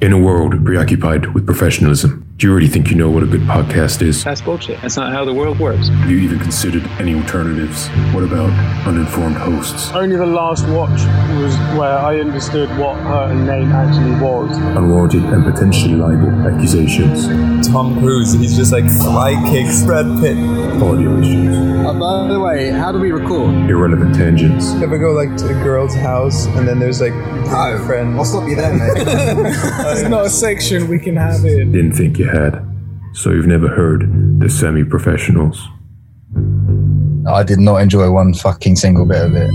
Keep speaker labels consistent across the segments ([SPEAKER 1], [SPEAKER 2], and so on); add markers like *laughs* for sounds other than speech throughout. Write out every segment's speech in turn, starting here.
[SPEAKER 1] In a world preoccupied with professionalism, do you really think you know what a good podcast is?
[SPEAKER 2] That's bullshit. That's not how the world works.
[SPEAKER 1] Have you even considered any alternatives? What about uninformed hosts?
[SPEAKER 3] Only the last watch was where I understood what her name actually was.
[SPEAKER 1] Unwarranted and potentially liable accusations,
[SPEAKER 4] Tom Cruise, he's just like fly kicks Brad Pitt.
[SPEAKER 1] audio issues,
[SPEAKER 5] Uh, by the way, how do we record?
[SPEAKER 1] irrelevant tangents,
[SPEAKER 4] Ever go like to the girl's house and then there's like
[SPEAKER 5] No.
[SPEAKER 4] friends.
[SPEAKER 5] I'll stop you there, mate.
[SPEAKER 6] It's not a section we can have in.
[SPEAKER 1] didn't think you had. So you've never heard the semi professionals.
[SPEAKER 7] I did not enjoy one fucking single bit of it.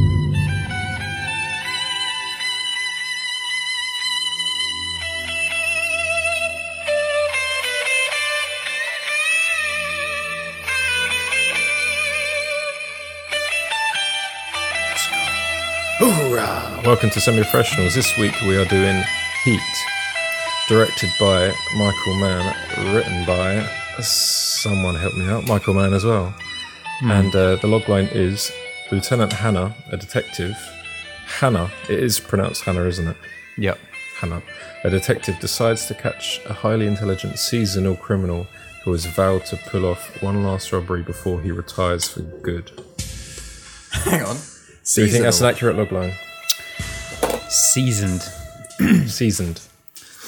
[SPEAKER 8] Welcome to Semi Professionals. This week we are doing Heat, directed by Michael Mann, written by someone help me out, Michael Mann as well. And uh, the logline is Lieutenant Hannah, a detective. Hannah, it is pronounced Hannah, isn't it?
[SPEAKER 9] Yep.
[SPEAKER 8] Hannah, a detective, decides to catch a highly intelligent seasonal criminal who has vowed to pull off one last robbery before he retires for good.
[SPEAKER 9] Hang on.
[SPEAKER 8] Do you think that's an
[SPEAKER 9] Seasonal.
[SPEAKER 8] accurate logline?
[SPEAKER 9] Seasoned.
[SPEAKER 8] *clears throat* Seasoned.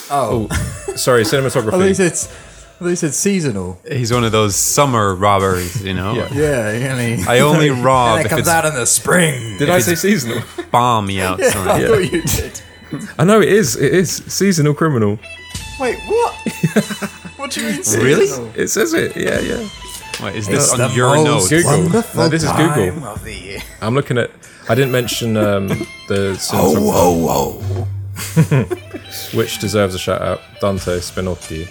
[SPEAKER 9] Oh.
[SPEAKER 8] Sorry, cinematography.
[SPEAKER 9] At least it's. At least it's seasonal.
[SPEAKER 10] He's one of those summer robberies, you know.
[SPEAKER 8] *laughs* Yeah.
[SPEAKER 9] Yeah. You *laughs* only,
[SPEAKER 10] I only rob
[SPEAKER 9] and it
[SPEAKER 10] if
[SPEAKER 9] comes
[SPEAKER 10] it's
[SPEAKER 9] out in the
[SPEAKER 8] *laughs*
[SPEAKER 9] spring.
[SPEAKER 8] Did I say seasonal?
[SPEAKER 10] balmy
[SPEAKER 9] *laughs*
[SPEAKER 10] outside.
[SPEAKER 9] I thought you did.
[SPEAKER 8] I know it is. It is seasonal criminal.
[SPEAKER 9] Wait, what? what do you mean? Seasonal?
[SPEAKER 10] Really?
[SPEAKER 8] It says it. Yeah, yeah.
[SPEAKER 10] Wait, is this
[SPEAKER 9] the
[SPEAKER 10] on your
[SPEAKER 9] most
[SPEAKER 10] notes?
[SPEAKER 8] Google.
[SPEAKER 9] Wonderful
[SPEAKER 8] No, this is Google.
[SPEAKER 9] time of the year.
[SPEAKER 8] I'm looking at. I didn't mention um, the cinematographer,
[SPEAKER 9] whoa, whoa!
[SPEAKER 8] which deserves a shout out. Dante Spinotti,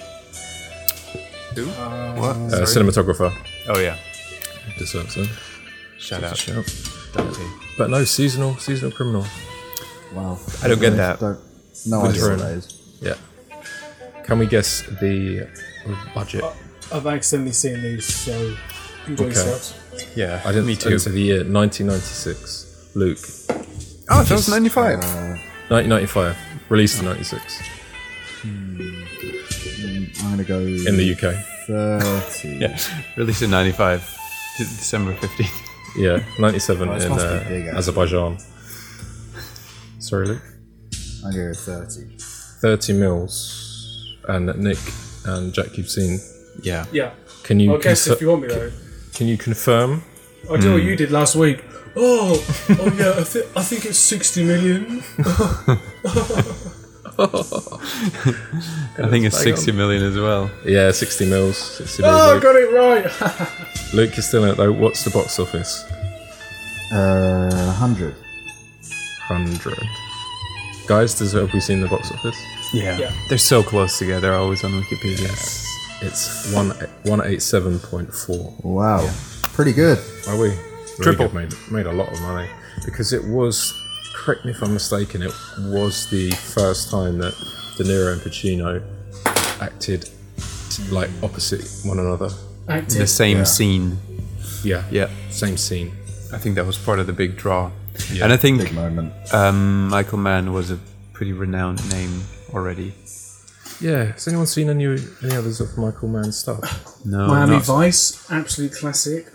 [SPEAKER 10] What?
[SPEAKER 8] uh, cinematographer,
[SPEAKER 10] Oh yeah.
[SPEAKER 8] deserves it.
[SPEAKER 10] Shout
[SPEAKER 8] A
[SPEAKER 10] out.
[SPEAKER 8] shout. But no, seasonal, seasonal criminal.
[SPEAKER 7] Wow.
[SPEAKER 8] I don't get that.
[SPEAKER 7] Don't, no idea
[SPEAKER 8] Winter
[SPEAKER 7] what
[SPEAKER 8] Road.
[SPEAKER 7] that is.
[SPEAKER 8] Yeah. Can we guess the budget?
[SPEAKER 6] I've accidentally seen these, so enjoy
[SPEAKER 8] Okay.
[SPEAKER 6] yourselves.
[SPEAKER 8] Yeah, I didn't.
[SPEAKER 10] me
[SPEAKER 8] I didn't
[SPEAKER 10] too.
[SPEAKER 8] say the year 1996. Luke,
[SPEAKER 10] Oh, that was ninety-five.
[SPEAKER 8] Uh, 1995, released in 96
[SPEAKER 7] I'm gonna go
[SPEAKER 8] in the UK.
[SPEAKER 7] thirty.
[SPEAKER 10] yeah. Released in ninety-five, De- December fifteenth.
[SPEAKER 8] Yeah, 97
[SPEAKER 7] it's
[SPEAKER 8] in
[SPEAKER 7] Oh, must
[SPEAKER 8] uh,
[SPEAKER 7] be big, actually.
[SPEAKER 8] Azerbaijan. Sorry, Luke.
[SPEAKER 7] I'm gonna go thirty.
[SPEAKER 8] 30 mils. And Nick and Jack, you've seen.
[SPEAKER 10] Yeah.
[SPEAKER 6] Yeah.
[SPEAKER 8] Can you
[SPEAKER 6] I'll guess
[SPEAKER 8] confi-
[SPEAKER 6] if you want me though.
[SPEAKER 8] can you confirm?
[SPEAKER 6] I'll do what you did last week. Oh, oh yeah, I, th- I think it's 60 million.
[SPEAKER 10] *laughs* I
[SPEAKER 8] Bang
[SPEAKER 10] think it's
[SPEAKER 8] on.
[SPEAKER 10] sixty million as well.
[SPEAKER 8] Yeah, 60 mils. 60 mils.
[SPEAKER 6] Oh, I
[SPEAKER 8] Luke.
[SPEAKER 6] got it right!
[SPEAKER 8] Luke is still in it though. What's the box office?
[SPEAKER 7] Uh, hundred.
[SPEAKER 8] 100. Guys, does, have we seen the box office?
[SPEAKER 10] Yeah.
[SPEAKER 6] Yeah.
[SPEAKER 10] They're so close together. Always on Wikipedia.
[SPEAKER 8] It's one 187.4.
[SPEAKER 7] Wow. Pretty good.
[SPEAKER 8] Are we? Really
[SPEAKER 10] Triple.
[SPEAKER 8] good, Made, made a lot of money. Because it was, correct me if I'm mistaken, it was the first time that De Niro and Pacino acted t- like opposite one another.
[SPEAKER 6] Active.
[SPEAKER 10] The same scene.
[SPEAKER 8] Yeah.
[SPEAKER 10] Yeah.
[SPEAKER 8] Same scene.
[SPEAKER 10] I think that was part of the big draw. And I think
[SPEAKER 7] Moment.
[SPEAKER 10] um, Michael Mann was a pretty renowned name already.
[SPEAKER 8] Yeah. Has anyone seen any, any others of Michael Mann's stuff?
[SPEAKER 10] No.
[SPEAKER 6] Miami
[SPEAKER 10] not-
[SPEAKER 6] Vice, absolute classic.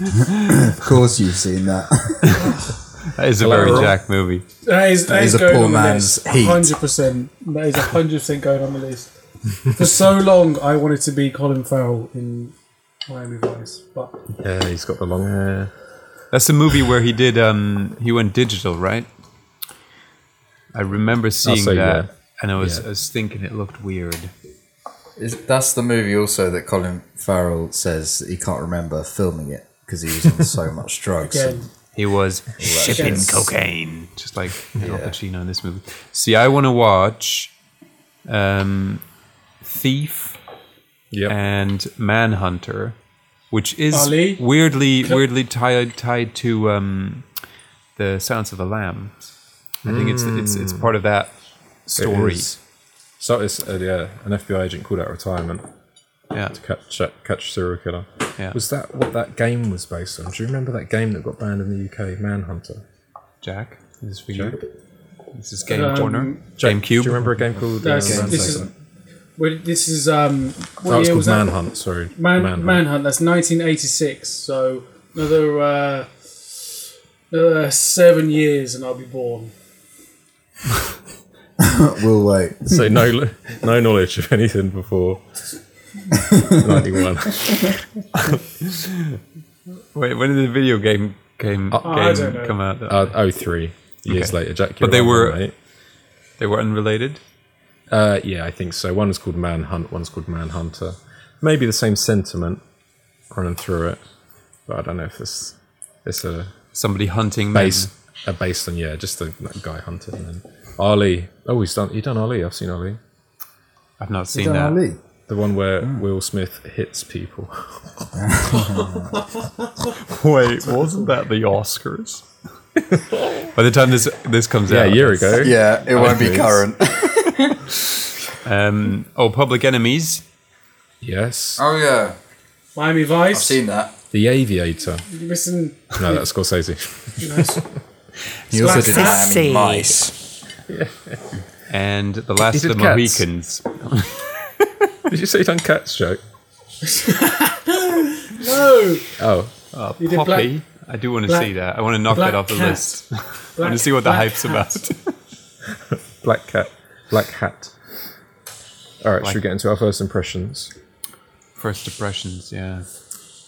[SPEAKER 7] Of course, you've seen that. *laughs*
[SPEAKER 10] That is a
[SPEAKER 8] Hello,
[SPEAKER 10] very
[SPEAKER 8] Rob.
[SPEAKER 10] Jack movie.
[SPEAKER 6] That is, that
[SPEAKER 7] That
[SPEAKER 6] is,
[SPEAKER 7] is a
[SPEAKER 6] going
[SPEAKER 7] poor
[SPEAKER 6] on
[SPEAKER 7] man's
[SPEAKER 6] the
[SPEAKER 7] heat.
[SPEAKER 6] list. Hundred percent. That is hundred percent going on the list. For so long, I wanted to be Colin Farrell in Miami Vice, but
[SPEAKER 8] Yeah, he's got the long hair.
[SPEAKER 10] That's the movie where he did. Um, he went digital, right? I remember seeing
[SPEAKER 8] say
[SPEAKER 10] that,
[SPEAKER 8] yeah.
[SPEAKER 10] and I was,
[SPEAKER 8] Yeah.
[SPEAKER 10] I was thinking it looked weird.
[SPEAKER 7] Is, that's the movie also that Colin Farrell says he can't remember filming it because he was on *laughs* so much drugs.
[SPEAKER 6] again,
[SPEAKER 10] He was shipping
[SPEAKER 6] Yes.
[SPEAKER 10] cocaine, just like Al Pacino in this movie. See, I want to watch um, Thief
[SPEAKER 8] Yep.
[SPEAKER 10] and Manhunter, which is
[SPEAKER 6] Ali?
[SPEAKER 10] weirdly weirdly tied tied to um, the Silence of the Lambs. I think it's it's it's part of that story.
[SPEAKER 8] Mm. is. so it's, uh, yeah, an FBI agent called out of retirement
[SPEAKER 10] Yeah,
[SPEAKER 8] to catch catch serial killer.
[SPEAKER 10] Yeah.
[SPEAKER 8] Was that what that game was based on? Do you remember that game that got banned in the UK, Manhunter?
[SPEAKER 10] Jack. Is this for you?
[SPEAKER 8] Jack?
[SPEAKER 10] This is Game
[SPEAKER 6] Um,
[SPEAKER 10] Corner.
[SPEAKER 8] Jack,
[SPEAKER 10] GameCube.
[SPEAKER 8] Do you remember a game called?
[SPEAKER 6] That's-
[SPEAKER 8] um,
[SPEAKER 6] this is well, this is um what
[SPEAKER 8] oh,
[SPEAKER 6] year
[SPEAKER 8] it's called
[SPEAKER 6] was that?
[SPEAKER 8] Manhunt. Sorry,
[SPEAKER 6] Man,
[SPEAKER 8] Manhunt.
[SPEAKER 6] Manhunt. That's 1986. So another uh, another seven years, and I'll be born.
[SPEAKER 7] We'll wait.
[SPEAKER 8] So no, no knowledge of anything before
[SPEAKER 10] *laughs*
[SPEAKER 8] ninety-one.
[SPEAKER 10] *laughs* Wait, when did the video game game,
[SPEAKER 6] Oh, I don't
[SPEAKER 10] game
[SPEAKER 6] know.
[SPEAKER 10] come out?
[SPEAKER 8] Uh, oh three years
[SPEAKER 10] Okay.
[SPEAKER 8] later, Jack.
[SPEAKER 10] But
[SPEAKER 8] you're
[SPEAKER 10] they
[SPEAKER 8] on
[SPEAKER 10] were-
[SPEAKER 8] one, mate.
[SPEAKER 10] They were unrelated.
[SPEAKER 8] Uh, yeah, I think so. One's called Manhunt, one's called Manhunter. Maybe the same sentiment running through it, but I don't know if this it's a
[SPEAKER 10] Somebody hunting men.
[SPEAKER 8] base a based on yeah, just a like, guy hunting and then Ali. Oh, he's done. He done Ali. I've seen Ali.
[SPEAKER 10] I've not seen that.
[SPEAKER 8] The one where
[SPEAKER 10] Hmm.
[SPEAKER 8] Will Smith hits
[SPEAKER 10] *laughs*
[SPEAKER 8] people.
[SPEAKER 10] Wait, wasn't that the Oscars?
[SPEAKER 8] *laughs*
[SPEAKER 10] By the time this this comes
[SPEAKER 8] Yeah,
[SPEAKER 10] out,
[SPEAKER 8] a year ago.
[SPEAKER 7] Yeah, it won't be
[SPEAKER 8] Yes.
[SPEAKER 7] current.
[SPEAKER 10] Um, oh, Public Enemies.
[SPEAKER 8] Yes.
[SPEAKER 7] Oh yeah,
[SPEAKER 6] Miami
[SPEAKER 7] I've
[SPEAKER 6] Vice.
[SPEAKER 7] seen that.
[SPEAKER 8] The Aviator.
[SPEAKER 6] You're missing.
[SPEAKER 8] No, that's Scorsese. *laughs*
[SPEAKER 7] He also did
[SPEAKER 6] Splash
[SPEAKER 7] Miami Vice.
[SPEAKER 10] and the last
[SPEAKER 8] He
[SPEAKER 10] of
[SPEAKER 8] did
[SPEAKER 10] the
[SPEAKER 8] Cats.
[SPEAKER 10] Mohicans.
[SPEAKER 8] Did you say you done Cats joke?
[SPEAKER 6] No.
[SPEAKER 8] Oh,
[SPEAKER 10] Uh,
[SPEAKER 6] You did
[SPEAKER 10] Poppy. I do want to
[SPEAKER 6] Black-
[SPEAKER 10] see that. I want to knock
[SPEAKER 6] Black
[SPEAKER 10] that off the
[SPEAKER 6] Cat.
[SPEAKER 10] list. *laughs* I
[SPEAKER 6] Black,
[SPEAKER 10] want to see what the
[SPEAKER 6] Black
[SPEAKER 10] hype's
[SPEAKER 6] Cat.
[SPEAKER 10] about.
[SPEAKER 8] Black Cat. Black Hat. All right,
[SPEAKER 10] Black-
[SPEAKER 8] should we get into our first impressions?
[SPEAKER 10] First impressions, yeah.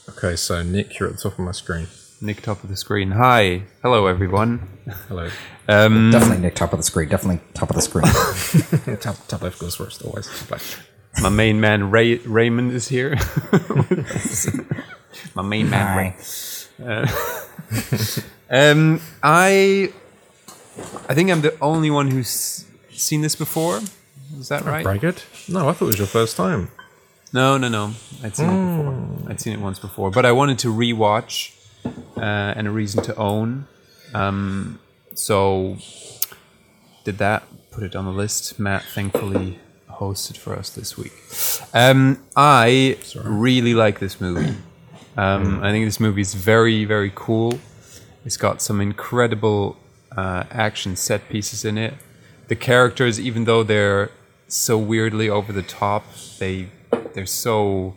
[SPEAKER 8] Okay, so Nick, you're at the top of my screen.
[SPEAKER 10] Nick, top of the screen. Hi, hello everyone.
[SPEAKER 8] Hello.
[SPEAKER 10] Um,
[SPEAKER 7] Definitely Nick, top of the screen. Definitely top of the screen.
[SPEAKER 8] *laughs* top, top left goes first, always. Black.
[SPEAKER 10] My main man Ray Raymond is here. My main man Ray. *laughs* Um, I, I think I'm the only one who's seen this before. Is that right?
[SPEAKER 8] Ragged? No, I thought it was your first time.
[SPEAKER 10] No, no, no. I'd seen it before. I'd seen it once before, but I wanted to rewatch uh, and a reason to own. Um, so did that. Put it on the list. Matt thankfully hosted for us this week. Um, I really like this movie. Um, I think this movie is very, very cool. It's got some incredible uh, action set pieces in it. The characters, even though they're so weirdly over the top, they they're so.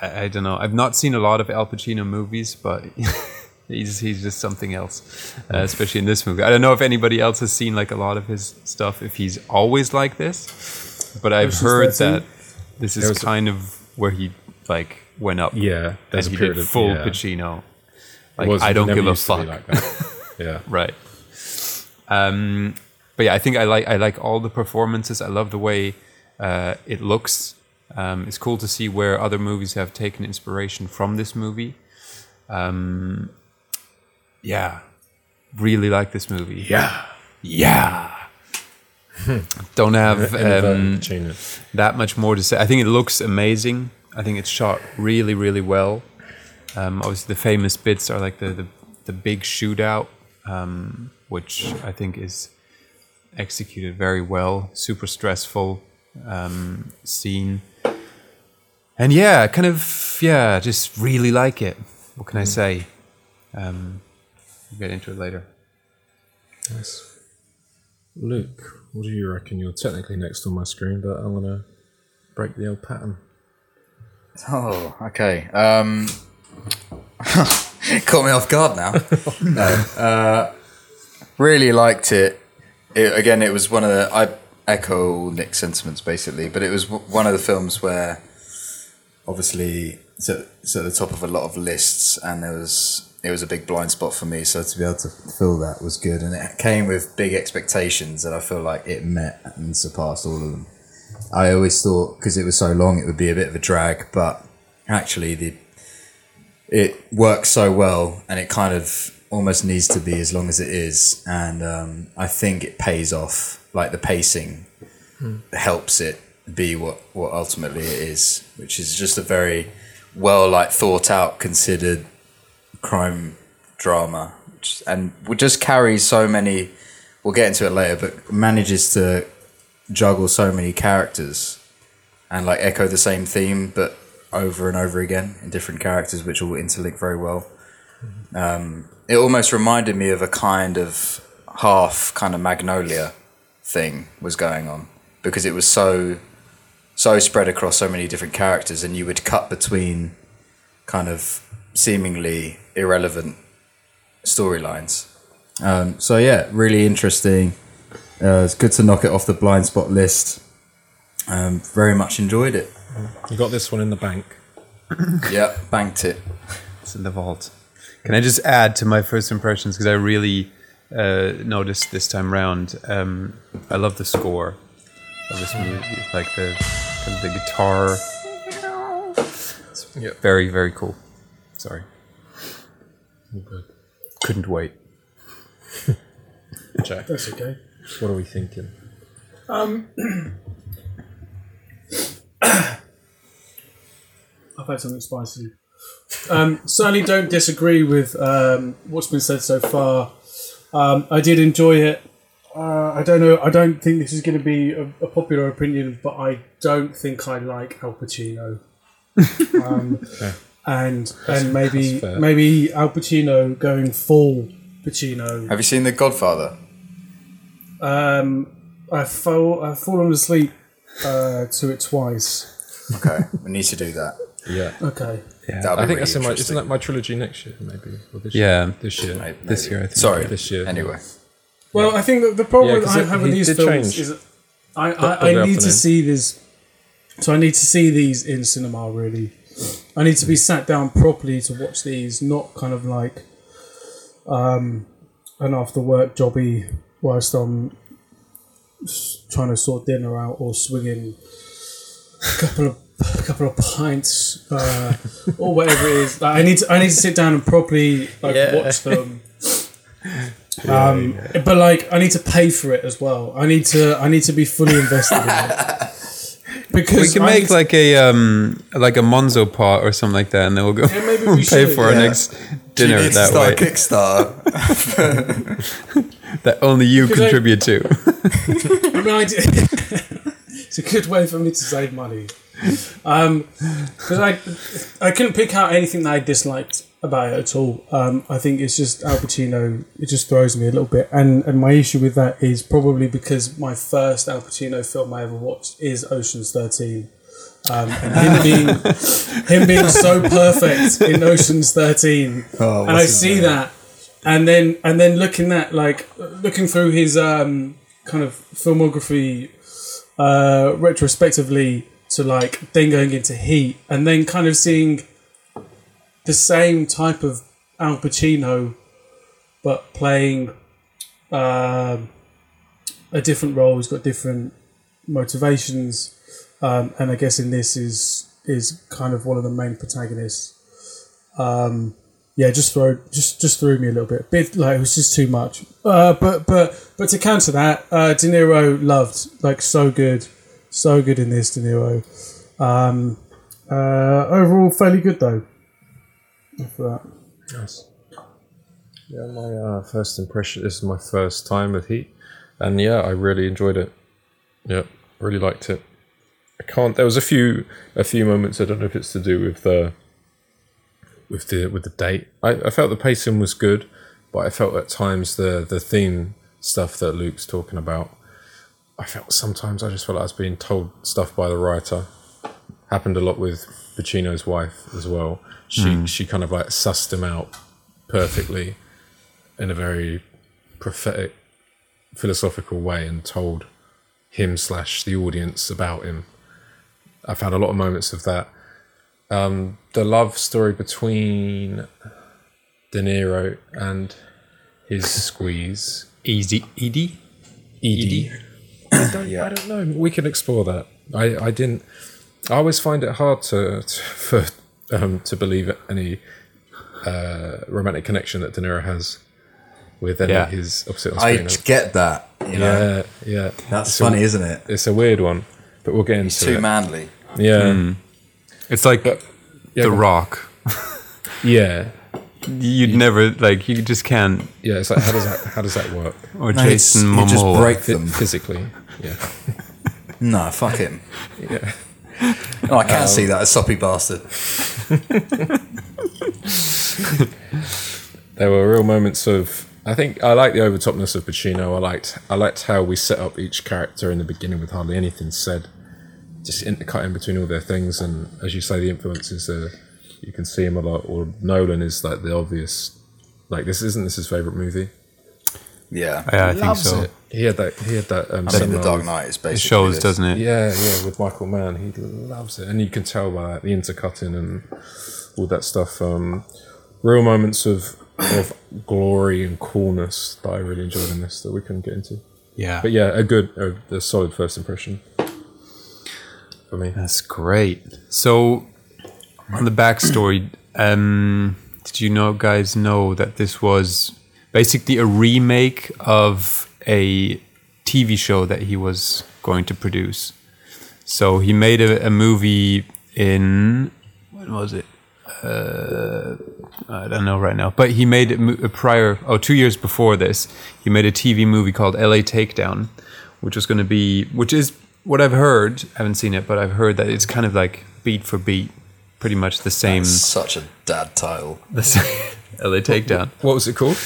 [SPEAKER 10] I, I don't know. I've not seen a lot of Al Pacino movies, but *laughs* he's he's just something else, uh, especially in this movie. I don't know if anybody else has seen like a lot of his stuff. If he's always like this, but I've
[SPEAKER 6] Versus
[SPEAKER 10] heard
[SPEAKER 6] 13.
[SPEAKER 10] that this is
[SPEAKER 8] was a-
[SPEAKER 10] kind of where he like went up.
[SPEAKER 8] Yeah,
[SPEAKER 10] and
[SPEAKER 8] there's
[SPEAKER 10] he
[SPEAKER 8] a period
[SPEAKER 10] did
[SPEAKER 8] of-
[SPEAKER 10] full
[SPEAKER 8] yeah. It
[SPEAKER 10] Pacino. Like
[SPEAKER 8] was-
[SPEAKER 10] I
[SPEAKER 8] it
[SPEAKER 10] don't
[SPEAKER 8] never
[SPEAKER 10] give a
[SPEAKER 8] used to be
[SPEAKER 10] fuck.
[SPEAKER 8] like that.
[SPEAKER 10] *laughs*
[SPEAKER 8] yeah.
[SPEAKER 10] Right. Um, but yeah, I think I like I like all the performances. I love the way uh, it looks. Um, it's cool to see where other movies have taken inspiration from this movie. Um, yeah, really like this movie.
[SPEAKER 8] Yeah.
[SPEAKER 10] yeah.
[SPEAKER 8] *laughs*
[SPEAKER 10] Don't have um,
[SPEAKER 8] Inadvertent tune in.
[SPEAKER 10] that much more to say. I think it looks amazing. I think it's shot really, really well. Um, obviously, the famous bits are like the the, the big shootout, um, which I think is executed very well. Super stressful um, scene, and yeah, kind of yeah, just really like it. What can I say? Um, we'll get into it later.
[SPEAKER 8] Nice. Luke, what do you reckon? You're technically next on my screen, but I'm gonna break the old pattern.
[SPEAKER 7] oh, okay. Um, *laughs* caught me off guard now. no, uh, really liked it. it. Again, it was one of the I echo Nick's sentiments basically, but it was w- one of the films where obviously it's at, it's at the top of a lot of lists, and there was it was a big blind spot for me. So to be able to fill that was good, and it came with big expectations, and I feel like it met and surpassed all of them. I always thought because it was so long, it would be a bit of a drag, but actually the it works so well, and it kind of almost needs to be as long as it is, and um, I think it pays off. Like the pacing helps it be what what ultimately it is, which is just a very well like thought out, considered crime drama, which, and would just carry so many. We'll get into it later, but manages to juggle so many characters and like echo the same theme but over and over again in different characters which all interlink very well um, it almost reminded me of a kind of half kind of Magnolia thing was going on because it was so so spread across so many different characters, and you would cut between kind of seemingly irrelevant storylines. Um, so yeah, really interesting. Uh, it's good to knock it off the blind spot list. Um, very much enjoyed it.
[SPEAKER 8] You got this one in the bank.
[SPEAKER 7] yeah, banked it.
[SPEAKER 10] It's in the vault. Can I just add to my first impressions because I really uh, noticed this time round? Um, I love the score of this movie, like the kind of the guitar. It's very very cool. Sorry,
[SPEAKER 6] *laughs*
[SPEAKER 10] couldn't wait.
[SPEAKER 8] Jack,
[SPEAKER 6] That's okay.
[SPEAKER 8] what are we thinking?
[SPEAKER 6] Um, I've had something spicy. Um, certainly don't disagree with um, what's been said so far. Um, I did enjoy it. Uh, I don't know. I don't think this is going to be a, a popular opinion, but I don't think I like Al Pacino. um, And and maybe
[SPEAKER 8] that's fair.
[SPEAKER 6] maybe Al Pacino going full Pacino.
[SPEAKER 7] Have you seen The Godfather?
[SPEAKER 6] Um, I fell. I've fallen asleep uh, to it twice.
[SPEAKER 7] Okay, *laughs* we need to do that.
[SPEAKER 8] Yeah,
[SPEAKER 6] Okay.
[SPEAKER 7] That'll be
[SPEAKER 8] I think
[SPEAKER 7] really
[SPEAKER 8] that's in my. Isn't
[SPEAKER 7] interesting.
[SPEAKER 8] that my trilogy next year? Maybe or this year.
[SPEAKER 10] Yeah,
[SPEAKER 8] This year,
[SPEAKER 7] Maybe-
[SPEAKER 10] This
[SPEAKER 7] maybe.
[SPEAKER 10] year, I think.
[SPEAKER 7] Sorry,
[SPEAKER 8] This year.
[SPEAKER 7] Anyway,
[SPEAKER 6] Well, I think that the problem
[SPEAKER 8] Yeah, 'cause
[SPEAKER 6] I
[SPEAKER 8] it-
[SPEAKER 6] have with
[SPEAKER 8] he
[SPEAKER 6] these
[SPEAKER 8] did
[SPEAKER 6] films
[SPEAKER 8] change.
[SPEAKER 6] is that I,
[SPEAKER 8] But-
[SPEAKER 6] I,
[SPEAKER 8] but
[SPEAKER 6] I need to
[SPEAKER 8] afternoon.
[SPEAKER 6] see this. So I need to see these in cinema. Really, I need to be sat down properly to watch these, not kind of like um, an after work jobby whilst I'm s- trying to sort dinner out or swinging a couple of a couple of pints uh, or whatever it is. Like, I need to I need to sit down and properly like watch them. Um, But like, I need to pay for it as well. I need to, I need to be fully invested in it. Because
[SPEAKER 10] We can
[SPEAKER 6] I
[SPEAKER 10] make
[SPEAKER 6] need to-
[SPEAKER 10] like a um, like a Monzo pot or something like that, and then we'll go
[SPEAKER 6] Yeah, maybe we
[SPEAKER 10] we'll *laughs* pay
[SPEAKER 6] should,
[SPEAKER 10] for our
[SPEAKER 7] yeah.
[SPEAKER 10] next dinner
[SPEAKER 7] you need to
[SPEAKER 10] that
[SPEAKER 7] start
[SPEAKER 10] way.
[SPEAKER 7] a Kickstarter.
[SPEAKER 10] That only you
[SPEAKER 6] Because I-
[SPEAKER 10] contribute to.
[SPEAKER 6] I mean, I do- *laughs* it's a good way for me to save money. Um 'cause because I, I couldn't pick out anything that I disliked about it at all. Um, I think it's just Al Pacino. It just throws me a little bit, and and my issue with that is probably because my first Al Pacino film I ever watched is Ocean's Thirteen. Um, and him being him being so perfect in Ocean's Thirteen, and I see that, and then and then looking at like looking through his um, kind of filmography uh, retrospectively to like then going into Heat and then kind of seeing the same type of Al Pacino but playing um, a different role. He's got different motivations, um, and I guess in this is is kind of one of the main protagonists. Um, yeah, just throw just just threw me a little bit. Bit like it was just too much. Uh, but but but to counter that, uh, De Niro loved like so good, so good in this De Niro. Um, uh, overall, fairly good though. For that.
[SPEAKER 8] Nice. Yeah, my uh, first impression. This is my first time with Heat, and yeah, I really enjoyed it. Yeah, really liked it. I can't. There was a few a few moments. I don't know if it's to do with the with the with the date. I, I felt the pacing was good, but I felt at times the the theme stuff that Luke's talking about. I felt sometimes I just felt like I was being told stuff by the writer. Happened a lot with Pacino's wife as well. She she kind of like sussed him out perfectly in a very prophetic philosophical way and told him slash the audience about him i've had a lot of moments of that um, the love story between de niro and
[SPEAKER 10] *laughs*
[SPEAKER 8] his squeeze
[SPEAKER 10] Easy, Edie.
[SPEAKER 8] Edie. I don't, I don't know. We can explore that. I, I didn't. I always find it hard to, to for um, to believe any uh, romantic connection that De Niro has with any
[SPEAKER 10] Yeah.
[SPEAKER 8] of his opposite on
[SPEAKER 7] *laughs* I
[SPEAKER 8] screen.
[SPEAKER 7] j- get that. You know,
[SPEAKER 8] yeah, yeah.
[SPEAKER 7] that's
[SPEAKER 8] It's a-
[SPEAKER 7] funny, isn't it?
[SPEAKER 8] It's a weird one, but we'll get into
[SPEAKER 7] Too
[SPEAKER 8] it.
[SPEAKER 7] manly.
[SPEAKER 8] Yeah,
[SPEAKER 7] Hmm.
[SPEAKER 10] It's like
[SPEAKER 8] yeah, but-
[SPEAKER 10] The Rock.
[SPEAKER 8] Yeah,
[SPEAKER 10] You'd never like you just can't.
[SPEAKER 8] yeah. It's like how does that how does that work
[SPEAKER 10] Or
[SPEAKER 7] No, it's-
[SPEAKER 10] Jason
[SPEAKER 7] you just
[SPEAKER 10] Momoa.
[SPEAKER 7] break *laughs*
[SPEAKER 8] Phy-
[SPEAKER 7] them.
[SPEAKER 8] physically? *laughs* Yeah,
[SPEAKER 7] No, fuck him. No, I can see that a soppy bastard.
[SPEAKER 8] there were real moments of I think I like the overtopness of Pacino. I liked I liked how we set up each character in the beginning with hardly anything said, just intercut in between all their things. And as you say, the influences are you can see him a lot. Or Nolan is like the obvious, like this isn't this his favorite movie.
[SPEAKER 7] Yeah,
[SPEAKER 10] Yeah, I think Loves so. it.
[SPEAKER 8] He had that. He had that.
[SPEAKER 7] I
[SPEAKER 8] Um,
[SPEAKER 7] mean, The
[SPEAKER 8] seminar
[SPEAKER 7] Dark
[SPEAKER 8] with-
[SPEAKER 7] Knight is basically.
[SPEAKER 10] It shows,
[SPEAKER 7] this.
[SPEAKER 10] doesn't it?
[SPEAKER 8] Yeah, yeah, with Michael Mann, he loves it, and you can tell by that the intercutting and all that stuff. Um, real moments of of glory and coolness that I really enjoyed in this that we couldn't get into.
[SPEAKER 10] Yeah.
[SPEAKER 8] But yeah, a good, a, a solid first impression for me.
[SPEAKER 10] That's great. So, on the backstory, um, did you know, guys, know that this was basically a remake of a TV show that he was going to produce? So he made a, a movie in when was it? Uh, I don't know right now, but he made a, mo- a prior oh two years before this. He made a TV movie called L.A. Takedown, which was going to be which is what I've heard. I haven't seen it, but I've heard that it's kind of like beat for beat, pretty much the same.
[SPEAKER 7] Such a dad title.
[SPEAKER 10] The same L.A. Takedown.
[SPEAKER 8] What was it called?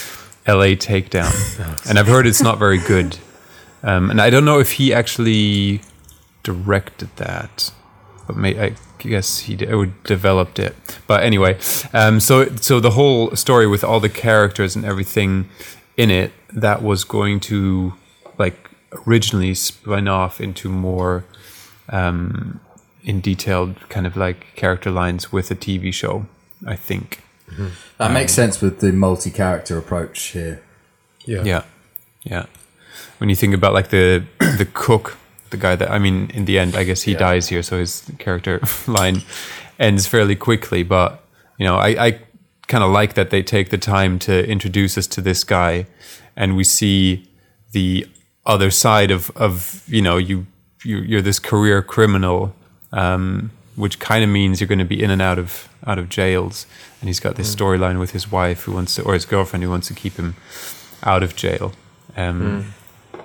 [SPEAKER 10] LA Takedown. and I've heard it's not very good. Um, and I don't know if he actually directed that, but may, I guess he did, or developed it. But anyway, um, so so the whole story with all the characters and everything in it that was going to like originally spin off into more um, in detailed kind of like character lines with a TV show, I think.
[SPEAKER 7] That makes sense with the multi-character approach here.
[SPEAKER 10] Yeah, yeah. When you think about like the *coughs* the cook, the guy that I mean, in the end, I guess he dies here, so his character *laughs* line ends fairly quickly. But you know, I, I kind of like that they take the time to introduce us to this guy, and we see the other side of of you know you, you you're this career criminal. Um, which kind of means you're going to be in and out of out of jails, and he's got this storyline with his wife who wants to, or his girlfriend who wants to keep him out of jail. Um,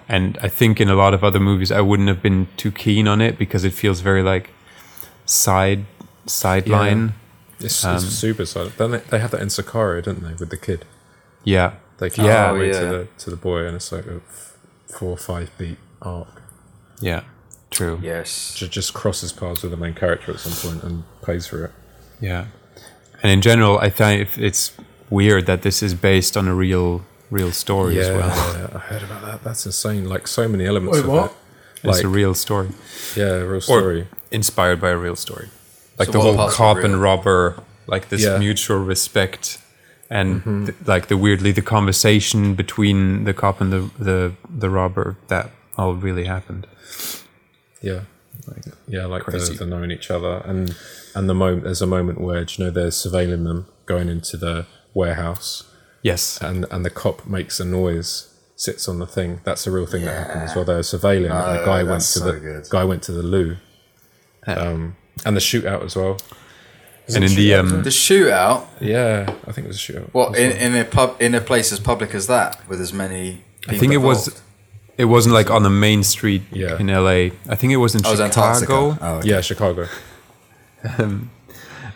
[SPEAKER 10] And I think in a lot of other movies, I wouldn't have been too keen on it because it feels very like side sideline.
[SPEAKER 8] It's, it's super solid. Don't they, they have that in Sicario, don't they, with the kid?
[SPEAKER 10] Yeah.
[SPEAKER 8] They keep yeah,
[SPEAKER 10] Yeah.
[SPEAKER 7] Oh, yeah.
[SPEAKER 8] to the to the boy, and it's like a f- four or five beat arc.
[SPEAKER 10] yeah, True. Yeah.
[SPEAKER 7] Yes.
[SPEAKER 8] Ju- Just crosses paths with the main character at some point and pays for it.
[SPEAKER 10] And in general, I think it's weird that this is based on a real real story
[SPEAKER 8] *laughs*
[SPEAKER 10] as well.
[SPEAKER 8] yeah, I heard about that. That's insane. Like so many elements
[SPEAKER 6] Wait,
[SPEAKER 8] of
[SPEAKER 6] what?
[SPEAKER 8] it. Like
[SPEAKER 10] it's a real story,
[SPEAKER 8] yeah, real story.
[SPEAKER 10] inspired by a real story, like
[SPEAKER 7] So
[SPEAKER 10] the
[SPEAKER 7] what
[SPEAKER 10] whole
[SPEAKER 7] parts were
[SPEAKER 10] cop
[SPEAKER 7] real?
[SPEAKER 10] and robber, like this
[SPEAKER 8] Yeah.
[SPEAKER 10] mutual respect, and
[SPEAKER 7] Mm-hmm.
[SPEAKER 10] th- like the weirdly the conversation between the cop and the the the robber that all really happened.
[SPEAKER 8] yeah, like, yeah, like the,
[SPEAKER 10] Crazy.
[SPEAKER 8] the knowing each other and and the moment there's a moment where do you know they're surveilling them going into the warehouse
[SPEAKER 10] Yes.
[SPEAKER 8] and and the cop makes a noise, sits on the thing. That's a real thing that happened as well. They were surveilling. and the guy went to
[SPEAKER 7] that's so
[SPEAKER 8] the
[SPEAKER 7] good.
[SPEAKER 8] guy went to the loo, um, and the shootout as well.
[SPEAKER 10] and in the um,
[SPEAKER 7] The shootout.
[SPEAKER 8] Yeah, I think it was a shootout.
[SPEAKER 7] What in, in a pub in a place as public as that with as many. People
[SPEAKER 10] I think it was.
[SPEAKER 7] involved?
[SPEAKER 10] It wasn't like on the main street
[SPEAKER 8] Yeah.
[SPEAKER 10] in LA. I think it was in
[SPEAKER 7] Oh, it was Antarctica.
[SPEAKER 10] Chicago.
[SPEAKER 7] Oh, okay.
[SPEAKER 8] Yeah, Chicago.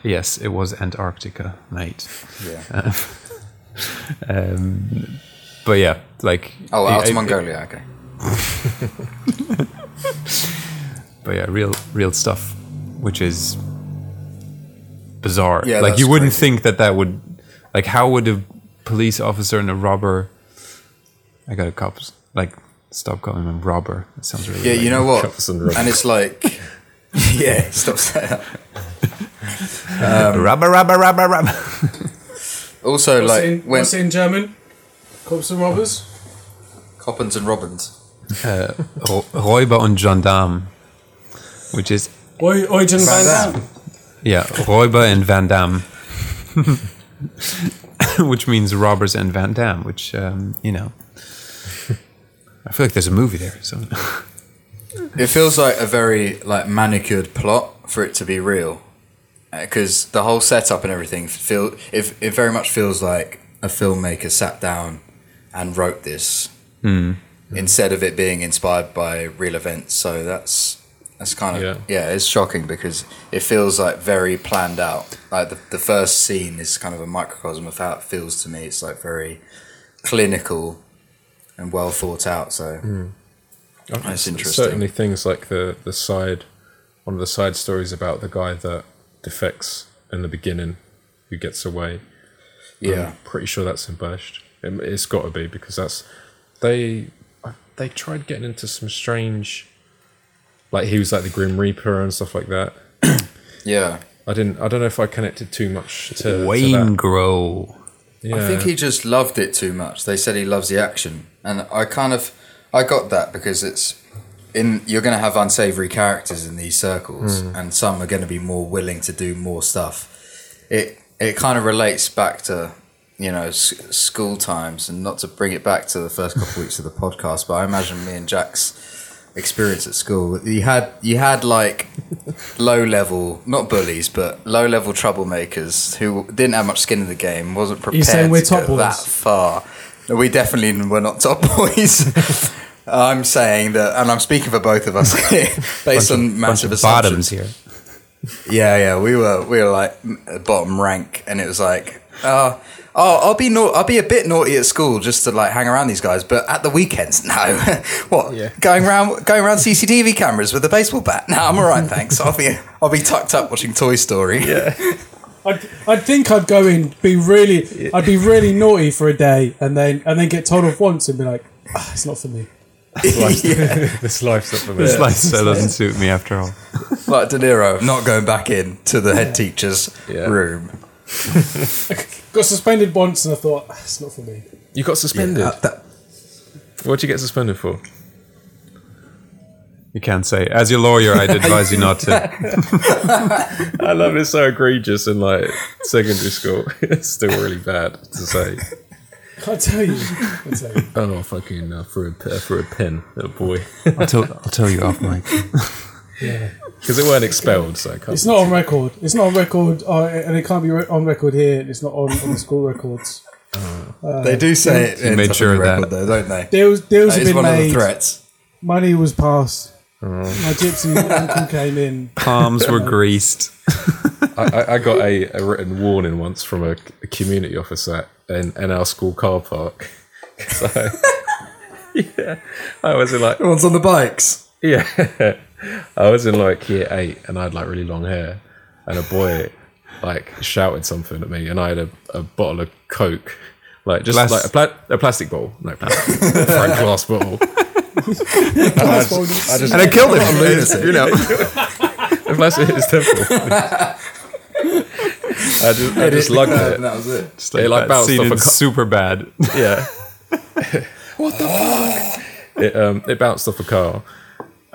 [SPEAKER 10] Yes, it was Antarctica, mate.
[SPEAKER 7] Oh. Yeah.
[SPEAKER 10] *laughs* Um, but yeah, like
[SPEAKER 7] Oh,
[SPEAKER 10] I-
[SPEAKER 7] out
[SPEAKER 10] I-
[SPEAKER 7] to Mongolia. Okay.
[SPEAKER 10] but yeah, real real stuff, which is bizarre.
[SPEAKER 7] Yeah,
[SPEAKER 10] like
[SPEAKER 7] that's
[SPEAKER 10] you wouldn't
[SPEAKER 7] crazy.
[SPEAKER 10] think that that would, like, how would a police officer and a robber? I got a cops. Like, stop calling him robber. It sounds really.
[SPEAKER 7] Yeah, you know what?
[SPEAKER 8] Cops and robbers.
[SPEAKER 7] And it's like, *laughs* yeah, stop saying that.
[SPEAKER 10] robber, robber, robber, robber.
[SPEAKER 7] Also,
[SPEAKER 6] What's,
[SPEAKER 7] like,
[SPEAKER 6] it in,
[SPEAKER 7] when
[SPEAKER 6] what's it in German? Cops and robbers?
[SPEAKER 7] Coppins and Robbins.
[SPEAKER 10] Ro- Räuber und Gendarme, which is
[SPEAKER 6] Oi, Eugen Van
[SPEAKER 7] Van
[SPEAKER 6] Damme.
[SPEAKER 10] Yeah, Räuber and Van Damme. *laughs* which means robbers and Van Damme, which, um, you know. I feel like there's a movie there. So.
[SPEAKER 7] It feels like a very like manicured plot for it to be real, because the whole setup and everything feel it, it very much feels like a filmmaker sat down and wrote this
[SPEAKER 10] Hmm.
[SPEAKER 7] instead of it being inspired by real events. So that's that's kind of
[SPEAKER 8] Yeah.
[SPEAKER 7] yeah. it's shocking because it feels like very planned out. Like the, the first scene is kind of a microcosm of how it feels to me. It's like very clinical and well thought out. So
[SPEAKER 8] Okay,
[SPEAKER 7] that's
[SPEAKER 8] so
[SPEAKER 7] interesting.
[SPEAKER 8] Certainly, things like the the side, one of the side stories about the guy that defects in the beginning, who gets away.
[SPEAKER 7] Yeah.
[SPEAKER 8] I'm pretty sure that's embellished. It, it's got to be because that's they I- they tried getting into some strange, like he was like the Grim Reaper and stuff like that.
[SPEAKER 7] yeah,
[SPEAKER 8] I didn't. I don't know if I connected too much to to
[SPEAKER 10] Wayne
[SPEAKER 8] that.
[SPEAKER 10] Grow.
[SPEAKER 8] Yeah.
[SPEAKER 7] I think he just loved it too much. They said he loves the action, and I kind of I got that because it's in you're going to have unsavory characters in these circles, and some are going to be more willing to do more stuff. It it kind of relates back to you know s- school times, and not to bring it back to the first couple weeks of the podcast, but I imagine me and Jack's experience at school. You had you had like low level, not bullies, but low level troublemakers who didn't have much skin in the game, wasn't prepared
[SPEAKER 6] saying we're
[SPEAKER 7] to
[SPEAKER 6] top
[SPEAKER 7] go
[SPEAKER 6] boys?
[SPEAKER 7] that far. No, We definitely were not top *laughs* boys.
[SPEAKER 6] *laughs*
[SPEAKER 7] I'm saying that, and I'm speaking for both of us *laughs* here, based on
[SPEAKER 10] Bunch
[SPEAKER 7] massive
[SPEAKER 10] of
[SPEAKER 7] assumptions.
[SPEAKER 10] bottoms here.
[SPEAKER 7] Yeah, yeah, we were we were like m- uh, bottom rank, and it was like, uh, oh, I'll be nau- I'll be a bit naughty at school just to like hang around these guys, but at the weekends, *laughs* no. what going round going around CCTV cameras with a baseball bat? No, I'm all right, thanks. I'll be I'll be tucked up watching Toy Story. *laughs* Yeah,
[SPEAKER 6] I'd, I'd think I'd go in, be really, I'd be really naughty for a day, and then and then get told off once and be like, "Ah, it's not for me.
[SPEAKER 8] *laughs* this life's not for me.
[SPEAKER 10] This life so doesn't suit me after all.
[SPEAKER 7] like De Niro not going back in to the head teacher's
[SPEAKER 8] Yeah.
[SPEAKER 7] room.
[SPEAKER 6] Got suspended once, and I thought "Ah, it's not for me.
[SPEAKER 8] You got suspended. What'd you get suspended for?
[SPEAKER 10] You can't say. As your lawyer,
[SPEAKER 8] *laughs*
[SPEAKER 10] I'd advise you not to.
[SPEAKER 8] I love it's so egregious in like secondary school. *laughs* it's still really bad to say.
[SPEAKER 6] Can't tell you. Can't tell you.
[SPEAKER 8] Oh fucking uh, for a pe- for a pen, oh boy,
[SPEAKER 10] *laughs* I'll tell, I'll tell you off mic.
[SPEAKER 6] *laughs* Yeah.
[SPEAKER 8] because it weren't expelled, so I can't.
[SPEAKER 6] It's not on record. It's not on record, uh, and it can't be re- on record here. and It's not on, on the school records.
[SPEAKER 7] They do say it. in
[SPEAKER 10] made
[SPEAKER 7] Top of
[SPEAKER 10] sure
[SPEAKER 7] the
[SPEAKER 10] of that.
[SPEAKER 7] record, though, don't they?
[SPEAKER 6] Deals deals
[SPEAKER 7] That
[SPEAKER 6] have
[SPEAKER 7] is
[SPEAKER 6] been
[SPEAKER 7] one of
[SPEAKER 6] made.
[SPEAKER 7] the threats.
[SPEAKER 6] Money was passed. My gypsy uncle came in.
[SPEAKER 10] Palms were greased.
[SPEAKER 8] I, I- I got a, a written warning once from a, a community officer in, in our school car park. *laughs* 'Cause I, yeah, I was in like
[SPEAKER 7] Everyone's on the bikes.
[SPEAKER 8] yeah, *laughs* I was in like year eight, and I had like really long hair, and a boy like shouted something at me, and I had a, a bottle of Coke, like just
[SPEAKER 10] Glass-
[SPEAKER 8] like a, pla- a plastic bottle, no, plastic, *laughs* Frank glass bottle. And I just- I just-
[SPEAKER 10] And I
[SPEAKER 6] *laughs*
[SPEAKER 10] killed him.
[SPEAKER 7] lunatic.
[SPEAKER 10] you *laughs* know.
[SPEAKER 8] Unless it is temple. *laughs* I just, I
[SPEAKER 7] *laughs*
[SPEAKER 8] just lugged
[SPEAKER 7] Uh,
[SPEAKER 8] it.
[SPEAKER 7] and that was it.
[SPEAKER 10] Just
[SPEAKER 8] It, like,
[SPEAKER 10] that
[SPEAKER 8] bounced
[SPEAKER 10] scene
[SPEAKER 8] off a
[SPEAKER 10] in
[SPEAKER 8] cu-
[SPEAKER 10] super bad.
[SPEAKER 8] *laughs* Yeah. what the Oh. fuck? *laughs* It, um, it bounced off a car,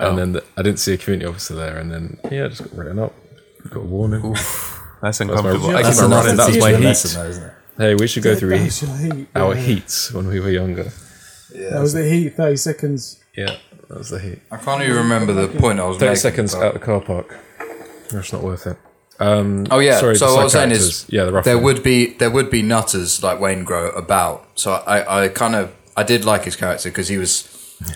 [SPEAKER 8] and then the, I didn't see a community officer there, and then yeah, I just got written up. Got a warning.
[SPEAKER 10] That's
[SPEAKER 8] my-
[SPEAKER 10] uncomfortable. I
[SPEAKER 7] That's
[SPEAKER 10] keep on
[SPEAKER 7] enough
[SPEAKER 10] running.
[SPEAKER 7] to
[SPEAKER 10] That was
[SPEAKER 7] teach
[SPEAKER 10] my
[SPEAKER 7] you a
[SPEAKER 10] heat.
[SPEAKER 7] lesson, though, isn't it?
[SPEAKER 8] Hey, we should go through
[SPEAKER 6] That
[SPEAKER 8] heat,
[SPEAKER 6] was the heat.
[SPEAKER 8] our
[SPEAKER 6] yeah.
[SPEAKER 8] heats when we were younger.
[SPEAKER 6] That was the heat. Thirty seconds.
[SPEAKER 8] Yeah, that was the heat.
[SPEAKER 7] I can't even remember the point I was
[SPEAKER 8] Thirty
[SPEAKER 7] making.
[SPEAKER 8] seconds uh,
[SPEAKER 7] but-
[SPEAKER 8] out the car park. That's not worth it.
[SPEAKER 7] Oh yeah.
[SPEAKER 8] Sorry,
[SPEAKER 7] so
[SPEAKER 8] the
[SPEAKER 7] what I was saying
[SPEAKER 8] psychiatrist.
[SPEAKER 7] is,
[SPEAKER 8] Yeah, the rough
[SPEAKER 7] there
[SPEAKER 8] one.
[SPEAKER 7] would be there would be nutters like Wayne Grow about. So I, I kind of I did like his character because he was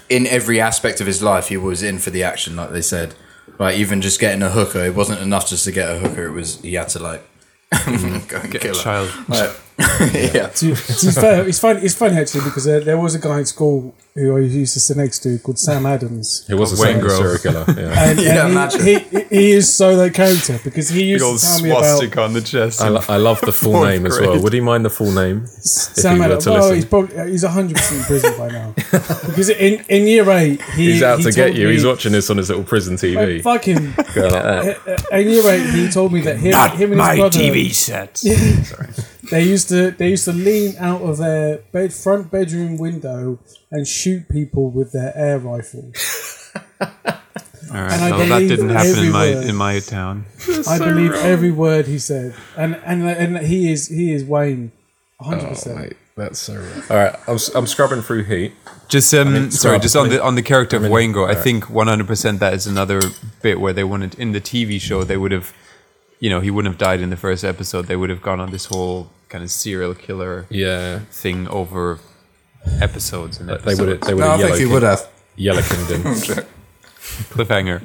[SPEAKER 7] in every aspect of his life. He was in for the action, like they said. Like even just getting a hooker, it wasn't enough just to get a hooker. It was he had to like *laughs* go and
[SPEAKER 10] Get a
[SPEAKER 7] kill her.
[SPEAKER 10] child.
[SPEAKER 8] *laughs*
[SPEAKER 7] Like, *laughs* yeah.
[SPEAKER 6] To, to be fair, it's funny. It's funny actually because there, there was a guy in school who I used to sit next to called Sam Adams.
[SPEAKER 8] It was a
[SPEAKER 10] Wayne
[SPEAKER 8] second serial *laughs*
[SPEAKER 10] Grove.
[SPEAKER 8] killer. Yeah.
[SPEAKER 6] And,
[SPEAKER 7] Yeah,
[SPEAKER 6] and he-
[SPEAKER 7] imagine.
[SPEAKER 6] he, he, is so that character because he
[SPEAKER 10] Big
[SPEAKER 6] used
[SPEAKER 10] old
[SPEAKER 6] to tell me about
[SPEAKER 10] swastika on the chest.
[SPEAKER 8] I, lo- I love the full *laughs*
[SPEAKER 10] Fourth
[SPEAKER 8] name as
[SPEAKER 10] grade.
[SPEAKER 8] well. Would you mind the full name?
[SPEAKER 6] Sam
[SPEAKER 8] were
[SPEAKER 6] Adams.
[SPEAKER 8] to
[SPEAKER 6] Oh,
[SPEAKER 8] listen.
[SPEAKER 6] he's probably he's hundred percent in prison by
[SPEAKER 8] *laughs*
[SPEAKER 6] now because in, in year eight he,
[SPEAKER 8] He's out
[SPEAKER 6] he
[SPEAKER 8] to
[SPEAKER 6] told
[SPEAKER 8] get you.
[SPEAKER 6] Me,
[SPEAKER 8] He's watching this on his little prison
[SPEAKER 6] Oh,
[SPEAKER 8] TV.
[SPEAKER 6] Fuck
[SPEAKER 8] *laughs*
[SPEAKER 6] him. Uh,
[SPEAKER 8] Going like that.
[SPEAKER 6] in year eight, he told me that him, him and his brother
[SPEAKER 10] set.
[SPEAKER 6] they used to they used to lean out of their bed front bedroom window and shoot people with their air rifle.
[SPEAKER 10] All right,
[SPEAKER 6] And I
[SPEAKER 10] well, that
[SPEAKER 6] believe
[SPEAKER 10] didn't happen in my
[SPEAKER 6] everywhere.
[SPEAKER 10] in my town.
[SPEAKER 6] I believe every word he said, and and and he is he is Wayne, hundred percent.
[SPEAKER 8] Oh, Mate, that's so rough. All right, I'm, s- I'm scrubbing through heat.
[SPEAKER 10] Just um, sorry,
[SPEAKER 8] Rob,
[SPEAKER 10] just on
[SPEAKER 8] please.
[SPEAKER 10] the on the character of
[SPEAKER 8] minute.
[SPEAKER 10] Wayne Grow, I
[SPEAKER 8] Alright.
[SPEAKER 10] think 100% that is another bit where they wanted in the TV show they would have, you know, he wouldn't have died in the first episode. They would have gone on this whole kind of serial killer
[SPEAKER 8] Yeah,
[SPEAKER 10] thing over episodes and
[SPEAKER 8] they
[SPEAKER 10] episodes.
[SPEAKER 8] would have. They would
[SPEAKER 7] No, I
[SPEAKER 8] have
[SPEAKER 7] think he
[SPEAKER 8] yellow,
[SPEAKER 7] would have.
[SPEAKER 8] yellow kingdom.
[SPEAKER 7] *laughs*
[SPEAKER 10] cliffhanger.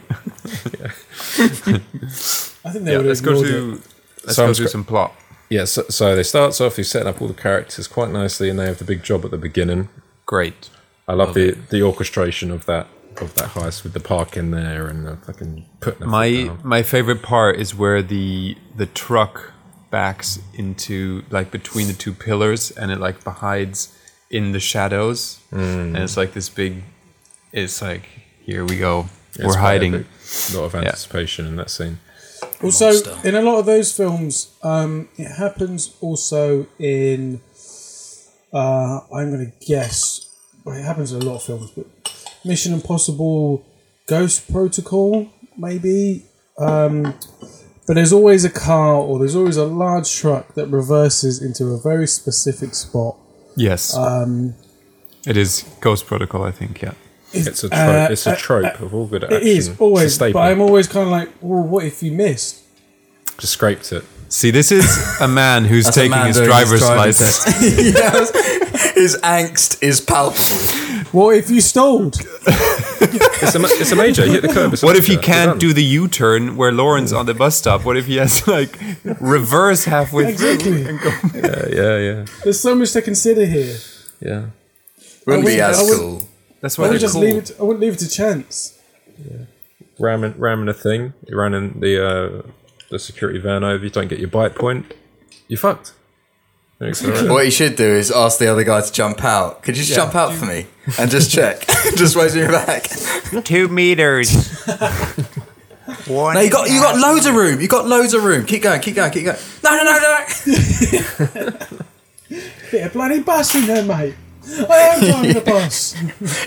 [SPEAKER 6] I think they
[SPEAKER 10] Yeah,
[SPEAKER 6] would
[SPEAKER 10] let's
[SPEAKER 6] have
[SPEAKER 10] go
[SPEAKER 6] ignored it.
[SPEAKER 10] to let's
[SPEAKER 8] So I'm
[SPEAKER 10] go through
[SPEAKER 8] scr-
[SPEAKER 10] some plot.
[SPEAKER 8] yeah, so, so they starts off. He's setting up all the characters quite nicely, and they have the big job at the beginning.
[SPEAKER 10] Great.
[SPEAKER 8] I love, the the orchestration of that of that heist with the park in there and the fucking putting the foot
[SPEAKER 10] My
[SPEAKER 8] down.
[SPEAKER 10] my favorite part is where the the truck backs into like between the two pillars and it like hides in the shadows and it's like this big it's like here we go
[SPEAKER 8] It's
[SPEAKER 10] we're
[SPEAKER 8] quite
[SPEAKER 10] hiding
[SPEAKER 8] epic. A lot of anticipation in that scene.
[SPEAKER 6] Also, in a lot of those films, um, it happens also in. Uh, I'm going to guess. Well, it happens in a lot of films, but Mission Impossible, Ghost Protocol, maybe. Um, but there's always a car or there's always a large truck that reverses into a very specific spot.
[SPEAKER 10] yes
[SPEAKER 6] Um,
[SPEAKER 10] it is ghost protocol i think yeah
[SPEAKER 6] Is-
[SPEAKER 8] It's a trope,
[SPEAKER 6] uh,
[SPEAKER 8] it's a
[SPEAKER 6] uh,
[SPEAKER 8] trope of all good action.
[SPEAKER 6] it is
[SPEAKER 8] It's a
[SPEAKER 6] always, but
[SPEAKER 8] staple.
[SPEAKER 6] I'm always kind of like, well, what if you missed?
[SPEAKER 8] just scraped it.
[SPEAKER 10] see this is a man who's
[SPEAKER 7] That's a
[SPEAKER 10] taking
[SPEAKER 7] man
[SPEAKER 10] his
[SPEAKER 7] doing his
[SPEAKER 10] driver's
[SPEAKER 7] driving
[SPEAKER 10] license
[SPEAKER 7] *laughs* His angst is palpable.
[SPEAKER 6] What if you stole?
[SPEAKER 8] It's a, ma- it's a major. You hit the curb. It's a
[SPEAKER 10] *laughs* What if
[SPEAKER 8] major.
[SPEAKER 10] he
[SPEAKER 8] You're
[SPEAKER 10] can't
[SPEAKER 8] done.
[SPEAKER 10] do the U turn where Lauren's on the bus stop? What if he has to, like reverse halfway
[SPEAKER 8] *laughs*
[SPEAKER 10] through?
[SPEAKER 6] Exactly.
[SPEAKER 8] Yeah, yeah,
[SPEAKER 6] There's so much to consider here.
[SPEAKER 8] yeah.
[SPEAKER 7] Wouldn't be
[SPEAKER 6] I
[SPEAKER 7] as
[SPEAKER 6] would-
[SPEAKER 7] cool.
[SPEAKER 10] That's
[SPEAKER 6] I
[SPEAKER 10] why
[SPEAKER 6] wouldn't
[SPEAKER 10] they're
[SPEAKER 6] just
[SPEAKER 10] cool.
[SPEAKER 6] leave it. I wouldn't leave it to chance.
[SPEAKER 8] Ramming, ramming a thing. You're running the uh, the security van over. You don't get your bite point. You're fucked.
[SPEAKER 6] *laughs*
[SPEAKER 8] Thanks for that.
[SPEAKER 7] What you should do is ask the other guy to jump out. Could you just jump out for me and just *laughs* check? just raise me back.
[SPEAKER 10] Two *laughs* meters.
[SPEAKER 7] No, you got you got loads of room. You got loads of room. Keep going. Keep going. Keep going. No, no, no, no.
[SPEAKER 6] Bit of bloody bus in there, mate. I *laughs* am driving the bus.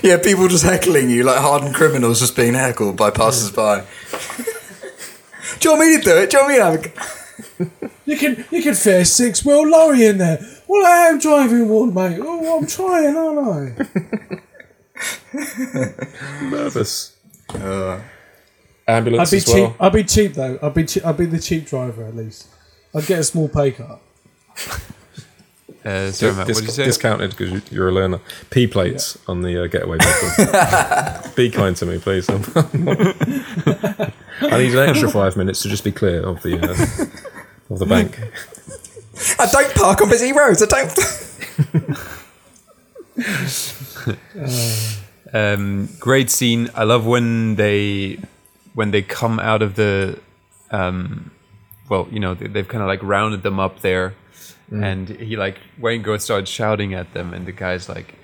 [SPEAKER 7] *laughs* Yeah, people just heckling you like hardened criminals just being heckled by passers-by. *laughs* do you want me to do it? Do you want me to have a go?
[SPEAKER 6] You can you can fare six Will lorry in there. Well, I am driving one, mate. Oh, I'm trying, aren't *laughs* I?
[SPEAKER 8] nervous. Ambulance
[SPEAKER 6] I'd be
[SPEAKER 8] as well.
[SPEAKER 6] cheap. I'd be cheap though. I'd be che- I'd be the cheap driver at least. I'd get a small pay cut.
[SPEAKER 10] Uh, sorry, Matt, what did you
[SPEAKER 8] Disc-
[SPEAKER 10] say?
[SPEAKER 8] Discounted because you're a learner. P plates on the
[SPEAKER 7] *laughs*
[SPEAKER 8] uh, getaway vehicle. be kind to me, please. *laughs* I'm- I'm not- I need an extra five minutes to just be clear of the uh, of the bank.
[SPEAKER 7] I don't park on busy roads. I don't.
[SPEAKER 10] Um, great scene. I love when they when they come out of the um, well, you know, they, they've kind of like rounded them up there,
[SPEAKER 8] Mm.
[SPEAKER 10] and he like Wayne Goat starts shouting at them, and the guy's like,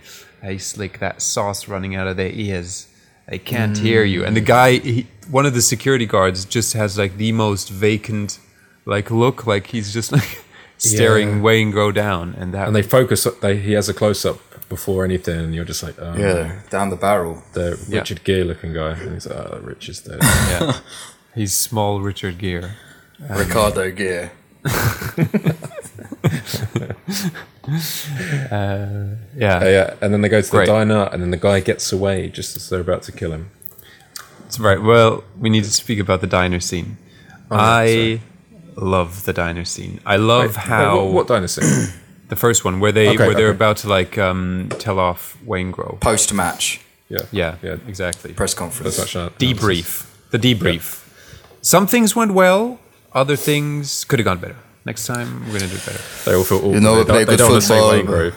[SPEAKER 10] "Hey, slick, that sauce running out of their ears. They can't hear you." And the
[SPEAKER 8] Mm.
[SPEAKER 10] guy, he, one of the security guards, just has like the most vacant like look, like he's just like *laughs* staring
[SPEAKER 8] Yeah.
[SPEAKER 10] Wayne Go down, and that
[SPEAKER 8] And they focus. They he has a close up before anything, and you're just like, oh,
[SPEAKER 7] *laughs* Yeah, down the barrel.
[SPEAKER 8] the
[SPEAKER 10] Yeah.
[SPEAKER 8] Richard Gere looking guy. And he's like, oh, Rich is dead. *laughs*
[SPEAKER 10] yeah. he's small Richard Gere.
[SPEAKER 7] Um, Ricardo gear.
[SPEAKER 10] Yeah,
[SPEAKER 8] Uh, yeah, and then they go to the
[SPEAKER 10] Great.
[SPEAKER 8] diner, and then the guy gets away just as they're about to kill him.
[SPEAKER 10] Right. Well, we need to speak about the diner scene. I love the diner scene. I love how
[SPEAKER 8] Oh, Wait, what, what diner
[SPEAKER 10] *clears throat*
[SPEAKER 8] scene?
[SPEAKER 10] the first one where they
[SPEAKER 8] Okay,
[SPEAKER 10] where they're
[SPEAKER 8] okay.
[SPEAKER 10] about to like um, tell off Wayne Grove.
[SPEAKER 7] Post match
[SPEAKER 8] yeah,
[SPEAKER 10] Yeah,
[SPEAKER 8] yeah.
[SPEAKER 10] exactly.
[SPEAKER 7] press conference.
[SPEAKER 8] That's actually
[SPEAKER 10] Debrief. The debrief. Some things went well. Other things could have gone better. Next time we're gonna do better.
[SPEAKER 8] They all feel awful.
[SPEAKER 7] know what,
[SPEAKER 8] they
[SPEAKER 7] play good
[SPEAKER 8] don't, they don't want to say
[SPEAKER 7] football.
[SPEAKER 8] Wayne Grove.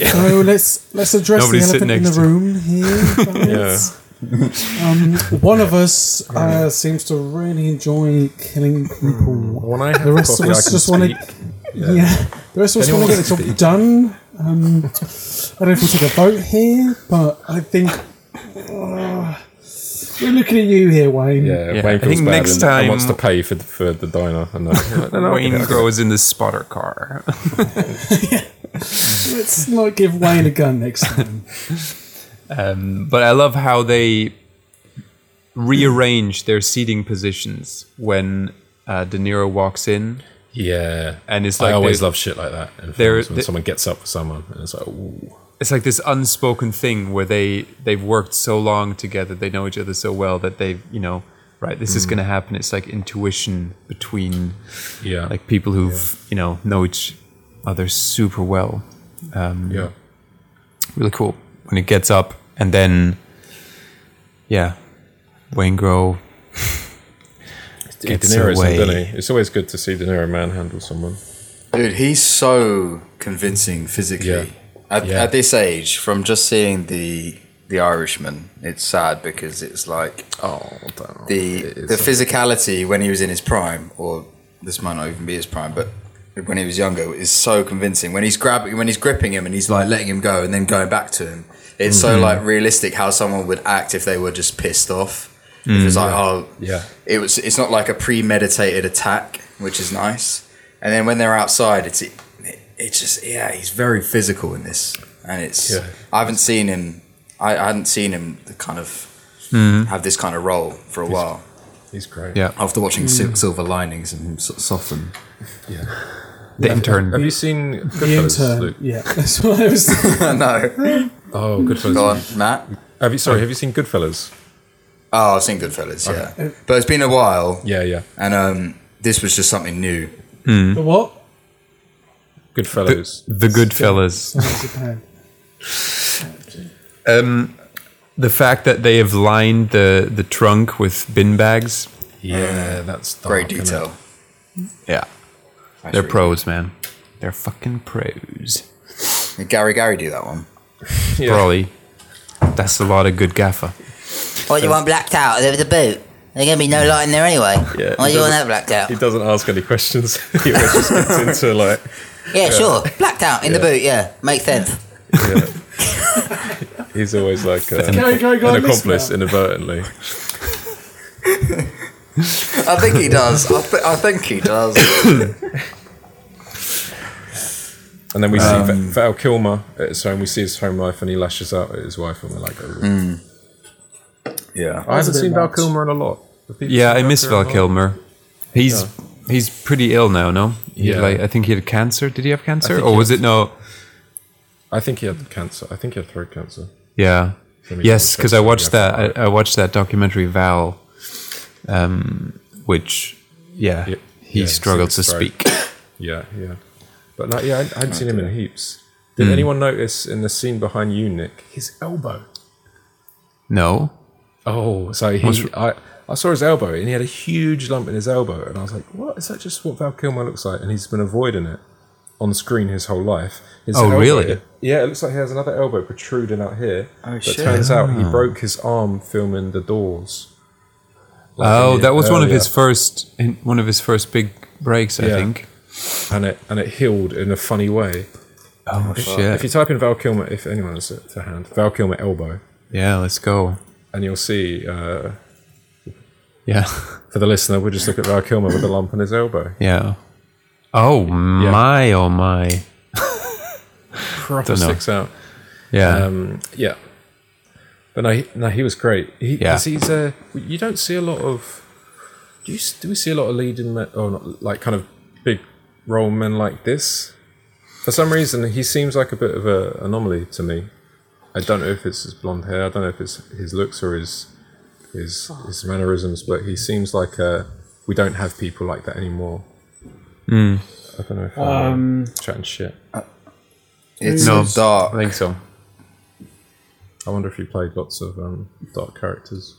[SPEAKER 6] *laughs* So let's let's address
[SPEAKER 10] Nobody's
[SPEAKER 6] the
[SPEAKER 10] sitting
[SPEAKER 6] elephant in the
[SPEAKER 10] next to
[SPEAKER 6] room here.
[SPEAKER 8] Yeah.
[SPEAKER 6] guys. um, one of us uh, seems to really enjoy killing people.
[SPEAKER 8] When I have
[SPEAKER 6] The rest
[SPEAKER 8] coffee,
[SPEAKER 6] of
[SPEAKER 8] I
[SPEAKER 6] us
[SPEAKER 8] can
[SPEAKER 6] just want
[SPEAKER 8] speak.
[SPEAKER 6] to. Yeah. the rest of us
[SPEAKER 8] Anyone
[SPEAKER 6] want to get
[SPEAKER 8] wants
[SPEAKER 6] the
[SPEAKER 8] to
[SPEAKER 6] job
[SPEAKER 8] speak?
[SPEAKER 6] done. Um, I don't know if we'll take a vote here, but I think uh, we're looking at you here, Wayne.
[SPEAKER 8] Yeah,
[SPEAKER 10] Yeah,
[SPEAKER 8] Wayne
[SPEAKER 10] I
[SPEAKER 8] feels
[SPEAKER 10] think
[SPEAKER 8] bad
[SPEAKER 10] next
[SPEAKER 8] and, and
[SPEAKER 10] time-
[SPEAKER 8] wants to pay for the, for the diner. And that. no, no,
[SPEAKER 10] Wayne Grove is in the spotter car. *laughs*
[SPEAKER 6] Let's not give Wayne a gun
[SPEAKER 8] *laughs*
[SPEAKER 6] next time.
[SPEAKER 10] Um, but I love how they rearrange their seating positions when uh, De Niro walks in.
[SPEAKER 8] yeah,
[SPEAKER 10] And it's
[SPEAKER 8] I
[SPEAKER 10] like
[SPEAKER 8] always
[SPEAKER 10] they-
[SPEAKER 8] love shit like that. In
[SPEAKER 10] they're-
[SPEAKER 8] films when
[SPEAKER 10] they-
[SPEAKER 8] someone gets up for someone, and it's like, ooh.
[SPEAKER 10] it's like this unspoken thing where they they've worked so long together they know each other so well that they've you know right this
[SPEAKER 8] Mm.
[SPEAKER 10] is going to happen it's like intuition between
[SPEAKER 8] yeah,
[SPEAKER 10] like people who've you know know each other super well um,
[SPEAKER 8] yeah.
[SPEAKER 10] really cool when it gets up and then yeah wayne grow
[SPEAKER 8] Yeah, De
[SPEAKER 10] gets
[SPEAKER 8] Niro's in,
[SPEAKER 10] away.
[SPEAKER 8] doesn't he? It's always good to see De Niro manhandle someone.
[SPEAKER 7] Dude, he's so convincing physically. At,
[SPEAKER 8] Yeah.
[SPEAKER 7] at this age, from just seeing the the Irishman, it's sad because it's like
[SPEAKER 8] Oh, I don't know.
[SPEAKER 7] the
[SPEAKER 8] It is
[SPEAKER 7] the
[SPEAKER 8] sad.
[SPEAKER 7] physicality when he was in his prime, or this might not even be his prime, but when he was younger, is so convincing. When he's grabbing, when he's gripping him, and he's like letting him go, and then going back to him. It's
[SPEAKER 8] Mm-hmm.
[SPEAKER 7] so like realistic how someone would act if they were just pissed off. If it's like, oh,
[SPEAKER 8] Mm, Yeah.
[SPEAKER 7] it was. It's not like a premeditated attack, which is nice. And then when they're outside, it's it, it's just yeah, he's very physical in this, and it's
[SPEAKER 8] Yeah.
[SPEAKER 7] I haven't seen him. I, I hadn't seen him the kind of
[SPEAKER 8] Mm-hmm.
[SPEAKER 7] have this kind of role for a while
[SPEAKER 8] He's great.
[SPEAKER 10] Yeah.
[SPEAKER 7] after watching
[SPEAKER 8] Mm.
[SPEAKER 7] Sil- Silver Linings and him sort of soften.
[SPEAKER 10] The intern.
[SPEAKER 8] Have you seen
[SPEAKER 6] The
[SPEAKER 8] Goodfellas?
[SPEAKER 6] intern.
[SPEAKER 8] Luke? Mm-hmm.
[SPEAKER 6] Yeah, that's what I was.
[SPEAKER 7] *laughs* no,
[SPEAKER 8] Oh, Goodfellas.
[SPEAKER 7] *laughs* go on, Matt.
[SPEAKER 8] Have you? Sorry, have you seen Goodfellas?
[SPEAKER 7] Oh, I've seen Goodfellas, yeah, but it's been a while,
[SPEAKER 8] Yeah, yeah.
[SPEAKER 7] and um, this was just something new.
[SPEAKER 6] the what?
[SPEAKER 8] Goodfellas.
[SPEAKER 10] The good fellas.
[SPEAKER 6] Japan.
[SPEAKER 8] Um,
[SPEAKER 10] The fact that they have lined the, the trunk with bin bags.
[SPEAKER 8] yeah, that's
[SPEAKER 7] Great
[SPEAKER 8] dark, isn't it?
[SPEAKER 7] detail.
[SPEAKER 10] Yeah. They're pros, man. They're fucking pros.
[SPEAKER 7] Did Gary Gary do that one.
[SPEAKER 8] Yeah.
[SPEAKER 10] Broly. That's a lot of good gaffer.
[SPEAKER 11] What do you want blacked out? There was a boot. There's gonna be no light in there anyway.
[SPEAKER 8] Yeah,
[SPEAKER 11] Why
[SPEAKER 8] he
[SPEAKER 11] do you
[SPEAKER 8] doesn't-
[SPEAKER 11] want that blacked out?
[SPEAKER 8] He doesn't ask any questions. *laughs* he always just gets into like.
[SPEAKER 11] Yeah, sure. Blacked out in the boot. Yeah, makes sense.
[SPEAKER 8] Yeah. He's always like uh,
[SPEAKER 6] Go, go, go,
[SPEAKER 8] an
[SPEAKER 6] listen
[SPEAKER 8] accomplice
[SPEAKER 6] up.
[SPEAKER 8] inadvertently.
[SPEAKER 7] I think he does. I, th- I think he does.
[SPEAKER 8] And then we
[SPEAKER 10] Um,
[SPEAKER 8] see Va- Val Kilmer at his home. We see his home life, and he lashes out at his wife, and we're like, oh,
[SPEAKER 7] *laughs*
[SPEAKER 10] Mm.
[SPEAKER 7] yeah.
[SPEAKER 8] I haven't
[SPEAKER 6] a bit
[SPEAKER 8] seen Val
[SPEAKER 6] much.
[SPEAKER 8] Kilmer in a lot. Have people
[SPEAKER 10] Yeah,
[SPEAKER 8] seen
[SPEAKER 10] I miss Val
[SPEAKER 8] in a lot?
[SPEAKER 10] Kilmer. He's he's pretty ill now, no? He,
[SPEAKER 8] Yeah.
[SPEAKER 10] like I think he had cancer. Did he have cancer?
[SPEAKER 8] think
[SPEAKER 10] Or
[SPEAKER 8] he
[SPEAKER 10] was
[SPEAKER 8] had-
[SPEAKER 10] it no
[SPEAKER 8] I think he had cancer. I think he had throat cancer.
[SPEAKER 10] Yeah.
[SPEAKER 8] Let me double
[SPEAKER 10] Yes, because
[SPEAKER 8] check
[SPEAKER 10] I
[SPEAKER 8] so we have
[SPEAKER 10] watched that. I, I watched that documentary Val, um, which, yeah,
[SPEAKER 8] Yeah,
[SPEAKER 10] he
[SPEAKER 8] yeah,
[SPEAKER 10] struggled to
[SPEAKER 8] so it's
[SPEAKER 10] speak. *coughs*
[SPEAKER 8] Yeah, yeah. But no, yeah, I hadn't- I
[SPEAKER 10] Oh,
[SPEAKER 8] hadn't seen him in heaps. Did
[SPEAKER 10] Mm.
[SPEAKER 8] anyone notice in the scene behind you, Nick, his elbow?
[SPEAKER 10] No,
[SPEAKER 8] Oh, so he, I, I saw his elbow, and he had a huge lump in his elbow, and I was like, "What is that? Just what Val Kilmer looks like?" And he's been avoiding it on screen his whole life. His
[SPEAKER 10] Oh,
[SPEAKER 8] elbow-
[SPEAKER 10] really?
[SPEAKER 8] Yeah, it looks like he has another elbow protruding out here. Oh but
[SPEAKER 7] shit.
[SPEAKER 8] Turns out
[SPEAKER 10] Ah.
[SPEAKER 8] he broke his arm filming the doors. Like a
[SPEAKER 10] oh,
[SPEAKER 8] year
[SPEAKER 10] that was one of
[SPEAKER 8] earlier.
[SPEAKER 10] his first, in- one of his first big breaks, I
[SPEAKER 8] Yeah.
[SPEAKER 10] think.
[SPEAKER 8] and it and it healed in a funny way.
[SPEAKER 10] Oh
[SPEAKER 8] If you
[SPEAKER 10] shit!
[SPEAKER 8] type in Val Kilmer, if anyone has it to hand, Val Kilmer elbow,
[SPEAKER 10] Yeah, let's go.
[SPEAKER 8] and you'll see. Uh,
[SPEAKER 10] Yeah, *laughs*
[SPEAKER 8] for the listener, we'll just look at Val Kilmer with a lump on his elbow.
[SPEAKER 10] yeah. Oh my! Oh my!
[SPEAKER 8] Proper
[SPEAKER 10] Dunno.
[SPEAKER 8] sticks out.
[SPEAKER 10] Yeah,
[SPEAKER 8] Um, yeah. But no, he, no, he was great. He,
[SPEAKER 10] Yeah.
[SPEAKER 8] 'cause he's uh, you don't see a lot of. Do you? s- Do we see a lot of leading men, or not, like kind of big role men like this? For some reason, he seems like a bit of an anomaly to me. I don't know if it's his blonde hair. I don't know if it's his looks or his his his mannerisms, but he seems like uh we don't have people like that anymore. I don't know if I'm uh,
[SPEAKER 6] Um,
[SPEAKER 8] chatting shit.
[SPEAKER 7] It's
[SPEAKER 10] No.
[SPEAKER 7] so dark.
[SPEAKER 10] I think so.
[SPEAKER 8] I wonder if he played lots of um, dark characters.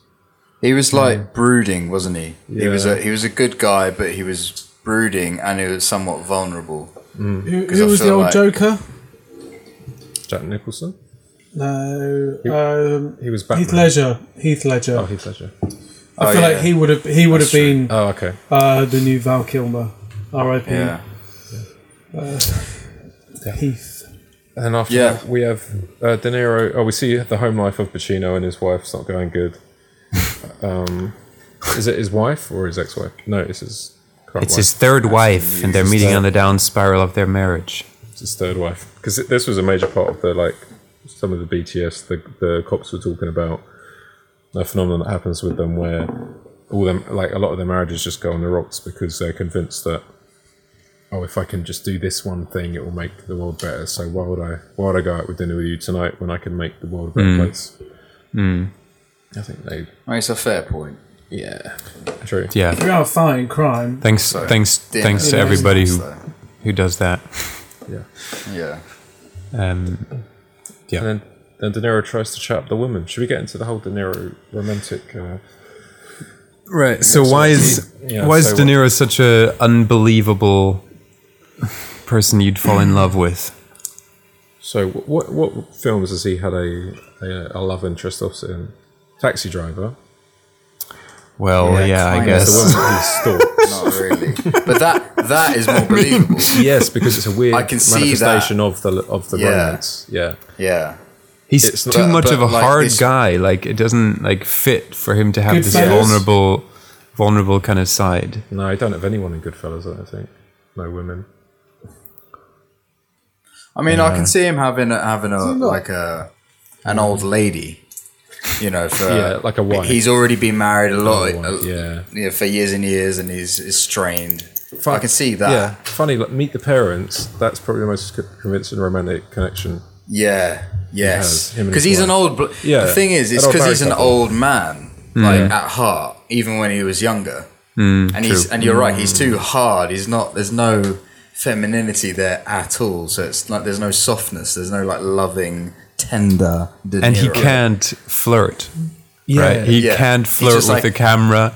[SPEAKER 7] He was like brooding, wasn't he? He was
[SPEAKER 8] Yeah.
[SPEAKER 7] a he was a good guy, but he was brooding and he was somewhat vulnerable.
[SPEAKER 6] Who,
[SPEAKER 7] 'Cause I
[SPEAKER 6] who was the
[SPEAKER 7] feel
[SPEAKER 6] old
[SPEAKER 7] like-
[SPEAKER 6] Joker?
[SPEAKER 8] Jack Nicholson.
[SPEAKER 6] No, um,
[SPEAKER 8] He was
[SPEAKER 6] Heath
[SPEAKER 8] Batman.
[SPEAKER 6] Ledger. Heath Ledger.
[SPEAKER 8] Oh, Heath Ledger.
[SPEAKER 6] I feel
[SPEAKER 7] Oh, yeah.
[SPEAKER 6] like he would have he would have been
[SPEAKER 8] Oh, okay.
[SPEAKER 6] uh, the new Val Kilmer. R.I.P.
[SPEAKER 7] Yeah.
[SPEAKER 6] Heath.
[SPEAKER 8] And then after
[SPEAKER 7] Yeah.
[SPEAKER 8] that, we have uh, De Niro. Oh, we see the home life of Pacino and his wife's not going
[SPEAKER 10] *laughs*
[SPEAKER 8] good. um, is it his wife or his ex-wife? No, it's his. Current
[SPEAKER 10] It's
[SPEAKER 8] wife.
[SPEAKER 10] his third wife, and they're
[SPEAKER 7] his
[SPEAKER 10] meeting
[SPEAKER 7] third-
[SPEAKER 10] on the down spiral of their marriage.
[SPEAKER 8] It's his third wife. Because this was a major part of the like some of the BTS the the cops were talking about a phenomenon that happens with them where all them like a lot of their marriages just go on the rocks because they're convinced that oh if I can just do this one thing it will make the world better so why would I why would I go out with dinner with you tonight when I can make the world a better place. I think they
[SPEAKER 7] Well, it's a fair point.
[SPEAKER 8] yeah true
[SPEAKER 10] Yeah.
[SPEAKER 6] We are fighting crime.
[SPEAKER 10] Thanks, thanks,
[SPEAKER 7] Damn
[SPEAKER 10] thanks
[SPEAKER 7] it.
[SPEAKER 10] to
[SPEAKER 6] Yeah,
[SPEAKER 10] everybody who
[SPEAKER 7] So,
[SPEAKER 10] who does that.
[SPEAKER 7] yeah.
[SPEAKER 10] Um,
[SPEAKER 8] and then then De Niro tries to chat up the woman. Should we get into the whole De Niro romantic? Uh,
[SPEAKER 10] Right. So why is
[SPEAKER 8] Yeah,
[SPEAKER 10] why is
[SPEAKER 8] so
[SPEAKER 10] De
[SPEAKER 8] what-
[SPEAKER 10] Niro such a unbelievable person you'd fall in love with.
[SPEAKER 8] So, wh- what what films has he had a a, a love interest of in? Taxi Driver.
[SPEAKER 10] Well, yeah, I guess.
[SPEAKER 8] That's the
[SPEAKER 7] *laughs*
[SPEAKER 8] one that he stalks.
[SPEAKER 7] Not really. But that that is
[SPEAKER 10] *laughs*
[SPEAKER 7] more believable.
[SPEAKER 8] yes, because it's a weird
[SPEAKER 7] I can see that.
[SPEAKER 8] manifestation of the of the
[SPEAKER 7] Yeah.
[SPEAKER 8] romance. Yeah.
[SPEAKER 7] Yeah.
[SPEAKER 10] He's
[SPEAKER 8] It's
[SPEAKER 10] too
[SPEAKER 8] not-
[SPEAKER 10] much
[SPEAKER 7] but
[SPEAKER 10] of a
[SPEAKER 7] like
[SPEAKER 10] hard
[SPEAKER 7] this-
[SPEAKER 10] guy. Like it doesn't like fit for him to have this
[SPEAKER 6] Goodfellas?
[SPEAKER 10] vulnerable, vulnerable kind of side.
[SPEAKER 8] No, I don't have anyone in Goodfellas. I don't think. No women.
[SPEAKER 7] I mean, I can see him having a, having a like a an old lady, you know, for
[SPEAKER 8] Yeah, like a wife.
[SPEAKER 7] He's already been married a lot,
[SPEAKER 8] wife,
[SPEAKER 7] a-
[SPEAKER 8] yeah.
[SPEAKER 7] for years and years, and he's, he's strained. I can see
[SPEAKER 8] Yeah.
[SPEAKER 7] that.
[SPEAKER 8] Funny, like Meet the Parents. That's probably the most co- convincing romantic connection.
[SPEAKER 7] Yeah, yes,
[SPEAKER 8] has him and
[SPEAKER 7] because
[SPEAKER 8] his
[SPEAKER 7] he's an
[SPEAKER 8] wife.
[SPEAKER 7] old. Bl-
[SPEAKER 8] Yeah,
[SPEAKER 7] the thing is,
[SPEAKER 8] an
[SPEAKER 7] it's
[SPEAKER 8] old
[SPEAKER 7] because he's
[SPEAKER 8] married
[SPEAKER 7] an
[SPEAKER 8] couple. Mm.
[SPEAKER 7] old man, like at heart, even when he was younger. and he's and you're right. He's
[SPEAKER 8] Mm.
[SPEAKER 7] too hard. He's not. There's no femininity there at all. So it's like there's no softness. There's no like loving, tender. De
[SPEAKER 10] And he
[SPEAKER 7] Niro.
[SPEAKER 10] can't flirt. right? He
[SPEAKER 7] Yeah.
[SPEAKER 10] can't
[SPEAKER 7] He's
[SPEAKER 10] flirt
[SPEAKER 7] just
[SPEAKER 10] with
[SPEAKER 7] like-
[SPEAKER 10] the camera.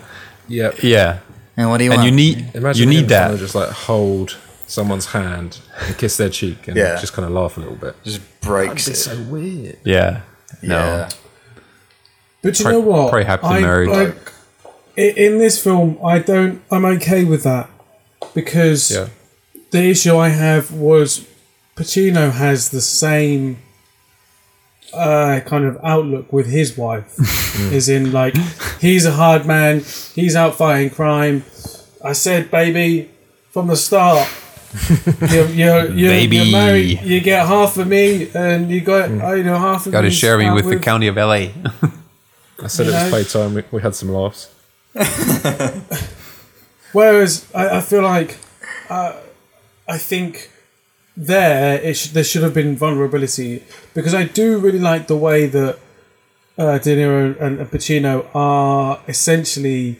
[SPEAKER 8] Yeah.
[SPEAKER 10] Yeah,
[SPEAKER 7] And what do you
[SPEAKER 10] and
[SPEAKER 7] want?
[SPEAKER 10] you need
[SPEAKER 8] Imagine
[SPEAKER 10] you
[SPEAKER 8] him
[SPEAKER 10] need
[SPEAKER 8] trying to
[SPEAKER 10] that.
[SPEAKER 8] Just like hold someone's hand and kiss their cheek and
[SPEAKER 7] Yeah.
[SPEAKER 8] just kind of laugh a little bit.
[SPEAKER 7] just breaks it.
[SPEAKER 8] weird.
[SPEAKER 10] Yeah, no,
[SPEAKER 7] yeah.
[SPEAKER 6] But you
[SPEAKER 10] Probably-
[SPEAKER 6] know what?
[SPEAKER 10] probably happily
[SPEAKER 6] I-
[SPEAKER 10] married.
[SPEAKER 6] I- i- in this film, I don't. I'm okay with that because
[SPEAKER 8] Yeah.
[SPEAKER 6] the issue I have was Pacino has the same uh, kind of outlook with his
[SPEAKER 10] *laughs*
[SPEAKER 6] wife,
[SPEAKER 10] Mm.
[SPEAKER 6] as in like he's a hard man, he's out fighting crime. I said, baby, from the
[SPEAKER 10] *laughs*
[SPEAKER 6] start. you're, you're, you're,
[SPEAKER 10] Baby. Mm.
[SPEAKER 6] you're married. You get half of me, and you got you know half of
[SPEAKER 10] got to
[SPEAKER 6] me
[SPEAKER 10] share me
[SPEAKER 6] out
[SPEAKER 10] with the county of LA.
[SPEAKER 8] I said it
[SPEAKER 6] You know.
[SPEAKER 8] was playtime. We, we had some laughs.
[SPEAKER 6] Whereas I, I feel like uh, I think there it sh- there should have been vulnerability because I do really like the way that uh, De Niro and, and Pacino are essentially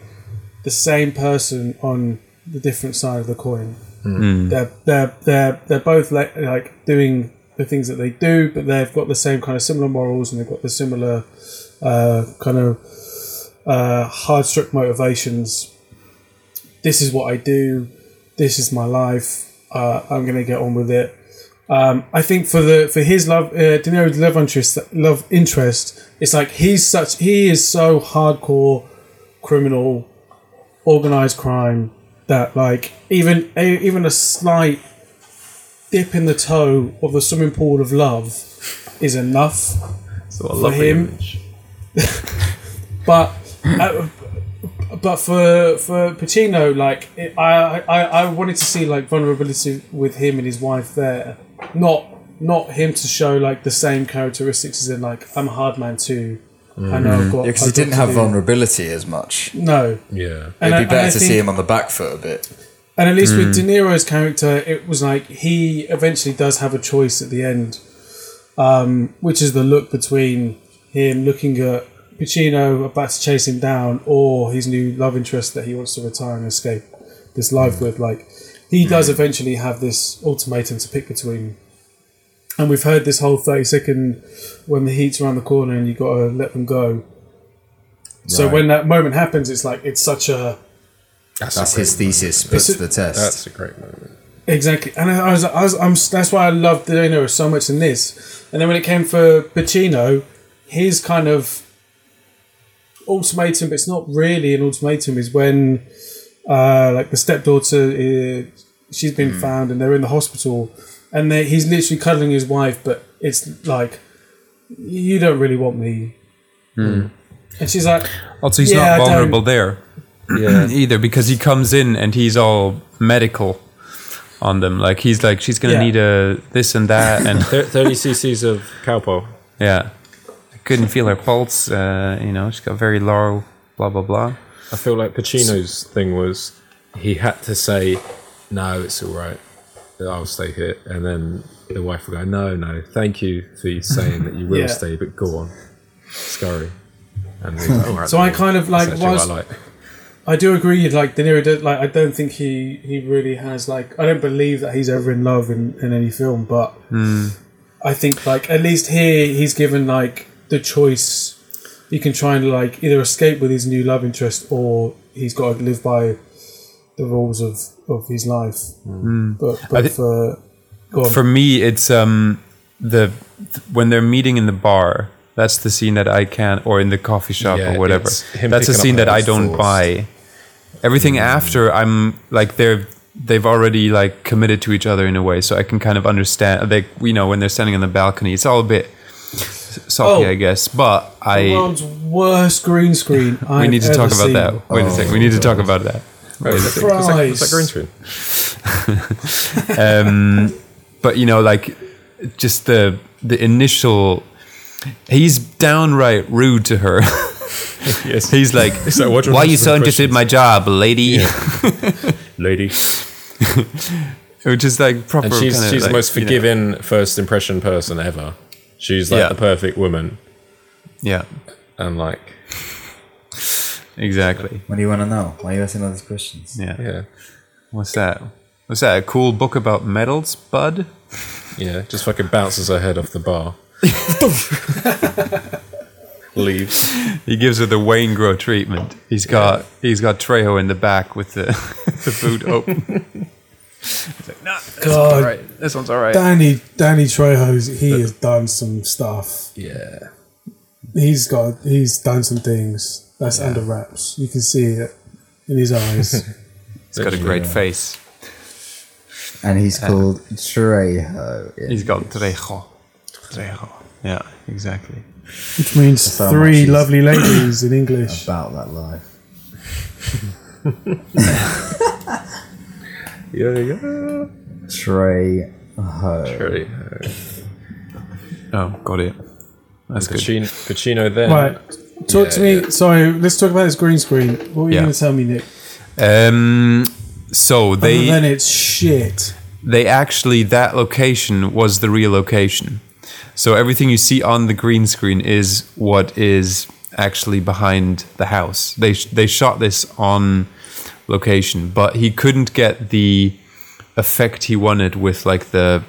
[SPEAKER 6] the same person on the different side of the coin. They're they're they're they're both like, like doing the things that they do, but they've got the same kind of similar morals and they've got the similar uh, kind of uh, hard struck motivations this is what I do, this is my life, uh, I'm going to get on with it. Um, I think for the for his love, uh, De Niro's love interest, love interest, it's like he's such he is so hardcore criminal, organized crime that like even a, even a slight dip in the toe of the swimming pool of love is enough
[SPEAKER 8] *laughs* So I
[SPEAKER 6] for
[SPEAKER 8] love
[SPEAKER 6] him. but uh, but for for Pacino, like it, I, I I wanted to see like vulnerability with him and his wife there, not not him to show like the same characteristics as in like I'm a hard man too. I know I've got
[SPEAKER 7] because he
[SPEAKER 6] I've got
[SPEAKER 7] didn't
[SPEAKER 6] to
[SPEAKER 7] have
[SPEAKER 6] do-
[SPEAKER 7] vulnerability as much.
[SPEAKER 6] No,
[SPEAKER 8] Yeah.
[SPEAKER 6] and
[SPEAKER 7] It'd
[SPEAKER 6] I-
[SPEAKER 7] be
[SPEAKER 6] and
[SPEAKER 7] better
[SPEAKER 6] I
[SPEAKER 7] to
[SPEAKER 6] think-
[SPEAKER 7] see him on the back foot a bit.
[SPEAKER 6] and at least with De Niro's character, it was like he eventually does have a choice at the end, um, which is the look between him looking at Pacino about to chase him down or his new love interest that he wants to retire and escape this life with. Like, he does eventually have this ultimatum to pick between. And we've heard this whole 30 second when the heat's around the corner and you got to let them go. So when that moment happens, it's like, it's such a.
[SPEAKER 7] That's, his thesis.
[SPEAKER 6] It's
[SPEAKER 7] Puts
[SPEAKER 6] a-
[SPEAKER 7] to the test.
[SPEAKER 8] That's a great moment.
[SPEAKER 6] Exactly, and I, I was, I was, I'm, that's why I loved De Niro so much in this. And then when it came for Pacino, his kind of ultimatum, but it's not really an ultimatum, is when uh, like the stepdaughter, uh, she's been found, and they're in the hospital, and they, he's literally cuddling his wife, but it's like, you don't really want me, and she's like,
[SPEAKER 10] Also, Oh, he's
[SPEAKER 6] Yeah, I
[SPEAKER 10] not
[SPEAKER 6] don't-
[SPEAKER 10] vulnerable there
[SPEAKER 8] Yeah.
[SPEAKER 10] *clears throat* either because he comes in and he's all medical on them. Like he's like, she's gonna
[SPEAKER 6] Yeah.
[SPEAKER 10] need a this and that, and *laughs*
[SPEAKER 8] Thir- Thirty cc's of cowpole.
[SPEAKER 10] yeah, I couldn't feel her pulse. Uh, you know, she's got very low. Blah blah blah.
[SPEAKER 8] I feel like Pacino's thing was he had to say, "No, it's all right. I'll stay here," and then the wife would go, "No, no, thank you for you saying that you will
[SPEAKER 6] *laughs* Yeah.
[SPEAKER 8] stay, but go on, scurry." And
[SPEAKER 6] *laughs*
[SPEAKER 8] he's like, all right,
[SPEAKER 6] So I
[SPEAKER 8] then,
[SPEAKER 6] kind of,
[SPEAKER 8] that's
[SPEAKER 6] like,
[SPEAKER 8] actually
[SPEAKER 6] was-
[SPEAKER 8] what I like.
[SPEAKER 6] I do agree. Like De Niro, did, like I don't think he he really has like I don't believe that he's ever in love in, in any film, but
[SPEAKER 10] Hmm.
[SPEAKER 6] I think like at least here he's given like the choice. He can try and like either escape with his new love interest, or he's
[SPEAKER 10] Hmm.
[SPEAKER 6] got to live by the rules of of his life. But, but
[SPEAKER 8] thi-
[SPEAKER 6] for Go on.
[SPEAKER 10] For me, it's um the when they're meeting in the bar. That's the scene that I can't, or in the coffee shop
[SPEAKER 8] Yeah,
[SPEAKER 10] or whatever.
[SPEAKER 8] it's him
[SPEAKER 10] That's a
[SPEAKER 8] picking up Mm.
[SPEAKER 10] scene that I
[SPEAKER 8] those
[SPEAKER 10] don't
[SPEAKER 8] thoughts.
[SPEAKER 10] buy. Everything after, I'm like they're they've already like committed to each other in a way, so I can kind of understand. Like you know, when they're standing on the balcony, it's all a bit soppy,
[SPEAKER 6] Oh.
[SPEAKER 10] I guess. But
[SPEAKER 6] the
[SPEAKER 10] I
[SPEAKER 6] world's worst green screen.
[SPEAKER 10] *laughs* we
[SPEAKER 6] I've
[SPEAKER 10] need to
[SPEAKER 6] ever
[SPEAKER 10] talk about
[SPEAKER 6] seen.
[SPEAKER 10] that. Wait a second, we need
[SPEAKER 6] Oh,
[SPEAKER 10] to talk about that. Wait a second.
[SPEAKER 8] It's like, it's like
[SPEAKER 6] Christ.
[SPEAKER 8] green screen.
[SPEAKER 10] um, but you know, like just the the initial, he's downright rude to her. *laughs*
[SPEAKER 8] Yes.
[SPEAKER 10] he's like, *laughs*
[SPEAKER 8] It's like, "What
[SPEAKER 10] why are you
[SPEAKER 8] answers
[SPEAKER 10] so
[SPEAKER 8] the
[SPEAKER 10] interested in my job, lady?
[SPEAKER 8] Lady.
[SPEAKER 10] *laughs* Which is like proper.
[SPEAKER 8] And she's,
[SPEAKER 10] kinda
[SPEAKER 8] she's the
[SPEAKER 10] like,
[SPEAKER 8] most
[SPEAKER 10] you know,
[SPEAKER 8] forgiving first impression person ever. She's like
[SPEAKER 10] Yeah.
[SPEAKER 8] the perfect woman.
[SPEAKER 10] yeah,
[SPEAKER 8] And like,
[SPEAKER 10] exactly.
[SPEAKER 7] What do you want to know? Why are you asking all these questions?
[SPEAKER 10] Yeah.
[SPEAKER 8] yeah.
[SPEAKER 10] What's that? What's that? A cool book about metals, bud?
[SPEAKER 8] Yeah. Just fucking bounces her head off the
[SPEAKER 10] *laughs*
[SPEAKER 8] bar. Leaves.
[SPEAKER 10] He gives her the Wayne Grow treatment. He's got he's got Trejo in the back with the *laughs* the food open.
[SPEAKER 12] God,
[SPEAKER 10] This one's all right.
[SPEAKER 12] Danny Danny Trejo, he has done some stuff.
[SPEAKER 8] Yeah.
[SPEAKER 12] He's got he's done some things that's under wraps. You can see it in his
[SPEAKER 10] *laughs*
[SPEAKER 12] eyes.
[SPEAKER 10] He's got a great face.
[SPEAKER 5] And he's
[SPEAKER 7] Uh,
[SPEAKER 5] called Trejo.
[SPEAKER 10] He's got Trejo. Trejo. Yeah, exactly.
[SPEAKER 12] Which means
[SPEAKER 5] That's how much
[SPEAKER 12] three
[SPEAKER 5] he's-
[SPEAKER 12] lovely ladies in
[SPEAKER 10] *coughs*
[SPEAKER 12] English.
[SPEAKER 5] About that life.
[SPEAKER 8] Yeah. Yeah.
[SPEAKER 5] Trejo.
[SPEAKER 8] Pretty. uh,
[SPEAKER 10] Oh, got it. That's good.
[SPEAKER 8] Pacino, Pacino then.
[SPEAKER 12] Right. Talk to me.
[SPEAKER 8] Yeah,
[SPEAKER 12] Sorry, let's talk about this green screen. What were you
[SPEAKER 10] Yeah.
[SPEAKER 12] going to tell me, Nick?
[SPEAKER 10] Um, so
[SPEAKER 12] Other
[SPEAKER 10] they
[SPEAKER 12] than it's shit.
[SPEAKER 10] they actually that location was the real location. So everything you see on the green screen is what is actually behind the house. They sh- they shot this on location, but he couldn't get the effect he wanted with like the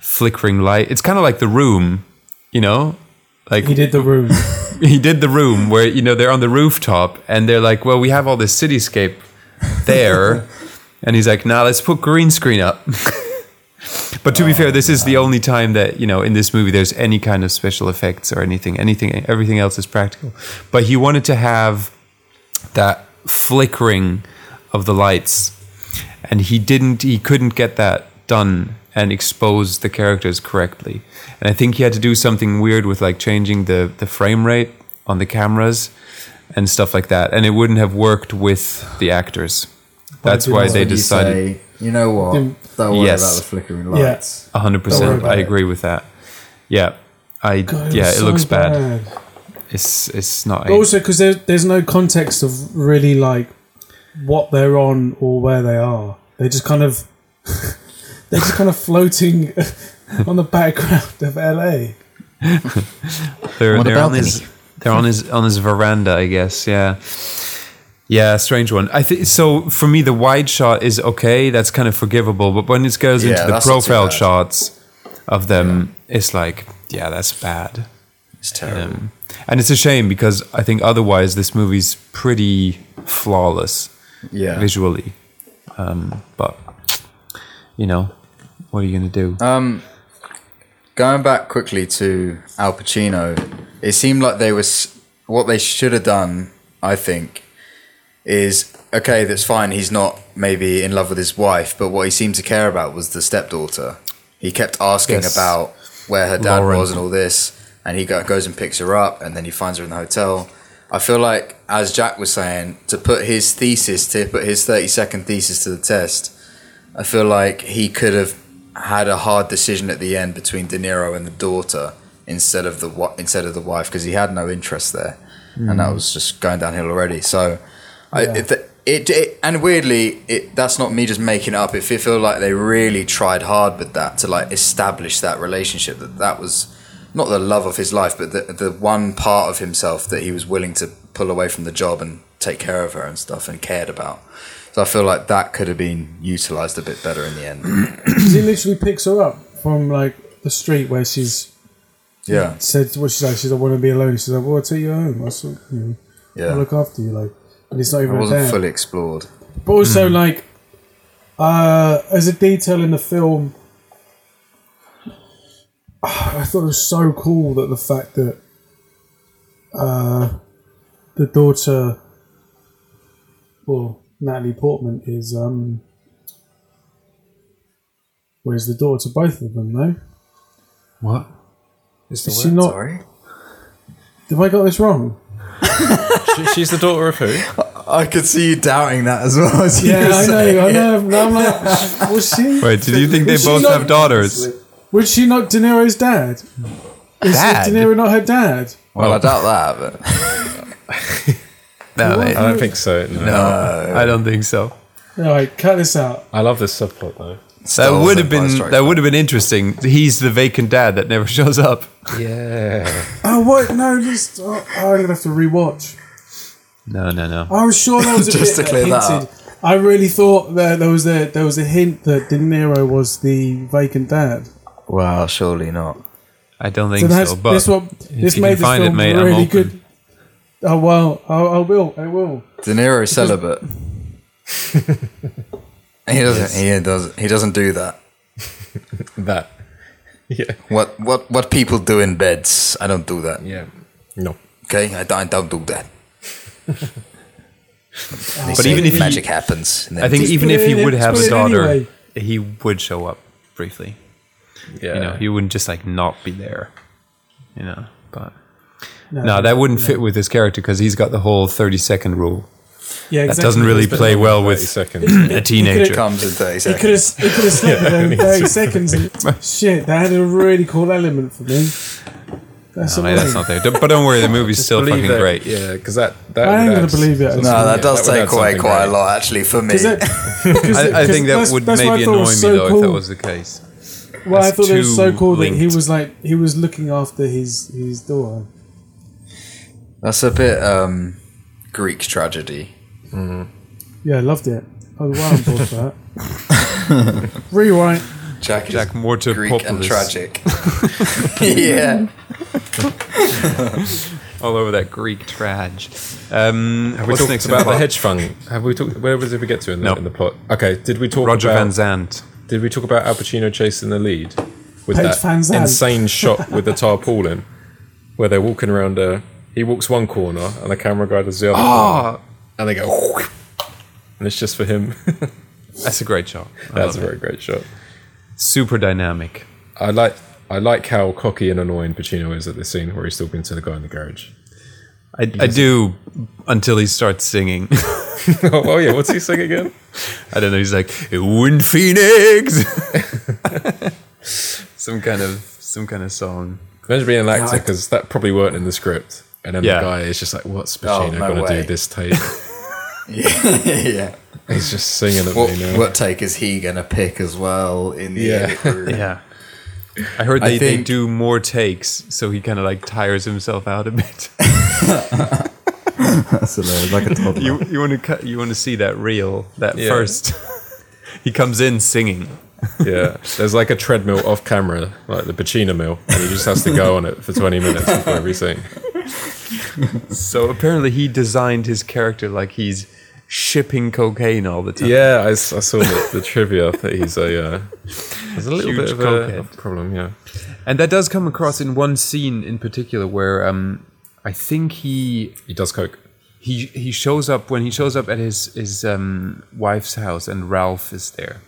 [SPEAKER 10] flickering light. It's kind of like the room, you know, *laughs* like
[SPEAKER 12] He did the
[SPEAKER 10] *laughs*
[SPEAKER 12] room.
[SPEAKER 10] he did the room where you know they're on the rooftop and they're like, well, we have all this cityscape there, and he's like, nah, let's put green screen up. but to be fair, this is the only time that you know in this movie there's any kind of special effects or anything. Anything, everything else is practical. But he wanted to have that flickering of the lights and he didn't he couldn't get that done and expose the characters correctly and i think he had to do something weird with like changing the the frame rate on the cameras and stuff like that and it wouldn't have worked with the actors that's why
[SPEAKER 5] That's
[SPEAKER 10] they
[SPEAKER 5] when you
[SPEAKER 10] decided
[SPEAKER 5] say, you know what?
[SPEAKER 12] Didn't-
[SPEAKER 5] Don't worry
[SPEAKER 10] Yes.
[SPEAKER 5] about the flickering
[SPEAKER 12] Yeah.
[SPEAKER 5] lights.
[SPEAKER 10] 100% i
[SPEAKER 5] about it.
[SPEAKER 10] agree with that yeah i
[SPEAKER 12] God,
[SPEAKER 10] yeah
[SPEAKER 12] was
[SPEAKER 10] it
[SPEAKER 12] so
[SPEAKER 10] looks bad. it's it's not a-
[SPEAKER 12] Also, because there, there's no context of really like what they're on or where they are. They're just kind of *laughs* they're just kind of floating *laughs* on the background of LA.
[SPEAKER 10] They're,
[SPEAKER 11] On the
[SPEAKER 10] they're on
[SPEAKER 11] balcony.
[SPEAKER 10] his they're on his on his veranda, I guess. Yeah, yeah, strange one. I think so. For me, the wide shot is okay. That's kind of forgivable. But when it goes
[SPEAKER 7] Yeah,
[SPEAKER 10] into the
[SPEAKER 7] that's not too
[SPEAKER 10] profile
[SPEAKER 7] bad.
[SPEAKER 10] shots of them, it's like, yeah, that's bad.
[SPEAKER 7] It's terrible.
[SPEAKER 10] Um, and it's a shame because I think otherwise this movie's pretty flawless
[SPEAKER 7] yeah.
[SPEAKER 10] visually. Um, but you know, what are you gonna do?
[SPEAKER 7] Um, going back quickly to Al Pacino, it seemed like they was what they should have done. I think is okay. That's fine. He's not maybe in love with his wife, but what he seemed to care about was the stepdaughter. He kept asking
[SPEAKER 10] Yes.
[SPEAKER 7] about where her dad
[SPEAKER 10] Lauren.
[SPEAKER 7] was and all this, and he go, goes and picks her up, and then he finds her in the hotel. I feel like, as Jack was saying, to put his thesis, to put his thirty-second thesis to the test, I feel like he could have had a hard decision at the end between De Niro and the daughter instead of the wi- instead of the wife because he had no interest there, and that was just going downhill already. So, I, it, it, it and weirdly, it that's not me just making it up. If you feel like they really tried hard with that to like establish that relationship, that that was not the love of his life, but the the one part of himself that he was willing to pull away from the job and take care of her and stuff and cared about. So I feel like that could have been utilized a bit better in the end.
[SPEAKER 12] 'Cause he literally picks her up from like the street where she's
[SPEAKER 7] Yeah,
[SPEAKER 12] said what she's like. She's like, "I want to be alone." She's like, "Well, I'll take you home. I'll, sort- you know, I'll
[SPEAKER 7] yeah.
[SPEAKER 12] look after you." Like, and it's not
[SPEAKER 7] It
[SPEAKER 12] even a
[SPEAKER 7] wasn't
[SPEAKER 12] dad.
[SPEAKER 7] fully Mm. explored.
[SPEAKER 12] But also, like, uh, as a detail in the film, *sighs*
[SPEAKER 6] I thought it was so cool that the fact that uh, the daughter, well, Natalie Portman is um, where's the daughter? Both of them, though.
[SPEAKER 10] What?
[SPEAKER 6] Is, she not? Have I got this wrong?
[SPEAKER 8] She's the daughter of who?
[SPEAKER 7] I could see you doubting that as well. As you
[SPEAKER 6] yeah,
[SPEAKER 7] were
[SPEAKER 6] I
[SPEAKER 7] saying
[SPEAKER 6] know, I
[SPEAKER 7] it.
[SPEAKER 6] know. No, I'm not. Was
[SPEAKER 10] *laughs*
[SPEAKER 6] she?
[SPEAKER 8] Wait, do you think they
[SPEAKER 6] was she
[SPEAKER 8] both
[SPEAKER 6] not-
[SPEAKER 8] have daughters?
[SPEAKER 6] Was she not De Niro's dad? Is
[SPEAKER 7] Dad?
[SPEAKER 6] De Niro not her dad?
[SPEAKER 7] Well, I doubt that, but.
[SPEAKER 8] No,
[SPEAKER 6] What?
[SPEAKER 8] I
[SPEAKER 10] uh,
[SPEAKER 8] don't think so. No. I don't think so.
[SPEAKER 6] All right, cut this out.
[SPEAKER 8] I love this subplot though.
[SPEAKER 10] That would have been that would have been interesting. He's the vacant dad that never *laughs* shows up.
[SPEAKER 8] Yeah.
[SPEAKER 6] Oh, what? No, just oh, I'm gonna have to rewatch.
[SPEAKER 10] No, no, no.
[SPEAKER 6] I was sure there
[SPEAKER 10] *laughs*
[SPEAKER 6] was a
[SPEAKER 10] Just
[SPEAKER 6] bit
[SPEAKER 10] to clear
[SPEAKER 6] that
[SPEAKER 10] that
[SPEAKER 6] hinted.
[SPEAKER 10] up.
[SPEAKER 6] I really thought that there was a there was a hint that De Niro was the vacant dad.
[SPEAKER 7] Well, surely not.
[SPEAKER 10] I don't think so.
[SPEAKER 6] that's-
[SPEAKER 10] But
[SPEAKER 6] this what this made the film really good. Oh well, I, I will, I will.
[SPEAKER 7] De Niro is celibate. *laughs* he doesn't. He doesn't. He doesn't do that.
[SPEAKER 8] that. Yeah.
[SPEAKER 7] What what what people do in beds? I don't do that.
[SPEAKER 8] Yeah. No.
[SPEAKER 7] Okay, I don't, I don't do that. They
[SPEAKER 10] But
[SPEAKER 7] say
[SPEAKER 10] even if he-
[SPEAKER 7] magic happens, and then
[SPEAKER 10] I think
[SPEAKER 7] just-
[SPEAKER 10] even if he would have a daughter,
[SPEAKER 6] anyway.
[SPEAKER 10] he would show up briefly.
[SPEAKER 8] Yeah.
[SPEAKER 10] You know, he wouldn't just like not be there. You know, but
[SPEAKER 6] No,
[SPEAKER 10] no, that wouldn't fit with his character because he's got the whole thirty second rule.
[SPEAKER 6] Yeah,
[SPEAKER 10] That
[SPEAKER 6] exactly.
[SPEAKER 10] doesn't really
[SPEAKER 6] It's been
[SPEAKER 10] play
[SPEAKER 6] over
[SPEAKER 10] well
[SPEAKER 6] 30
[SPEAKER 10] with
[SPEAKER 6] seconds.
[SPEAKER 10] *laughs* a
[SPEAKER 6] It-
[SPEAKER 10] teenager.
[SPEAKER 6] it Comes in 30 It could have it
[SPEAKER 10] *laughs*
[SPEAKER 6] could have slipped there in thirty seconds. And, shit, that had a really cool element for me. That's
[SPEAKER 10] No, mate, that's
[SPEAKER 6] *laughs*
[SPEAKER 10] not there. Don't- But don't worry, the movie's
[SPEAKER 8] Just
[SPEAKER 10] still
[SPEAKER 8] believe
[SPEAKER 10] fucking
[SPEAKER 8] that-
[SPEAKER 10] great.
[SPEAKER 8] Yeah, because that, that
[SPEAKER 6] I ain't
[SPEAKER 8] would
[SPEAKER 6] gonna
[SPEAKER 8] add-
[SPEAKER 6] believe it.
[SPEAKER 7] No,
[SPEAKER 6] Yeah,
[SPEAKER 7] that does
[SPEAKER 8] that would add
[SPEAKER 7] take away
[SPEAKER 8] something
[SPEAKER 7] quite a
[SPEAKER 8] great.
[SPEAKER 7] lot actually for me.
[SPEAKER 6] 'Cause it- 'cause it-
[SPEAKER 10] *laughs* I, I
[SPEAKER 6] 'cause
[SPEAKER 10] think that
[SPEAKER 6] that's-
[SPEAKER 10] would
[SPEAKER 6] that's why
[SPEAKER 10] maybe
[SPEAKER 6] I thought it
[SPEAKER 10] annoy me
[SPEAKER 6] was so
[SPEAKER 10] though if that
[SPEAKER 6] cool.
[SPEAKER 10] was the case.
[SPEAKER 6] Well, I
[SPEAKER 10] That's
[SPEAKER 6] thought it was so
[SPEAKER 10] too
[SPEAKER 6] cool that he
[SPEAKER 10] linked.
[SPEAKER 6] was like he was looking after his his daughter.
[SPEAKER 7] That's a bit um, Greek tragedy.
[SPEAKER 6] Yeah, I loved it. Oh, I was well on board for that.
[SPEAKER 10] *laughs*
[SPEAKER 6] Rewind.
[SPEAKER 7] Jack, is
[SPEAKER 10] Jack Mortar
[SPEAKER 7] Greek and
[SPEAKER 10] Populus.
[SPEAKER 7] tragic. *laughs* yeah. *laughs*
[SPEAKER 10] All over that Greek trage. Um,
[SPEAKER 8] Have we
[SPEAKER 10] what's
[SPEAKER 8] talked
[SPEAKER 10] next in
[SPEAKER 8] about the
[SPEAKER 10] plot?
[SPEAKER 8] hedge fund? Have we talked? Where was it we get to in the,
[SPEAKER 10] No.
[SPEAKER 8] in the plot? Okay, did we talk
[SPEAKER 10] Roger
[SPEAKER 8] about,
[SPEAKER 10] Van Zandt?
[SPEAKER 8] Did we talk about Al Pacino chasing the lead with
[SPEAKER 6] Hedge
[SPEAKER 8] that
[SPEAKER 6] Van Zandt. *laughs*
[SPEAKER 8] insane shot with the tarpaulin, where they're walking around? A, he walks one corner and the camera guy does the other,
[SPEAKER 10] Ah!
[SPEAKER 8] corner, and they go, and it's just for him. *laughs*
[SPEAKER 10] That's a great shot. I
[SPEAKER 8] That's a
[SPEAKER 10] love it.
[SPEAKER 8] very great shot.
[SPEAKER 10] Super dynamic.
[SPEAKER 8] I like I like how cocky and annoying Pacino is at this scene where he's talking to the guy in the garage. *laughs*
[SPEAKER 10] I, I do until he starts singing.
[SPEAKER 8] oh, oh, yeah, what's he sing again?
[SPEAKER 10] *laughs* I don't know. He's like "Wind Phoenix," some kind of some kind of song.
[SPEAKER 8] Imagine being an actor because that probably weren't in the script. And then
[SPEAKER 10] Yeah.
[SPEAKER 8] the guy is just like, "What's
[SPEAKER 7] Oh,
[SPEAKER 8] Pacino
[SPEAKER 7] no
[SPEAKER 8] gonna
[SPEAKER 7] way.
[SPEAKER 8] do this take?"
[SPEAKER 7] yeah.
[SPEAKER 8] He's just singing at
[SPEAKER 7] What,
[SPEAKER 8] me now.
[SPEAKER 7] what take is he gonna pick as well in the
[SPEAKER 8] Yeah.
[SPEAKER 7] edit room?
[SPEAKER 10] Yeah, I heard
[SPEAKER 7] I
[SPEAKER 10] they, they
[SPEAKER 7] think-
[SPEAKER 10] do more takes, so he kind of like tires himself out a bit. *laughs*
[SPEAKER 7] That's hilarious, *laughs* like a toddler.
[SPEAKER 10] you you want to cut? You want to see that reel? That
[SPEAKER 8] Yeah.
[SPEAKER 10] first, *laughs* he comes in singing.
[SPEAKER 8] yeah, there's like a treadmill off camera, like the Pacino mill, and he just has to go on it for 20 minutes before every scene.
[SPEAKER 10] So apparently, he designed his character like he's shipping cocaine all the time.
[SPEAKER 8] Yeah, I, s- I saw the, the trivia that he's a uh, there's a little
[SPEAKER 10] Huge
[SPEAKER 8] bit of a,
[SPEAKER 10] cokehead.
[SPEAKER 8] of a problem. Yeah,
[SPEAKER 10] And that does come across in one scene in particular where um, I think he
[SPEAKER 8] he does coke.
[SPEAKER 10] he he shows up when he shows up at his his um, wife's house and Ralph is *laughs* there.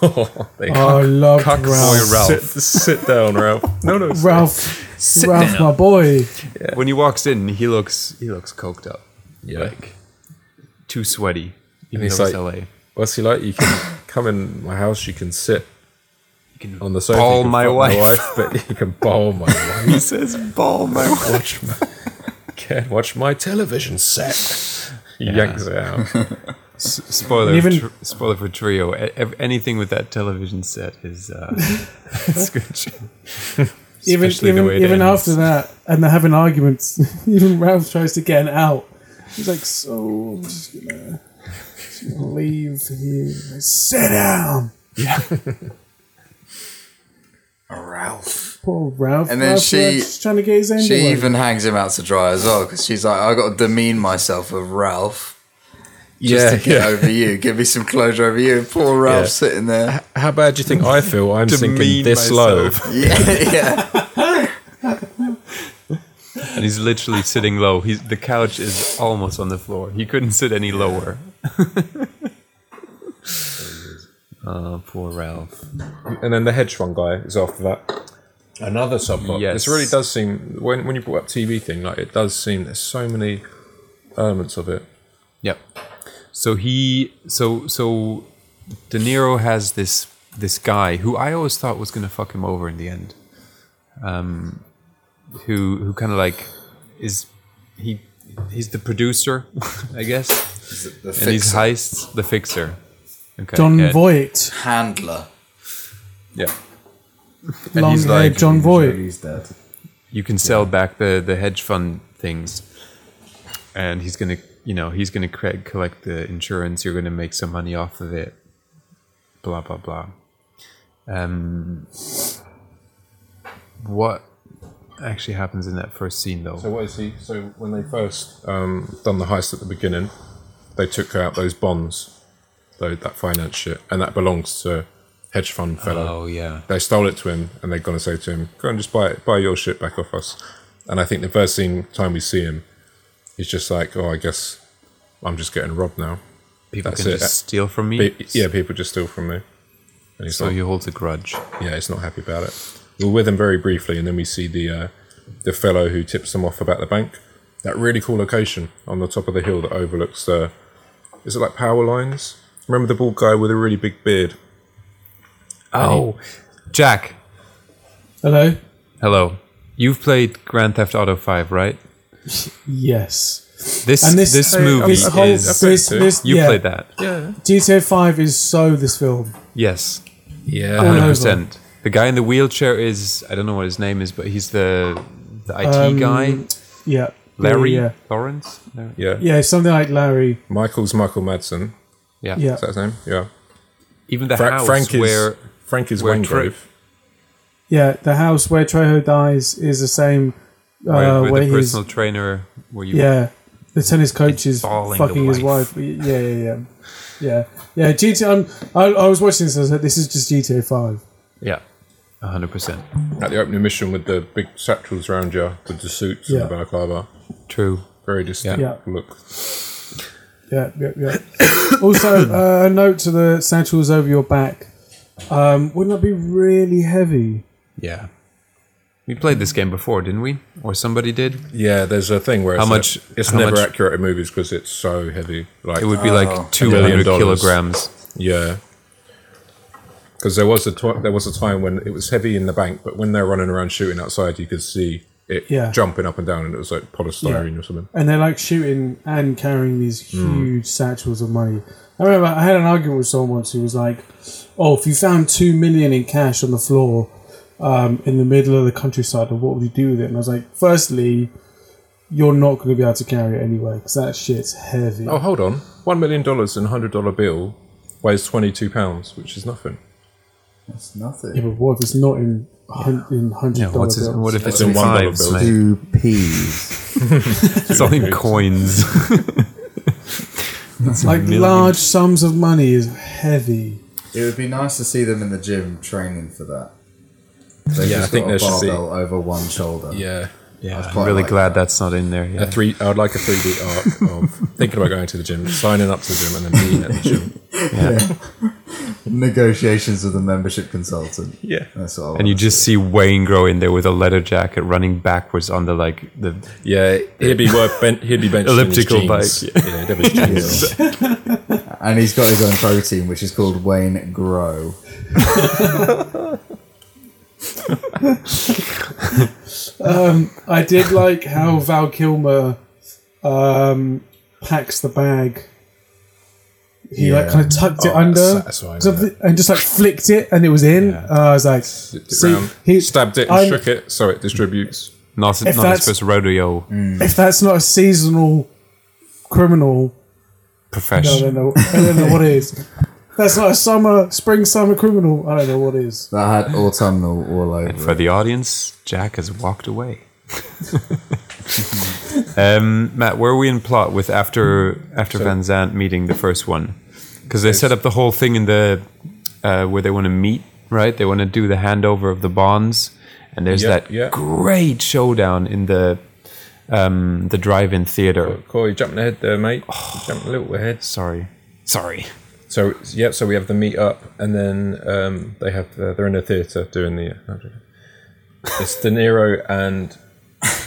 [SPEAKER 8] they
[SPEAKER 6] Oh, I love
[SPEAKER 10] Cock
[SPEAKER 6] Ralph.
[SPEAKER 10] boy Ralph.
[SPEAKER 8] Sit,
[SPEAKER 10] *laughs*
[SPEAKER 8] sit down, Ralph. No, no,
[SPEAKER 6] Ralph,
[SPEAKER 10] Sit
[SPEAKER 6] Ralph,
[SPEAKER 10] down.
[SPEAKER 6] my boy.
[SPEAKER 10] When he walks in, he looks he looks coked up,
[SPEAKER 8] yeah.
[SPEAKER 10] like too
[SPEAKER 8] And
[SPEAKER 10] sweaty. Even
[SPEAKER 8] he's
[SPEAKER 10] though it's
[SPEAKER 8] like-
[SPEAKER 10] LA.
[SPEAKER 8] What's he like? You can come in my house. You can sit
[SPEAKER 10] can
[SPEAKER 8] on the sofa.
[SPEAKER 10] ball
[SPEAKER 8] you can
[SPEAKER 10] my
[SPEAKER 8] fuck
[SPEAKER 10] wife.
[SPEAKER 8] but you can ball my *laughs* wife.
[SPEAKER 10] *laughs* He says, "Ball my *laughs*
[SPEAKER 8] Watch my, can watch my television set. He yanks it out.
[SPEAKER 10] Spoiler,
[SPEAKER 6] And even-
[SPEAKER 10] tr- spoiler for Trio. E- ev- anything with that television set is uh, *laughs* it's good. shit.
[SPEAKER 6] Even
[SPEAKER 10] Especially the
[SPEAKER 6] even,
[SPEAKER 10] way it
[SPEAKER 6] even
[SPEAKER 10] ends.
[SPEAKER 6] after that, and they're having arguments. *laughs* even Ralph tries to get out. He's like, "So I'm just gonna, just gonna leave here. Sit down,
[SPEAKER 7] Ralph.
[SPEAKER 6] poor Ralph."
[SPEAKER 7] And then
[SPEAKER 6] Ralph,
[SPEAKER 7] she-
[SPEAKER 6] yeah, just trying to get his end
[SPEAKER 7] She
[SPEAKER 6] away.
[SPEAKER 7] even hangs him out to dry as well because she's like, I got to demean myself with Ralph.
[SPEAKER 11] just
[SPEAKER 8] Yeah,
[SPEAKER 11] to get
[SPEAKER 8] yeah.
[SPEAKER 11] over you. Give me some closure over you. And poor Ralph
[SPEAKER 8] Yeah.
[SPEAKER 11] sitting
[SPEAKER 7] *laughs*
[SPEAKER 11] there.
[SPEAKER 8] How bad do you think I feel? I'm sinking
[SPEAKER 11] Demean
[SPEAKER 8] this
[SPEAKER 11] myself.
[SPEAKER 8] low.
[SPEAKER 11] Yeah,
[SPEAKER 10] and he's literally sitting low. He's the couch is almost on the floor. He couldn't sit
[SPEAKER 8] *laughs*
[SPEAKER 10] any lower. oh, poor Ralph.
[SPEAKER 8] And then the hedge fund guy is after that. Another subplot.
[SPEAKER 10] Yes.
[SPEAKER 8] This really does seem when when you brought up TV thing, like it does seem there's so many elements of it.
[SPEAKER 10] Yep. So he so so De Niro has this this guy who I always thought was gonna fuck him over in the end. Um who who kinda like is he he's the producer, I guess.
[SPEAKER 11] the
[SPEAKER 10] and he's
[SPEAKER 11] fixer.
[SPEAKER 10] heists the fixer. Okay.
[SPEAKER 6] John
[SPEAKER 10] yeah.
[SPEAKER 6] Voight.
[SPEAKER 11] handler.
[SPEAKER 10] Yeah. And
[SPEAKER 6] Long
[SPEAKER 10] he's
[SPEAKER 6] haired
[SPEAKER 10] like-
[SPEAKER 6] John Voight.
[SPEAKER 10] You can sell back the, the hedge fund things, and he's gonna, you know, he's gonna cre- collect the insurance. You're gonna make some money off of it. Blah blah blah. Um, what actually happens in that first scene though?
[SPEAKER 8] So what is he? So when they first um, done the heist at the beginning, they took out those bonds, though that finance shit, and that belongs to hedge fund fellow.
[SPEAKER 10] Oh, yeah.
[SPEAKER 8] They stole it to him, and they're gonna say to him, "Go and just buy it, buy your shit back off us." And I think the first thing time we see him, he's just like, "Oh, I guess I'm just getting robbed now."
[SPEAKER 10] People can just steal from me?
[SPEAKER 8] Pe- yeah, people just steal from me. And
[SPEAKER 10] So he holds a grudge.
[SPEAKER 8] Yeah, he's not happy about it. We're with him very briefly, and then we see the uh, the fellow who tips them off about the bank. That really cool location on the top of the hill that overlooks the. Is it like power lines? Remember the bald guy with a really big beard?
[SPEAKER 10] Oh, Jack.
[SPEAKER 6] Hello?
[SPEAKER 10] Hello. You've played Grand Theft Auto Five, right?
[SPEAKER 6] Yes.
[SPEAKER 10] This this, movie is you
[SPEAKER 6] yeah.
[SPEAKER 10] played that.
[SPEAKER 6] GTA 5 is so this film.
[SPEAKER 10] Yes.
[SPEAKER 8] Yeah.
[SPEAKER 6] All
[SPEAKER 10] hundred
[SPEAKER 6] over.
[SPEAKER 10] percent. The guy in the wheelchair is I don't know what his name is, but he's the the IT
[SPEAKER 6] Um,
[SPEAKER 10] guy.
[SPEAKER 6] yeah.
[SPEAKER 10] Larry
[SPEAKER 6] Yeah, yeah.
[SPEAKER 10] Lawrence. Larry?
[SPEAKER 8] Yeah.
[SPEAKER 6] Yeah, something like Larry.
[SPEAKER 8] Michael's Michael Madsen.
[SPEAKER 10] Yeah.
[SPEAKER 6] Yeah.
[SPEAKER 8] Is that his name? Yeah.
[SPEAKER 10] Even the house
[SPEAKER 8] Frank is,
[SPEAKER 10] where-
[SPEAKER 8] Frank is
[SPEAKER 10] where
[SPEAKER 8] Wayne
[SPEAKER 10] Tra-
[SPEAKER 8] Grove.
[SPEAKER 6] Yeah, the house where Trejo dies is the same uh,
[SPEAKER 10] where, where
[SPEAKER 6] where
[SPEAKER 10] the
[SPEAKER 6] he's
[SPEAKER 10] personal trainer where you
[SPEAKER 6] yeah, the tennis coach is
[SPEAKER 10] Installing
[SPEAKER 6] fucking
[SPEAKER 10] the
[SPEAKER 6] his wife. Yeah, yeah, yeah, yeah, yeah. GTA. i I, I was watching this. and I was like, this is just GTA Five.
[SPEAKER 10] Yeah. hundred percent.
[SPEAKER 8] At the opening mission with the big satchels round you, with the suits
[SPEAKER 6] Yeah.
[SPEAKER 8] and the balaclava.
[SPEAKER 10] True.
[SPEAKER 8] Very distinct
[SPEAKER 6] Yeah.
[SPEAKER 8] look.
[SPEAKER 6] Yeah, yeah,
[SPEAKER 10] *coughs*
[SPEAKER 6] yeah. also, uh, a note to the satchels over your back. Um, wouldn't that be really heavy?
[SPEAKER 10] Yeah. We played this game before, didn't we? Or somebody did?
[SPEAKER 8] Yeah, there's a thing where
[SPEAKER 10] how
[SPEAKER 8] it's
[SPEAKER 10] much
[SPEAKER 8] a- it's
[SPEAKER 10] how
[SPEAKER 8] never
[SPEAKER 10] much-
[SPEAKER 8] accurate in movies because it's so heavy. Like
[SPEAKER 10] It would be like Oh.
[SPEAKER 8] a million
[SPEAKER 10] 200
[SPEAKER 8] dollars.
[SPEAKER 10] kilograms.
[SPEAKER 8] Yeah, because there was a tw- there was a time when it was heavy in the bank, but when they're running around shooting outside, you could see it
[SPEAKER 6] Yeah.
[SPEAKER 8] jumping up and down, and it was like polystyrene or something.
[SPEAKER 6] And they're like shooting and carrying these
[SPEAKER 10] Hmm.
[SPEAKER 8] Mm.
[SPEAKER 6] huge satchels of money. I remember I had an argument with someone once who was like, "Oh, if you found two million in cash on the floor um, in the middle of the countryside, then what would you do with it?" And I was like, "Firstly, you're not going to be able to carry it anyway because that shit's heavy."
[SPEAKER 8] Oh, hold on, one million dollars in a hundred dollar bill weighs twenty two pounds, which is nothing.
[SPEAKER 7] That's nothing.
[SPEAKER 6] yeah, but what if it's not in hun- in hundred
[SPEAKER 10] Yeah, what's
[SPEAKER 6] dollars?
[SPEAKER 10] his- what if it's
[SPEAKER 8] in one dollar
[SPEAKER 10] fives,
[SPEAKER 8] bills.
[SPEAKER 10] mate?
[SPEAKER 7] Two peas.
[SPEAKER 10] It's all in coins.
[SPEAKER 7] That's
[SPEAKER 6] like
[SPEAKER 7] a million.
[SPEAKER 6] large sums of money is heavy.
[SPEAKER 7] It would be nice to see them in the gym training for that. They've
[SPEAKER 8] Yeah, I
[SPEAKER 7] just
[SPEAKER 8] think
[SPEAKER 7] got
[SPEAKER 8] there
[SPEAKER 7] a
[SPEAKER 8] should be-
[SPEAKER 7] barbell over one shoulder.
[SPEAKER 8] Yeah.
[SPEAKER 7] I'd
[SPEAKER 10] Yeah, I'm
[SPEAKER 7] quite
[SPEAKER 10] really
[SPEAKER 7] like
[SPEAKER 10] glad that's not in there. Yeah.
[SPEAKER 8] A
[SPEAKER 10] *laughs*
[SPEAKER 8] three, I would like a three D arc of thinking about going to the gym, signing up to the gym, and then being at the gym.
[SPEAKER 7] Negotiations with a membership consultant. Yeah. That's all.
[SPEAKER 10] And you just see Wayne grow in there with a leather jacket, running backwards on the like the
[SPEAKER 8] yeah. He'd be worth ben- he'd be benched in his
[SPEAKER 10] elliptical
[SPEAKER 8] jeans.
[SPEAKER 10] bike.
[SPEAKER 8] Yeah, he'd have his jeans on.
[SPEAKER 10] *laughs*
[SPEAKER 7] and he's got his own protein, which is called Wayne Grow.
[SPEAKER 6] Um, I
[SPEAKER 8] *laughs*
[SPEAKER 6] did like how Val Kilmer um, packs the bag. He like
[SPEAKER 8] Yeah.
[SPEAKER 6] kind of tucked it
[SPEAKER 8] Oh, that's
[SPEAKER 6] under
[SPEAKER 8] satisfying,
[SPEAKER 6] something- and just like flicked it, and it was in. Uh, I was like,
[SPEAKER 8] it
[SPEAKER 6] see,
[SPEAKER 8] round, stabbed it and
[SPEAKER 6] I'm-
[SPEAKER 8] shook it so it distributes.
[SPEAKER 10] Not,
[SPEAKER 6] If not that's- Mm. his first
[SPEAKER 10] rodeo.
[SPEAKER 6] if that's not a seasonal criminal, I don't
[SPEAKER 10] Profession.
[SPEAKER 6] know. I don't know what it is. That's not a summer, spring, summer criminal. I don't know what it is.
[SPEAKER 7] That had autumnal all over.
[SPEAKER 10] And for the audience, Jack has walked away. *laughs* Um, Matt, where are we in plot with after after Van Zant meeting the first one? Because they set up the whole thing in the uh, where they want to meet, right? They want to do the handover of the bonds, and there's
[SPEAKER 8] Yep,
[SPEAKER 10] that
[SPEAKER 8] yep.
[SPEAKER 10] great showdown in the um, the drive-in theater.
[SPEAKER 8] Corey, jumping ahead there, mate.
[SPEAKER 10] Oh.
[SPEAKER 8] Jumping a little ahead.
[SPEAKER 10] Sorry. Sorry.
[SPEAKER 8] So yep, so we have the meet up, and then um, they have uh, they're in a theater doing the. It's De Niro
[SPEAKER 10] *laughs*
[SPEAKER 8] and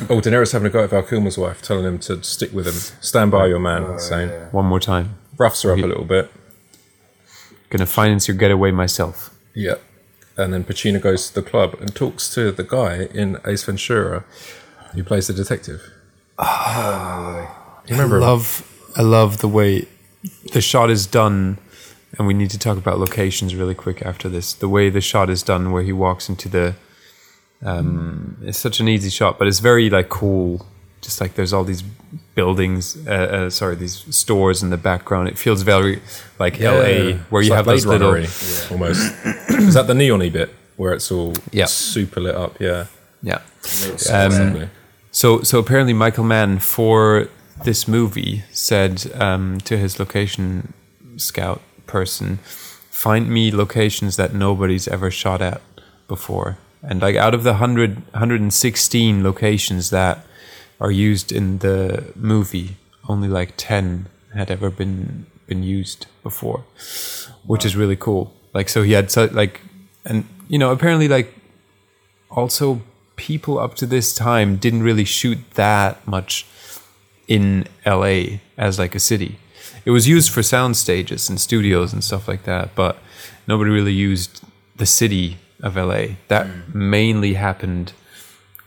[SPEAKER 8] oh, De Niro's having a go at Val Kilmer's wife, telling him to stick with him, stand by your man,
[SPEAKER 10] Oh,
[SPEAKER 8] saying
[SPEAKER 10] One more time.
[SPEAKER 8] roughs her up a little bit.
[SPEAKER 10] Gonna finance your getaway myself.
[SPEAKER 8] Yeah. And then Pacino goes to the club and talks to the guy in Ace Ventura who plays the detective. You remember
[SPEAKER 10] I
[SPEAKER 8] him?
[SPEAKER 10] love, I love the way the shot is done, and we need to talk about locations really quick after this. The way the shot is done, where he walks into the, um, it's such an easy shot, but it's very like cool. Just like there's all these buildings, uh, uh, sorry, these stores in the background. It feels very like
[SPEAKER 8] Yeah.
[SPEAKER 10] L.A., where
[SPEAKER 8] It's
[SPEAKER 10] you
[SPEAKER 8] like
[SPEAKER 10] have those
[SPEAKER 8] Blade
[SPEAKER 10] little.
[SPEAKER 8] Runner-y, almost. *coughs* Is that the neon bit where it's all super lit up? Yeah.
[SPEAKER 10] Yeah.
[SPEAKER 8] Um,
[SPEAKER 10] Um, so so apparently Michael Mann for this movie said um, to his location scout person, "Find me locations that nobody's ever shot at before." And like out of the 100, 116 locations that are used in the movie, only like ten had ever been been used before, which is really cool. Like so, he had so, like, and you know apparently like also people up to this time didn't really shoot that much in LA as like a city. It was used for sound stages and studios and stuff like that, but nobody really used the city of LA. That mainly happened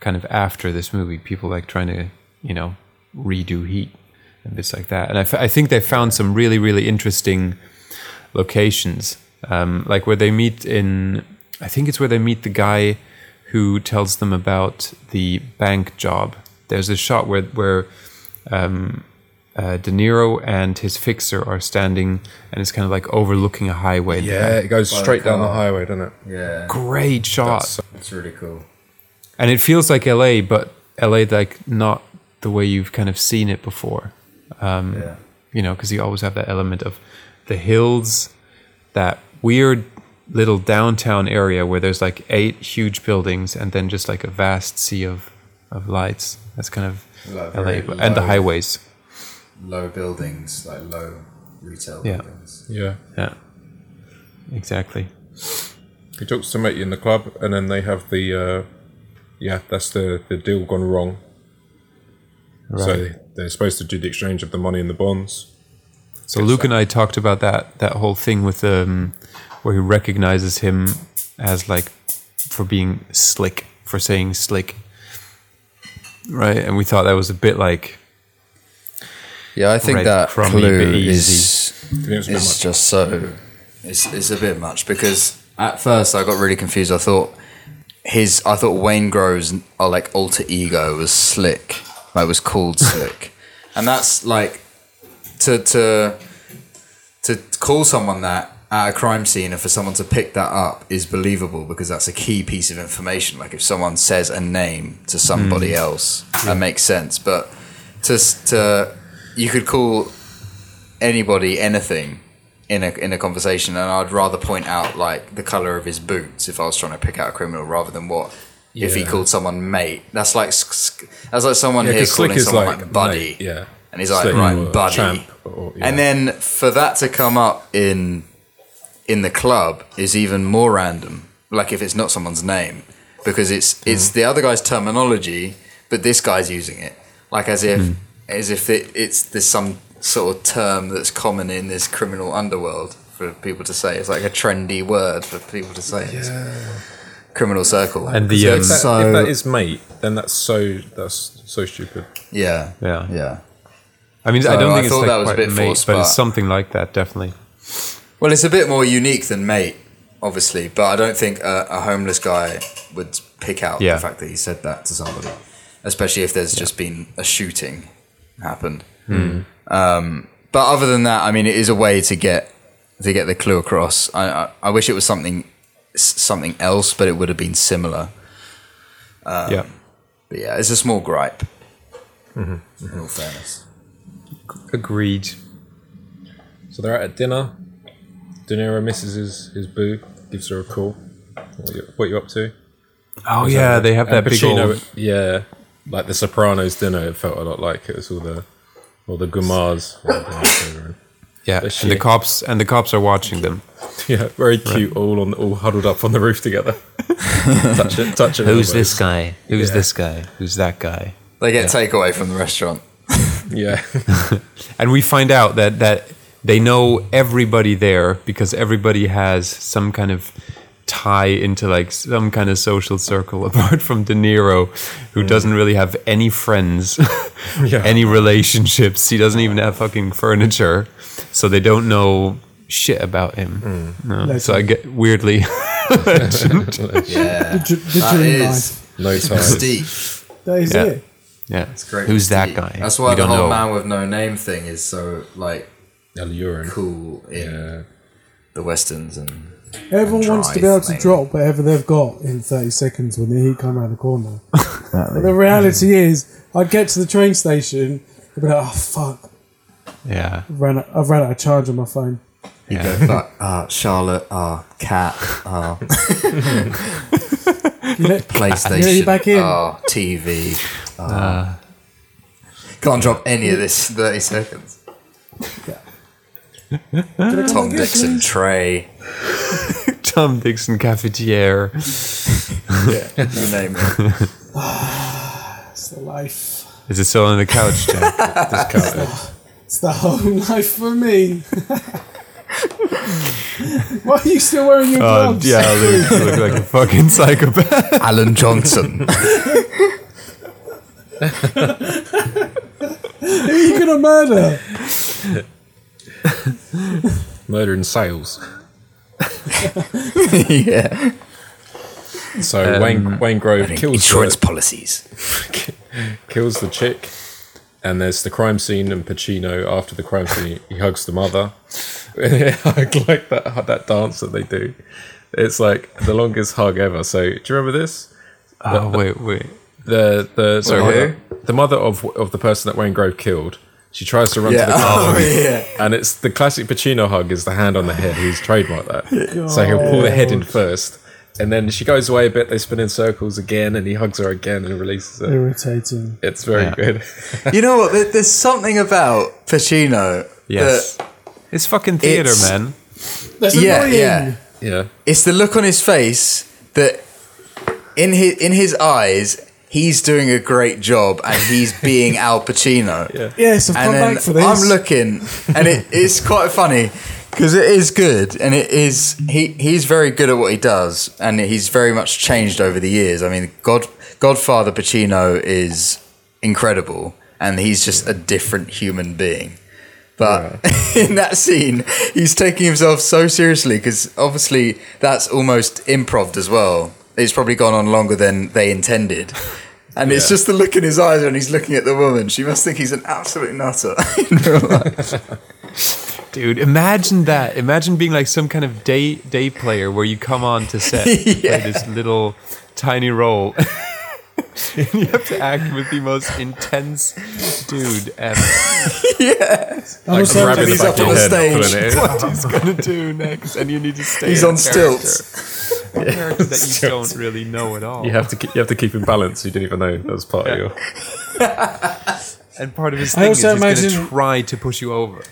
[SPEAKER 10] kind of after this movie. People like trying to, you know, redo heat and bits like that. And I, f- I think they found some really, really interesting locations, um, like where they meet in. I think it's where they meet the guy who tells them about the bank job. There's a shot where where um, uh, De Niro and his fixer are standing, and it's kind of like overlooking a highway.
[SPEAKER 8] Yeah, it goes straight down the highway, doesn't it?
[SPEAKER 5] Yeah.
[SPEAKER 10] Great shot.
[SPEAKER 5] That's, that's really cool.
[SPEAKER 10] and it feels like LA, but LA like not the way you've kind of seen it before. Um,
[SPEAKER 5] Yeah.
[SPEAKER 10] You know, because you always have that element of the hills, that weird little downtown area where there's like eight huge buildings and then just like a vast sea of of lights. That's kind of
[SPEAKER 5] Like
[SPEAKER 10] LA,
[SPEAKER 5] very
[SPEAKER 10] but, and the
[SPEAKER 5] low-
[SPEAKER 10] highways.
[SPEAKER 5] Low buildings, like low retail
[SPEAKER 10] Yeah.
[SPEAKER 5] buildings.
[SPEAKER 8] Yeah.
[SPEAKER 10] Yeah. Exactly.
[SPEAKER 8] He talks to Matey in the club, and then they have the uh, yeah, that's the the deal gone wrong. So
[SPEAKER 10] Right.
[SPEAKER 8] they're supposed to do the exchange of the money and the bonds.
[SPEAKER 10] So Luke and I talked about that that whole thing with um, where he recognizes him as like for being slick, for saying slick, right? And we thought that was a bit like
[SPEAKER 7] Yeah, I think
[SPEAKER 10] Red
[SPEAKER 7] that
[SPEAKER 10] crummy,
[SPEAKER 7] clue
[SPEAKER 10] but
[SPEAKER 7] is,
[SPEAKER 10] easy.
[SPEAKER 7] is just so. It's, it's a bit much because at first I got really confused. I thought his, I thought Wayne Grove's uh, like alter ego was Slick, like was called Slick, and that's like to to to call someone that at a crime scene and for someone to pick that up is believable because that's a key piece of information. Like if someone says a name to somebody
[SPEAKER 5] Mm.
[SPEAKER 7] else, that makes sense. But to s- to you could call anybody anything in a in a conversation, and I'd rather point out like the color of his boots if I was trying to pick out a criminal rather than what. If he
[SPEAKER 8] Yeah.
[SPEAKER 7] called someone mate, that's like s- s- that's like someone
[SPEAKER 8] Yeah,
[SPEAKER 7] here
[SPEAKER 8] 'cause Slick
[SPEAKER 7] calling
[SPEAKER 8] is
[SPEAKER 7] someone
[SPEAKER 8] like
[SPEAKER 7] like, buddy,
[SPEAKER 8] mate, yeah.
[SPEAKER 7] and he's like
[SPEAKER 8] Slick or
[SPEAKER 7] right buddy,
[SPEAKER 8] champ or- yeah.
[SPEAKER 7] and then for that to come up in in the club is even more random. Like if it's not someone's name, because it's it's
[SPEAKER 8] Mm-hmm.
[SPEAKER 7] the other guy's terminology, but this guy's using it like as if
[SPEAKER 8] Mm.
[SPEAKER 7] as if it, it's there's some sort of term that's common in this criminal underworld for people to say. It's like a trendy word for people to say. It's criminal circle.
[SPEAKER 8] So
[SPEAKER 7] So
[SPEAKER 8] um, if,
[SPEAKER 7] it's
[SPEAKER 8] that,
[SPEAKER 7] so-
[SPEAKER 8] if that is mate, then that's so that's so stupid.
[SPEAKER 7] yeah.
[SPEAKER 10] yeah
[SPEAKER 7] yeah.
[SPEAKER 10] I mean, I
[SPEAKER 7] So
[SPEAKER 10] don't think
[SPEAKER 7] I
[SPEAKER 10] it's
[SPEAKER 7] thought
[SPEAKER 10] like
[SPEAKER 7] that was a
[SPEAKER 10] quite
[SPEAKER 7] bit
[SPEAKER 10] mate,
[SPEAKER 7] forced,
[SPEAKER 10] but, it's
[SPEAKER 7] but-
[SPEAKER 10] something like that definitely.
[SPEAKER 7] Well, it's a bit more unique than mate, obviously, but I don't think a, a homeless guy would pick out
[SPEAKER 10] Yeah.
[SPEAKER 7] the fact that he said that to somebody, especially if there's just been a shooting happened.
[SPEAKER 9] Hmm.
[SPEAKER 7] Um, but other than that, I mean, it is a way to get to get the clue across. I, I, I wish it was something s- something else, but it would have been similar. Um,
[SPEAKER 10] Yeah.
[SPEAKER 7] but yeah, it's a small gripe.
[SPEAKER 8] Mhm,
[SPEAKER 13] in all fairness.
[SPEAKER 8] Agreed. So they're out at dinner. De Niro misses his, his boo, gives her a call. What you, what you up to?
[SPEAKER 10] Oh,
[SPEAKER 8] Was
[SPEAKER 10] yeah, they have
[SPEAKER 8] and
[SPEAKER 10] that big
[SPEAKER 8] Pacino-
[SPEAKER 10] old-
[SPEAKER 8] Yeah, like the Sopranos dinner. It felt a lot like it was all the all the Gumars.
[SPEAKER 10] Yeah,
[SPEAKER 8] But
[SPEAKER 10] and the
[SPEAKER 8] shit.
[SPEAKER 10] cops and the cops are watching them.
[SPEAKER 8] *laughs* yeah, very cute. All on all huddled up on the roof
[SPEAKER 10] *laughs*
[SPEAKER 8] together. touch it, touch it.
[SPEAKER 14] Who's this guy? Who's this guy?
[SPEAKER 10] Who's that guy?
[SPEAKER 7] They get takeaway from the restaurant.
[SPEAKER 10] *laughs*
[SPEAKER 8] yeah.
[SPEAKER 10] and we find out that that they know everybody there because everybody has some kind of tie into like some kind of social circle *laughs* apart from De Niro who doesn't really have any
[SPEAKER 7] *laughs*
[SPEAKER 10] friends
[SPEAKER 8] Yeah.
[SPEAKER 10] any relationships he doesn't even have fucking furniture so they don't know shit about him
[SPEAKER 7] Hmm.
[SPEAKER 10] no. so I get weirdly *laughs*
[SPEAKER 7] Yeah.
[SPEAKER 6] The dr- the That dream is life.
[SPEAKER 8] no
[SPEAKER 6] That is
[SPEAKER 10] Yeah.
[SPEAKER 6] it.
[SPEAKER 10] Yeah.
[SPEAKER 7] It's great.
[SPEAKER 10] Who's
[SPEAKER 7] to
[SPEAKER 10] that
[SPEAKER 7] see.
[SPEAKER 10] guy?
[SPEAKER 7] That's
[SPEAKER 10] We
[SPEAKER 7] why the
[SPEAKER 10] don't
[SPEAKER 7] whole
[SPEAKER 10] know.
[SPEAKER 7] man with no name thing is so like
[SPEAKER 8] alluring,
[SPEAKER 7] cool in the westerns and
[SPEAKER 6] Everyone
[SPEAKER 7] and
[SPEAKER 6] wants to be
[SPEAKER 7] drive
[SPEAKER 6] able to
[SPEAKER 7] mainly.
[SPEAKER 6] drop whatever they've got in 30 seconds when the heat come around the corner. but the
[SPEAKER 13] league.
[SPEAKER 6] reality is, I'd get to the train station and be like, oh, fuck.
[SPEAKER 10] Yeah. *laughs*
[SPEAKER 6] I've ran out, I've ran out of charge on my phone.
[SPEAKER 7] You go, fuck, ah, Charlotte, ah, cat, ah,
[SPEAKER 6] You let-
[SPEAKER 7] PlayStation,
[SPEAKER 6] you let you back in.
[SPEAKER 7] ah, TV. ah. Can't drop any of this 30 seconds. Tom Dixon, Trey.
[SPEAKER 10] Tom Dixon cafetiere
[SPEAKER 7] Yeah, you name it.
[SPEAKER 6] *laughs* That's the life.
[SPEAKER 10] is it still on the
[SPEAKER 7] *laughs*
[SPEAKER 10] couch Jack?
[SPEAKER 6] It's the whole *laughs* life for me. *laughs* Why are you still wearing your
[SPEAKER 10] Oh,
[SPEAKER 6] gloves?
[SPEAKER 10] yeah, I look, I look like a fucking psychopath.
[SPEAKER 7] Alan Johnson.
[SPEAKER 6] Who are you gonna murder?
[SPEAKER 8] Murder in sales.
[SPEAKER 7] *laughs* yeah.
[SPEAKER 8] So
[SPEAKER 10] Um,
[SPEAKER 8] Wayne Wayne Grove
[SPEAKER 7] and
[SPEAKER 8] kills
[SPEAKER 7] insurance
[SPEAKER 8] the,
[SPEAKER 7] policies.
[SPEAKER 8] kills the chick, and there's the crime scene. And Pacino, after the crime scene, he hugs the mother. *laughs* I like that that dance that they do. It's like the longest hug ever. So do you remember this?
[SPEAKER 10] *laughs* Oh, wait, wait.
[SPEAKER 8] The the sorry,
[SPEAKER 10] Wait,
[SPEAKER 8] mother- the mother of of the person that Wayne Grove killed. She tries to run
[SPEAKER 7] Yeah. *laughs*
[SPEAKER 8] to the car,
[SPEAKER 7] Oh, yeah.
[SPEAKER 8] and it's the classic Pacino hug is the hand on the head. He's trademarked that, so he'll pull the head
[SPEAKER 7] Oh,
[SPEAKER 8] in first, and then she goes away a bit. They spin in circles again, and he hugs her again and releases her.
[SPEAKER 6] *laughs* Irritating.
[SPEAKER 8] It's very
[SPEAKER 10] Yeah.
[SPEAKER 8] good. *laughs*
[SPEAKER 7] you know what? There- There's something about Pacino.
[SPEAKER 10] Yes.
[SPEAKER 7] that
[SPEAKER 10] It's fucking theater,
[SPEAKER 7] it's-
[SPEAKER 10] man.
[SPEAKER 6] That's
[SPEAKER 7] yeah,
[SPEAKER 6] annoying.
[SPEAKER 7] yeah,
[SPEAKER 8] yeah.
[SPEAKER 7] It's the look on his face that in his in his eyes he's doing a great job and he's
[SPEAKER 6] *laughs*
[SPEAKER 7] being Al Pacino.
[SPEAKER 6] Yes, I've
[SPEAKER 7] and
[SPEAKER 6] come
[SPEAKER 7] then
[SPEAKER 6] back for this.
[SPEAKER 7] I'm looking, and it, it's quite funny because it is good, and it is he he's very good at what he does, and he's very much changed over the years. I mean, God Godfather Pacino is incredible, and he's just a different human being. But *laughs* in that scene, he's taking himself so seriously because obviously that's almost improv as well. It's probably gone on longer than they
[SPEAKER 10] *laughs*
[SPEAKER 7] intended. And it's
[SPEAKER 8] Yeah.
[SPEAKER 7] just the look in his eyes when he's looking at the woman. She must think he's an absolute nutter. *laughs*
[SPEAKER 10] Dude, imagine that. Imagine being like some kind of day day player where you come on to set to
[SPEAKER 7] Yeah.
[SPEAKER 10] play this little tiny role. *laughs* and you have to act with the most intense dude ever.
[SPEAKER 7] yeah.
[SPEAKER 10] Like
[SPEAKER 7] Also,
[SPEAKER 10] grabbing the
[SPEAKER 7] he's
[SPEAKER 10] back
[SPEAKER 7] up
[SPEAKER 10] of
[SPEAKER 7] on
[SPEAKER 10] your
[SPEAKER 7] a
[SPEAKER 10] head and
[SPEAKER 7] stage.
[SPEAKER 10] pulling it
[SPEAKER 7] *laughs*
[SPEAKER 10] in. What he's gonna do next, and you need to stay.
[SPEAKER 7] He's
[SPEAKER 10] in
[SPEAKER 7] on stilts.
[SPEAKER 10] character. A character that you don't really know at all.
[SPEAKER 8] You have to keep, you have to keep in balance. You didn't even know that was part of your.
[SPEAKER 10] *laughs* and part of his
[SPEAKER 6] I
[SPEAKER 10] thing is he's
[SPEAKER 6] also
[SPEAKER 10] gonna
[SPEAKER 6] imagine-
[SPEAKER 10] try to push you over.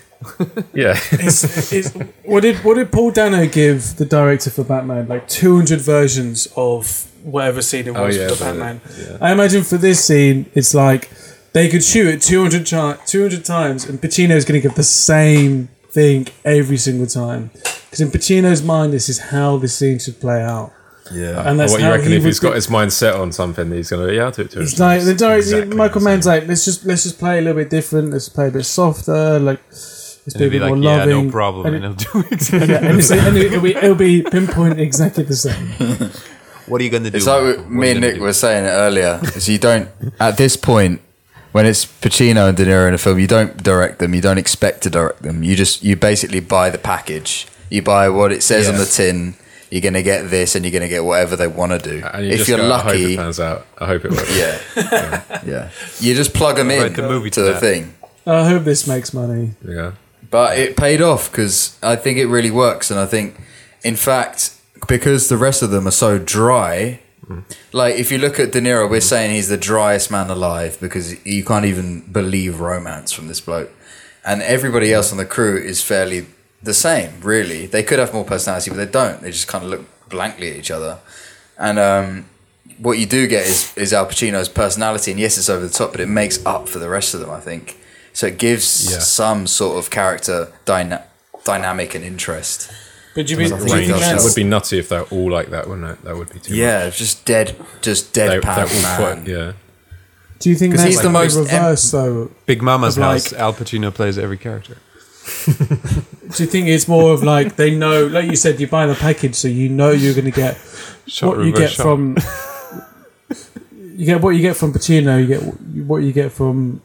[SPEAKER 8] Yeah.
[SPEAKER 6] it's, it's, what did what did Paul Dano give the director for Batman? Like two hundred versions of whatever scene it
[SPEAKER 15] Oh,
[SPEAKER 6] was
[SPEAKER 15] yeah,
[SPEAKER 6] for
[SPEAKER 15] the-
[SPEAKER 6] Batman.
[SPEAKER 15] yeah.
[SPEAKER 6] I imagine for this scene, it's like they could shoot it 200, chi- 200 times, and Pacino's going to give the same thing every single time. Because in Pacino's mind, this is how this scene should play out.
[SPEAKER 8] Yeah.
[SPEAKER 6] And that's
[SPEAKER 8] what you
[SPEAKER 6] how
[SPEAKER 8] reckon
[SPEAKER 6] he
[SPEAKER 8] if
[SPEAKER 6] would
[SPEAKER 8] he's got
[SPEAKER 6] be-
[SPEAKER 8] his mind set on something, he's gonna yeah, I'll do it to
[SPEAKER 6] It's
[SPEAKER 8] him.
[SPEAKER 6] like the director,
[SPEAKER 8] exactly
[SPEAKER 6] Michael Mann's like, let's just let's just play a little bit different. Let's play a bit softer. Like, let's
[SPEAKER 10] And
[SPEAKER 6] be a
[SPEAKER 10] he'll be
[SPEAKER 6] bit more
[SPEAKER 10] like, "Yeah, no
[SPEAKER 6] loving.
[SPEAKER 10] problem,"
[SPEAKER 6] And,
[SPEAKER 10] and he'll do
[SPEAKER 6] it. and, yeah, and it's- and it'll, be, it'll be pinpoint exactly the same.
[SPEAKER 10] What are you gonna do?
[SPEAKER 7] It's like we- me and Nick were saying it earlier. Is you don't *laughs* at this point when it's Pacino and De Niro in a film, you don't direct them. You don't expect to direct them. You just you basically buy the package. You buy what it says on
[SPEAKER 13] Yeah.
[SPEAKER 7] the tin. You're gonna get this, and you're gonna get whatever they want to do.
[SPEAKER 8] And you
[SPEAKER 7] if
[SPEAKER 8] just
[SPEAKER 7] you're
[SPEAKER 8] go, I hope
[SPEAKER 7] lucky,
[SPEAKER 8] it pans out. I hope it works.
[SPEAKER 7] yeah, yeah, you just plug them in
[SPEAKER 8] Right, the movie
[SPEAKER 7] to
[SPEAKER 8] did
[SPEAKER 7] the
[SPEAKER 8] that.
[SPEAKER 7] thing.
[SPEAKER 12] I hope this makes money.
[SPEAKER 8] Yeah.
[SPEAKER 7] But it paid off because I think it really works. And I think, in fact, because the rest of them are so dry, like if you look at De Niro, we're saying he's the driest man alive because you can't even believe romance from this bloke. And everybody else on the crew is fairly the same, really. They could have more personality, but they don't. They just kind of look blankly at each other. And um, what you do get is, is Al Pacino's personality. And yes, it's over the top, but it makes up for the rest of them, I think. So it gives
[SPEAKER 8] Yeah.
[SPEAKER 7] some sort of character dyna- dynamic and interest.
[SPEAKER 6] But do you mean-
[SPEAKER 7] Because
[SPEAKER 6] do
[SPEAKER 7] I
[SPEAKER 6] you
[SPEAKER 7] think it
[SPEAKER 6] think
[SPEAKER 7] does
[SPEAKER 8] That
[SPEAKER 7] help.
[SPEAKER 8] would be nutty if they're all like that, wouldn't it? That would be too
[SPEAKER 7] Yeah, it's just dead, just
[SPEAKER 8] They-
[SPEAKER 7] dead
[SPEAKER 8] they're all
[SPEAKER 7] man.
[SPEAKER 8] quite- yeah.
[SPEAKER 12] Do you think
[SPEAKER 7] 'Cause
[SPEAKER 12] that's
[SPEAKER 7] he's the most
[SPEAKER 12] reverse though?
[SPEAKER 10] Big Mama's
[SPEAKER 12] of like-
[SPEAKER 10] house. Al Pacino plays every character.
[SPEAKER 6] Do you think it's more of like they know, like you said, you're buying a package, so you know you're going to get
[SPEAKER 10] Shot,
[SPEAKER 6] what you get
[SPEAKER 10] reverse shot.
[SPEAKER 6] from *laughs* you get what you get from Pacino, you get wh- what you get from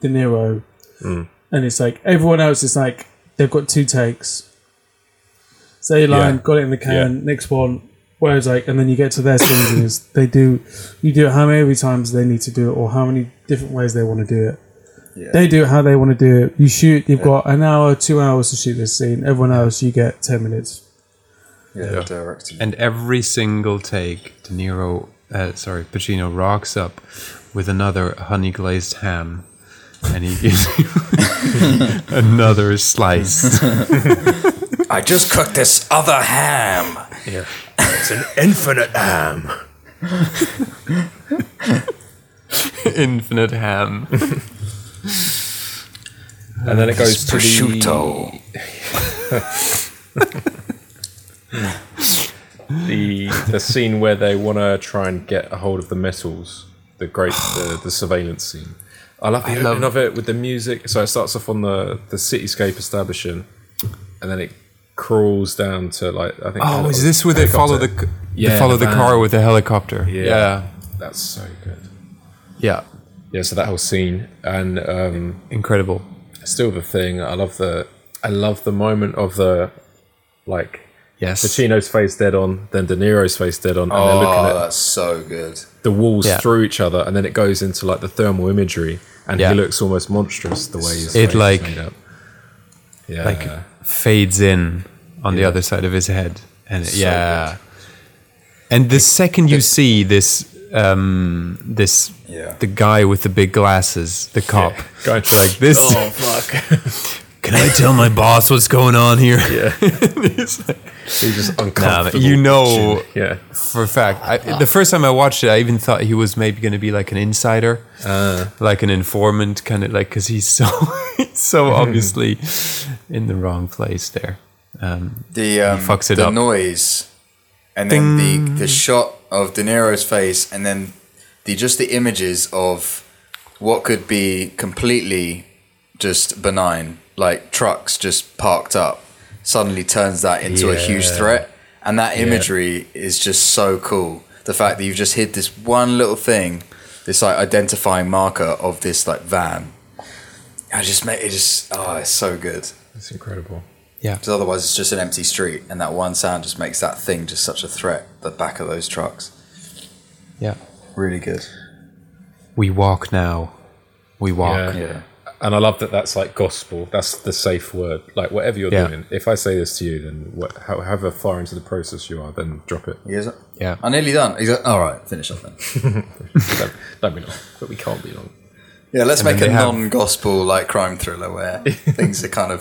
[SPEAKER 6] De Niro,
[SPEAKER 8] Mm.
[SPEAKER 6] and it's like everyone else is like they've got two takes. Say
[SPEAKER 8] Yeah.
[SPEAKER 6] line, got it in the can, next one. Whereas like, and then you get to their scenes and it's, they do, you do it how many times they need to do it, or how many different ways they want to do it. They do it how they want to do it. You shoot, you've got an hour, two hours to shoot this scene. Everyone else, you get 10 minutes.
[SPEAKER 7] Yeah,
[SPEAKER 10] Yeah.
[SPEAKER 7] directed.
[SPEAKER 10] And every single take, De Niro, uh, sorry, Pacino rocks up with another honey glazed ham, and he gives *laughs* you another slice.
[SPEAKER 7] I just cooked this other ham. *laughs*
[SPEAKER 8] Yeah. It's an infinite ham.
[SPEAKER 10] *laughs* Infinite ham.
[SPEAKER 8] And then it goes to the-
[SPEAKER 7] prosciutto.
[SPEAKER 8] the the scene where they want to try and get a hold of the metals, the great the,
[SPEAKER 10] *sighs*
[SPEAKER 8] the surveillance scene. I love the
[SPEAKER 10] I
[SPEAKER 8] opening of
[SPEAKER 10] love-
[SPEAKER 8] it with the music. So it starts off on the the cityscape establishing, and then it crawls down to like I think.
[SPEAKER 10] Oh, is this where they follow the c- they follow the
[SPEAKER 8] van.
[SPEAKER 10] car with the helicopter?
[SPEAKER 8] Yeah,
[SPEAKER 10] Yeah.
[SPEAKER 8] that's so good.
[SPEAKER 10] Yeah.
[SPEAKER 8] Yeah, so that whole scene and um,
[SPEAKER 10] incredible.
[SPEAKER 8] Still the thing. I love the I love the moment of the like
[SPEAKER 10] yes
[SPEAKER 8] Pacino's face dead on, then De Niro's face dead on, and
[SPEAKER 7] Oh,
[SPEAKER 8] they're looking at
[SPEAKER 7] that's so good.
[SPEAKER 8] the walls
[SPEAKER 10] Yeah.
[SPEAKER 8] through each other, and then it goes into like the thermal imagery, and
[SPEAKER 10] Yeah.
[SPEAKER 8] he looks almost monstrous the way his face
[SPEAKER 10] it
[SPEAKER 8] is
[SPEAKER 10] like
[SPEAKER 8] made up. Yeah.
[SPEAKER 10] like fades in on the other side of his head and it-
[SPEAKER 8] So
[SPEAKER 10] yeah and the second you see this um this the guy with the big glasses the
[SPEAKER 8] *laughs*
[SPEAKER 10] cop
[SPEAKER 8] going
[SPEAKER 10] like this
[SPEAKER 8] Oh, fuck.
[SPEAKER 10] *laughs* can i tell my boss what's going on here
[SPEAKER 8] yeah
[SPEAKER 10] *laughs* it's like,
[SPEAKER 8] he's just
[SPEAKER 10] Nah, but
[SPEAKER 8] uncomfortable.
[SPEAKER 10] you know
[SPEAKER 8] yeah
[SPEAKER 10] for a fact I, the first time i watched it i even thought he was maybe going to be like an insider
[SPEAKER 8] Ah,
[SPEAKER 10] like an informant kind of like because he's so *laughs*
[SPEAKER 8] *laughs*
[SPEAKER 10] so obviously in the wrong place there um,
[SPEAKER 7] The um,
[SPEAKER 10] he fucks it
[SPEAKER 7] the
[SPEAKER 10] up
[SPEAKER 7] noise, and then the the shot of De Niro's face, and then the just the images of what could be completely just benign, like trucks just parked up, suddenly turns that into a huge
[SPEAKER 8] Yeah.
[SPEAKER 7] threat, and that
[SPEAKER 8] Yeah.
[SPEAKER 7] imagery is just so cool. The fact that you've just hid this one little thing, this like identifying marker of this like van. I just made it just oh, it's so good.
[SPEAKER 8] It's incredible.
[SPEAKER 10] Yeah.
[SPEAKER 7] Because otherwise it's just an empty street, and that one sound just makes that thing just such a threat. The back of those trucks.
[SPEAKER 10] Yeah.
[SPEAKER 7] Really good.
[SPEAKER 10] we walk now we walk
[SPEAKER 8] Yeah. And I love that that's like gospel. That's the safe word. Like whatever you're
[SPEAKER 10] Yeah.
[SPEAKER 8] doing, if I say this to you, then what, how- however far into the process you are, then drop it.
[SPEAKER 7] Yes.
[SPEAKER 10] Yeah.
[SPEAKER 7] I'm nearly done. He's like, all right, finish up then.
[SPEAKER 8] don't, don't be long, but we can't be long.
[SPEAKER 7] Yeah, let's
[SPEAKER 8] And then
[SPEAKER 7] make a
[SPEAKER 8] they have-
[SPEAKER 7] non-gospel like crime thriller where things are kind of.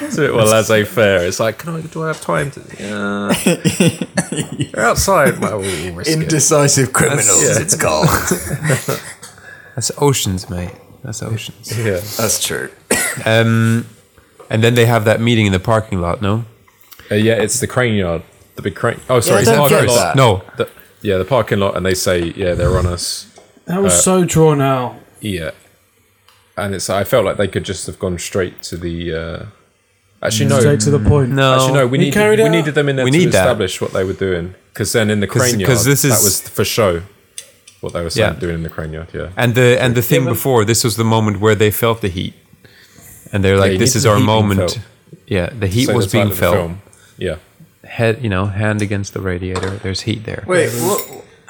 [SPEAKER 8] It's a bit well laissez faire. It's like, can I? Do I have time to? Yeah. You're outside. Well, we'll risk it.
[SPEAKER 7] Indecisive criminals, it's called.
[SPEAKER 10] that's oceans mate that's oceans
[SPEAKER 8] *laughs* yeah
[SPEAKER 7] *laughs* that's true
[SPEAKER 10] um and then they have that meeting in the parking lot no
[SPEAKER 8] Uh, yeah, it's the crane yard, the big crane. Oh,
[SPEAKER 10] Yeah,
[SPEAKER 8] sorry,
[SPEAKER 10] I
[SPEAKER 8] the
[SPEAKER 10] don't
[SPEAKER 8] parking
[SPEAKER 10] get
[SPEAKER 8] lot.
[SPEAKER 10] that. No.
[SPEAKER 8] the, yeah, the parking lot, and they say, yeah, they're on us.
[SPEAKER 6] That was
[SPEAKER 8] Uh,
[SPEAKER 6] so drawn out.
[SPEAKER 8] Yeah, and it's. I felt like they could just have gone straight to the. Uh, actually, no,
[SPEAKER 6] Straight to the point.
[SPEAKER 10] No.
[SPEAKER 8] actually, no. We
[SPEAKER 10] He
[SPEAKER 8] needed
[SPEAKER 10] carried
[SPEAKER 8] we
[SPEAKER 10] out-
[SPEAKER 8] needed them in there
[SPEAKER 10] We
[SPEAKER 8] to
[SPEAKER 10] need that.
[SPEAKER 8] establish what they were doing, because then in the
[SPEAKER 10] 'Cause-
[SPEAKER 8] crane yard,
[SPEAKER 10] 'cause this
[SPEAKER 8] that
[SPEAKER 10] is-
[SPEAKER 8] was for show. What they were saying,
[SPEAKER 10] Yeah.
[SPEAKER 8] doing in the crane yard, yeah.
[SPEAKER 10] and the and the thing
[SPEAKER 8] Yeah, but-
[SPEAKER 10] before this was the moment where they felt the heat and they're
[SPEAKER 8] Yeah,
[SPEAKER 10] like
[SPEAKER 8] you
[SPEAKER 10] this
[SPEAKER 8] need
[SPEAKER 10] is
[SPEAKER 8] the
[SPEAKER 10] our
[SPEAKER 8] heat being
[SPEAKER 10] moment
[SPEAKER 8] felt.
[SPEAKER 10] yeah the heat
[SPEAKER 8] Say
[SPEAKER 10] was
[SPEAKER 8] the title
[SPEAKER 10] being
[SPEAKER 8] of the
[SPEAKER 10] felt
[SPEAKER 8] film. Yeah,
[SPEAKER 10] head, you know, hand against the radiator. There's heat there.
[SPEAKER 7] Wait, what,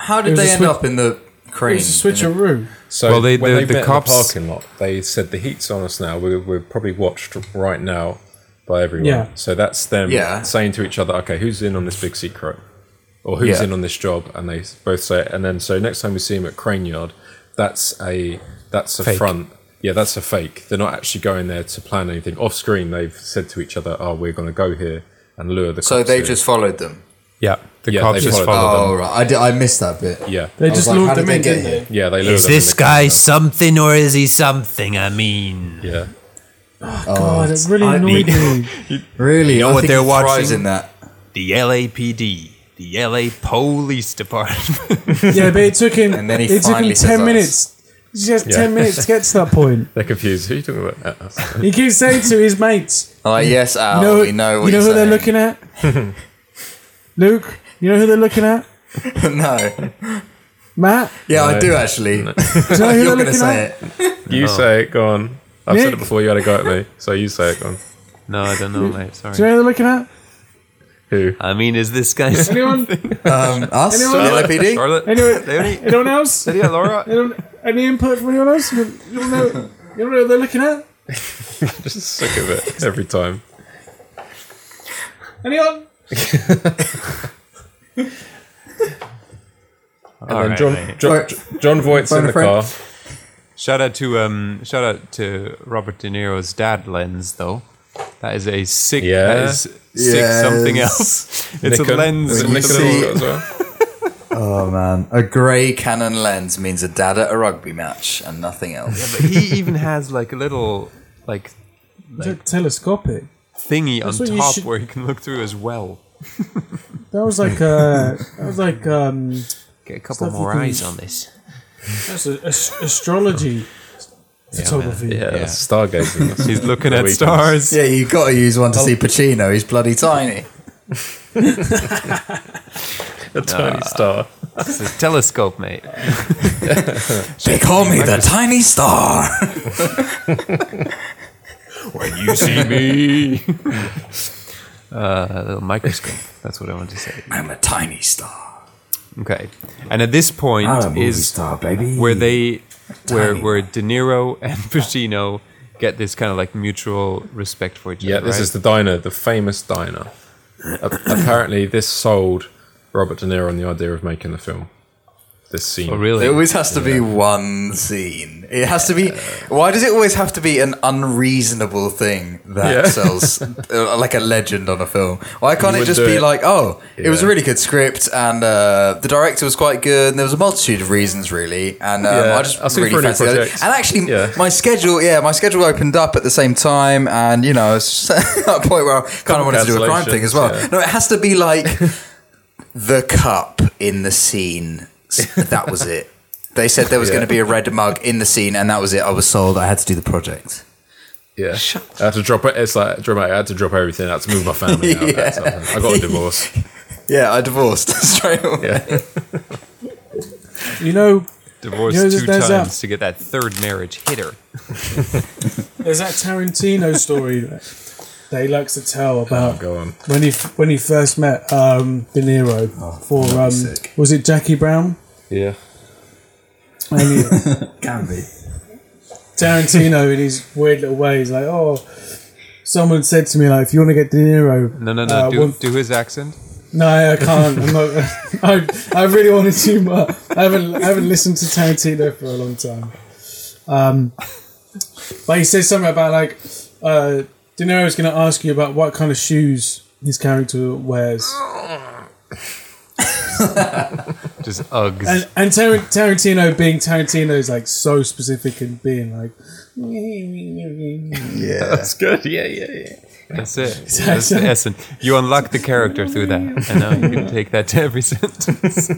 [SPEAKER 7] how did
[SPEAKER 10] It was
[SPEAKER 7] they
[SPEAKER 10] a
[SPEAKER 7] end
[SPEAKER 10] swi-
[SPEAKER 7] up in the crane? In the-
[SPEAKER 8] So
[SPEAKER 10] Well, they-
[SPEAKER 8] when
[SPEAKER 10] the-
[SPEAKER 8] they
[SPEAKER 10] the
[SPEAKER 8] met in
[SPEAKER 10] cops-
[SPEAKER 8] the parking lot, they said the heat's on us now. We're, we're probably watched right now by everyone.
[SPEAKER 6] Yeah.
[SPEAKER 8] So that's them
[SPEAKER 6] Yeah.
[SPEAKER 8] saying to each other, okay, who's in on this big secret? Or who's
[SPEAKER 6] Yeah.
[SPEAKER 8] in on this job? And they both say it. And then so next time we see him at Crane Yard, that's a that's a
[SPEAKER 10] Fake.
[SPEAKER 8] front. Yeah, that's a fake. They're not actually going there to plan anything. Off screen, they've said to each other, "Oh, we're going to go here and lure the."
[SPEAKER 7] So
[SPEAKER 8] cops
[SPEAKER 7] they
[SPEAKER 8] here."
[SPEAKER 7] just followed them. Um,
[SPEAKER 10] Yeah, the
[SPEAKER 8] Yeah,
[SPEAKER 10] cops
[SPEAKER 8] they
[SPEAKER 10] just
[SPEAKER 8] followed them.
[SPEAKER 7] followed
[SPEAKER 16] Oh, right. I, did, I missed that bit.
[SPEAKER 8] Yeah.
[SPEAKER 6] They
[SPEAKER 16] I was
[SPEAKER 6] just
[SPEAKER 16] like,
[SPEAKER 6] lured
[SPEAKER 16] how did
[SPEAKER 6] them
[SPEAKER 16] they
[SPEAKER 6] in,
[SPEAKER 16] get
[SPEAKER 6] didn't
[SPEAKER 16] here?
[SPEAKER 8] Yeah, they
[SPEAKER 17] Is this guy something or is he something? I mean,
[SPEAKER 8] yeah.
[SPEAKER 6] God, it really annoyed me.
[SPEAKER 16] Really,
[SPEAKER 17] you know
[SPEAKER 7] I
[SPEAKER 17] what
[SPEAKER 7] think
[SPEAKER 17] they're
[SPEAKER 7] he thrives
[SPEAKER 17] watching?
[SPEAKER 7] in that.
[SPEAKER 17] The LAPD, the LA Police Department.
[SPEAKER 6] Yeah, but it took him.
[SPEAKER 17] And then he
[SPEAKER 6] it took him
[SPEAKER 17] finally says
[SPEAKER 6] ten
[SPEAKER 17] us.
[SPEAKER 6] minutes. Just
[SPEAKER 17] Yeah.
[SPEAKER 6] ten minutes to get to that point.
[SPEAKER 8] They're confused. Who are you talking about? At us.
[SPEAKER 6] He keeps saying to his mates,
[SPEAKER 7] Oh, yes, Al,
[SPEAKER 6] "You know,
[SPEAKER 7] we know what
[SPEAKER 6] you know who
[SPEAKER 7] you're
[SPEAKER 6] they're looking at, Luke. You know who they're looking at,
[SPEAKER 7] *laughs* no.
[SPEAKER 6] Matt.
[SPEAKER 7] Yeah, I
[SPEAKER 8] No.
[SPEAKER 7] do
[SPEAKER 6] Do
[SPEAKER 7] actually. *laughs*
[SPEAKER 6] you know who
[SPEAKER 7] You're
[SPEAKER 6] they're
[SPEAKER 7] going to
[SPEAKER 6] looking
[SPEAKER 7] say
[SPEAKER 6] at?
[SPEAKER 7] it.
[SPEAKER 8] You
[SPEAKER 10] No.
[SPEAKER 8] say it, go on. I've said it
[SPEAKER 6] Nick?
[SPEAKER 8] before, you had a go at me, so you say it, go on.
[SPEAKER 10] No, I don't know, mate.
[SPEAKER 17] *laughs*
[SPEAKER 6] Do you know
[SPEAKER 10] Sorry.
[SPEAKER 6] who they're looking at?
[SPEAKER 8] Who?
[SPEAKER 17] I mean, is this guy
[SPEAKER 10] *laughs*
[SPEAKER 6] Anyone?
[SPEAKER 7] Um, us?
[SPEAKER 6] Anyone?
[SPEAKER 7] The LAPD?
[SPEAKER 10] Charlotte?
[SPEAKER 6] Anyone,
[SPEAKER 10] Leonie? *laughs*
[SPEAKER 6] anyone else?
[SPEAKER 10] Lydia, *laughs* Laura?
[SPEAKER 6] Anyone, any input from anyone else? You don't- you don't know, you don't know who they're looking at?
[SPEAKER 8] Just sick of it every time.
[SPEAKER 6] Anyone?
[SPEAKER 8] And
[SPEAKER 10] All
[SPEAKER 8] then
[SPEAKER 10] right,
[SPEAKER 8] John,
[SPEAKER 10] mate.
[SPEAKER 8] John, John Voight's in the car.
[SPEAKER 10] Shout out to um, shout out to Robert De Niro's dad lens though. That is a sick. That
[SPEAKER 8] Yeah.
[SPEAKER 10] is sick something else. *laughs* It's a
[SPEAKER 8] Nikon.
[SPEAKER 10] lens.
[SPEAKER 8] Is it
[SPEAKER 10] with
[SPEAKER 8] Nikon
[SPEAKER 10] a
[SPEAKER 8] as
[SPEAKER 10] little-
[SPEAKER 8] well? as well?
[SPEAKER 10] *laughs*
[SPEAKER 7] Oh man, a grey Canon lens means a dad at a rugby match and nothing
[SPEAKER 10] Yeah,
[SPEAKER 7] else.
[SPEAKER 10] but he even has like a little like like
[SPEAKER 6] telescopic.
[SPEAKER 10] thingy
[SPEAKER 6] That's
[SPEAKER 10] on
[SPEAKER 6] what you
[SPEAKER 10] top
[SPEAKER 6] should-
[SPEAKER 10] where he can look through as well.
[SPEAKER 6] That was like uh, that was like um,
[SPEAKER 17] Get a couple
[SPEAKER 6] stuff you
[SPEAKER 17] more
[SPEAKER 6] can-
[SPEAKER 17] eyes on this.
[SPEAKER 6] That's a, as- astrology photography.
[SPEAKER 8] that's stargazing.
[SPEAKER 10] *laughs* He's looking
[SPEAKER 8] The
[SPEAKER 10] at
[SPEAKER 8] weekends.
[SPEAKER 10] stars.
[SPEAKER 7] Yeah, you got to use one to see Pacino. He's bloody tiny.
[SPEAKER 8] A tiny star.
[SPEAKER 10] It's a telescope, mate.
[SPEAKER 7] They call me the tiny star.
[SPEAKER 10] when you see me. uh, a little microscope. That's what I want to say.
[SPEAKER 7] I'm a tiny star.
[SPEAKER 10] Okay, and at this point
[SPEAKER 7] I'm a movie
[SPEAKER 10] is
[SPEAKER 7] star, baby.
[SPEAKER 10] where they, where
[SPEAKER 7] Tiny
[SPEAKER 10] where De Niro and *laughs* Pacino get this kind of like mutual respect for each other.
[SPEAKER 8] Yeah, this
[SPEAKER 10] right?
[SPEAKER 8] is the diner, the famous diner. A- apparently, this sold Robert De Niro on the idea of making the film. This scene.
[SPEAKER 10] Oh, really?
[SPEAKER 7] It always has to be one scene. It has to be. Why does it always have to be an unreasonable thing that
[SPEAKER 8] Yeah. *laughs*
[SPEAKER 7] sells uh, like a legend on a film? Why can't
[SPEAKER 8] You
[SPEAKER 7] it just
[SPEAKER 8] wouldn't
[SPEAKER 7] be
[SPEAKER 8] do it.
[SPEAKER 7] like, oh, it was a
[SPEAKER 8] Yeah.
[SPEAKER 7] really good script and uh, the director was quite good and there was a multitude of reasons really and um,
[SPEAKER 8] Yeah,
[SPEAKER 7] I just
[SPEAKER 8] I was looking
[SPEAKER 7] really
[SPEAKER 8] for a
[SPEAKER 7] fancy
[SPEAKER 8] new
[SPEAKER 7] the
[SPEAKER 8] project.
[SPEAKER 7] And actually,
[SPEAKER 8] Yeah.
[SPEAKER 7] my schedule, yeah, my schedule opened up at the same time and you know, it's *laughs* just at a point where I kind of wanted to do a crime thing as well.
[SPEAKER 8] cancellations,
[SPEAKER 7] No,
[SPEAKER 8] yeah.
[SPEAKER 7] it has to be like
[SPEAKER 8] *laughs*
[SPEAKER 7] the cup in the scene. S- That was it. They said there was
[SPEAKER 8] Yeah.
[SPEAKER 7] going to be a red mug in the scene, and that was it. I was sold. I had to do the project.
[SPEAKER 8] Yeah. I had to drop it. It's like dramatic. I had to drop everything. I had to move my family out. That sort of thing. I got a divorce.
[SPEAKER 7] Yeah, I
[SPEAKER 8] *laughs*
[SPEAKER 7] divorced straight away.
[SPEAKER 6] You know,
[SPEAKER 10] divorced
[SPEAKER 6] You know,
[SPEAKER 10] two
[SPEAKER 6] there's
[SPEAKER 10] times
[SPEAKER 6] that-
[SPEAKER 10] to get that third marriage hitter.
[SPEAKER 6] there's that Tarantino story *laughs* that he likes to tell about
[SPEAKER 8] Go on.
[SPEAKER 6] when he f- when he first met um, De Niro for um, was it Jackie Brown?
[SPEAKER 8] Yeah.
[SPEAKER 6] And he,
[SPEAKER 16] Can be.
[SPEAKER 6] Tarantino in his weird little way, he's like, oh. Someone said to me, like, if you want to get De Niro,
[SPEAKER 10] No, no, no.
[SPEAKER 6] uh,
[SPEAKER 10] do,
[SPEAKER 6] one-
[SPEAKER 10] do his accent.
[SPEAKER 6] No, I can't. I'm not. *laughs* I, I really wanted to, but I haven't. I haven't listened to Tarantino for a long time. Um, but he says something about like uh, De Niro's going to ask you about what kind of shoes his character wears,
[SPEAKER 10] Just Uggs.
[SPEAKER 6] and and Tar- Tarantino being Tarantino is like so specific and being like.
[SPEAKER 7] Yeah.
[SPEAKER 8] good. Yeah, yeah, yeah.
[SPEAKER 10] That's it. That's the essence. You unlock the character through that, and now you can take that to every *laughs* sentence.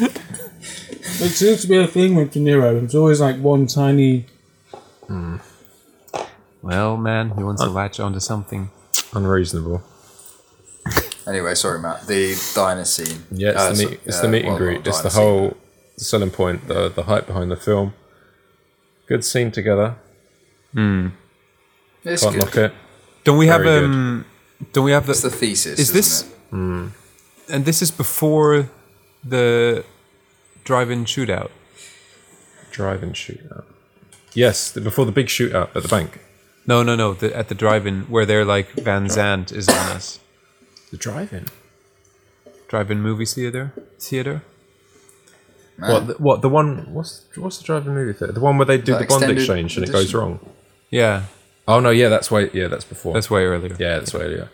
[SPEAKER 6] It seems to be a thing with De Niro. It's always like one tiny.
[SPEAKER 10] Well, man, he wants to latch onto something.
[SPEAKER 8] Unreasonable.
[SPEAKER 7] Anyway, sorry, Matt. The diner scene.
[SPEAKER 8] Yeah, it's
[SPEAKER 7] Uh,
[SPEAKER 8] the
[SPEAKER 7] so-
[SPEAKER 8] meet, it's
[SPEAKER 7] uh,
[SPEAKER 8] the meet and
[SPEAKER 7] well,
[SPEAKER 8] greet.
[SPEAKER 7] not
[SPEAKER 8] It's the
[SPEAKER 7] diner scene.
[SPEAKER 8] whole the selling point, the the hype behind the film. Good scene together.
[SPEAKER 7] It's
[SPEAKER 8] Can't
[SPEAKER 7] good.
[SPEAKER 8] knock it.
[SPEAKER 10] Don't we have
[SPEAKER 8] Very good.
[SPEAKER 10] um? Don't we have the,
[SPEAKER 7] It's the thesis,
[SPEAKER 10] Is this Mm.
[SPEAKER 7] isn't
[SPEAKER 10] and this is before the drive-in shootout?
[SPEAKER 8] Drive-in shootout. Yes, the- before the big shootout at the bank.
[SPEAKER 10] No, no, no. The, at the drive-in where they're like Van Zandt is on us.
[SPEAKER 8] The drive-in.
[SPEAKER 10] Drive-in movie theater. Theater.
[SPEAKER 8] What? The, what the one? What's what's the drive-in movie theater? The one where they do
[SPEAKER 10] That
[SPEAKER 8] the bond
[SPEAKER 10] extended
[SPEAKER 8] exchange and it goes
[SPEAKER 10] edition?
[SPEAKER 8] wrong.
[SPEAKER 10] Yeah.
[SPEAKER 8] Oh no, yeah, that's way yeah, that's before.
[SPEAKER 10] That's way earlier.
[SPEAKER 8] Yeah, that's way earlier.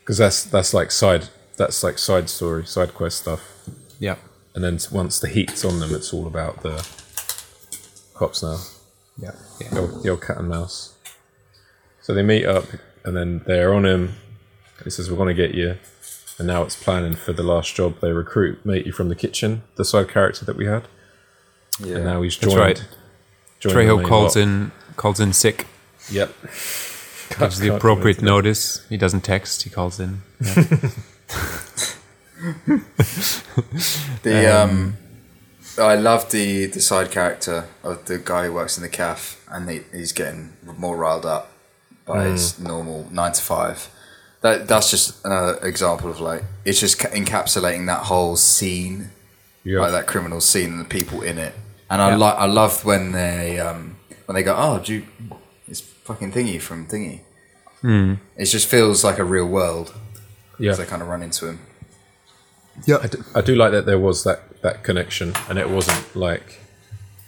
[SPEAKER 8] Because that's that's like side that's like side story, side quest stuff.
[SPEAKER 10] Yeah.
[SPEAKER 8] And then once the heat's on them, it's all about the cops now.
[SPEAKER 10] Yeah. yeah.
[SPEAKER 8] The, old, the old cat and mouse. So they meet up, and then they're on him. He says, "We're gonna get you." And now it's planning for the last job. They recruit matey from the kitchen, the side character that we had.
[SPEAKER 7] Yeah.
[SPEAKER 8] And now he's
[SPEAKER 10] That's
[SPEAKER 8] joined.
[SPEAKER 10] right.
[SPEAKER 8] joined the
[SPEAKER 10] Trejo
[SPEAKER 8] main
[SPEAKER 10] calls
[SPEAKER 8] lot.
[SPEAKER 10] in calls in sick.
[SPEAKER 8] Yep.
[SPEAKER 10] Gives the
[SPEAKER 8] Can't wait
[SPEAKER 10] appropriate
[SPEAKER 8] to-
[SPEAKER 10] notice. He doesn't text. He calls in.
[SPEAKER 7] The um, I love the the side character of the guy who works in the calf, and he, he's getting more riled up by his normal nine to five. That that's just another example of like it's just ca- encapsulating that whole scene, like that criminal scene and the people in it. And I
[SPEAKER 10] Yeah.
[SPEAKER 7] like I love when they um when they go oh do you, it's fucking thingy from thingy.
[SPEAKER 10] Hmm.
[SPEAKER 7] It just feels like a real world.
[SPEAKER 8] Yeah.
[SPEAKER 7] as they kind of run into him. *laughs*
[SPEAKER 8] Yeah, I do, I do like that there was that that connection, and it wasn't like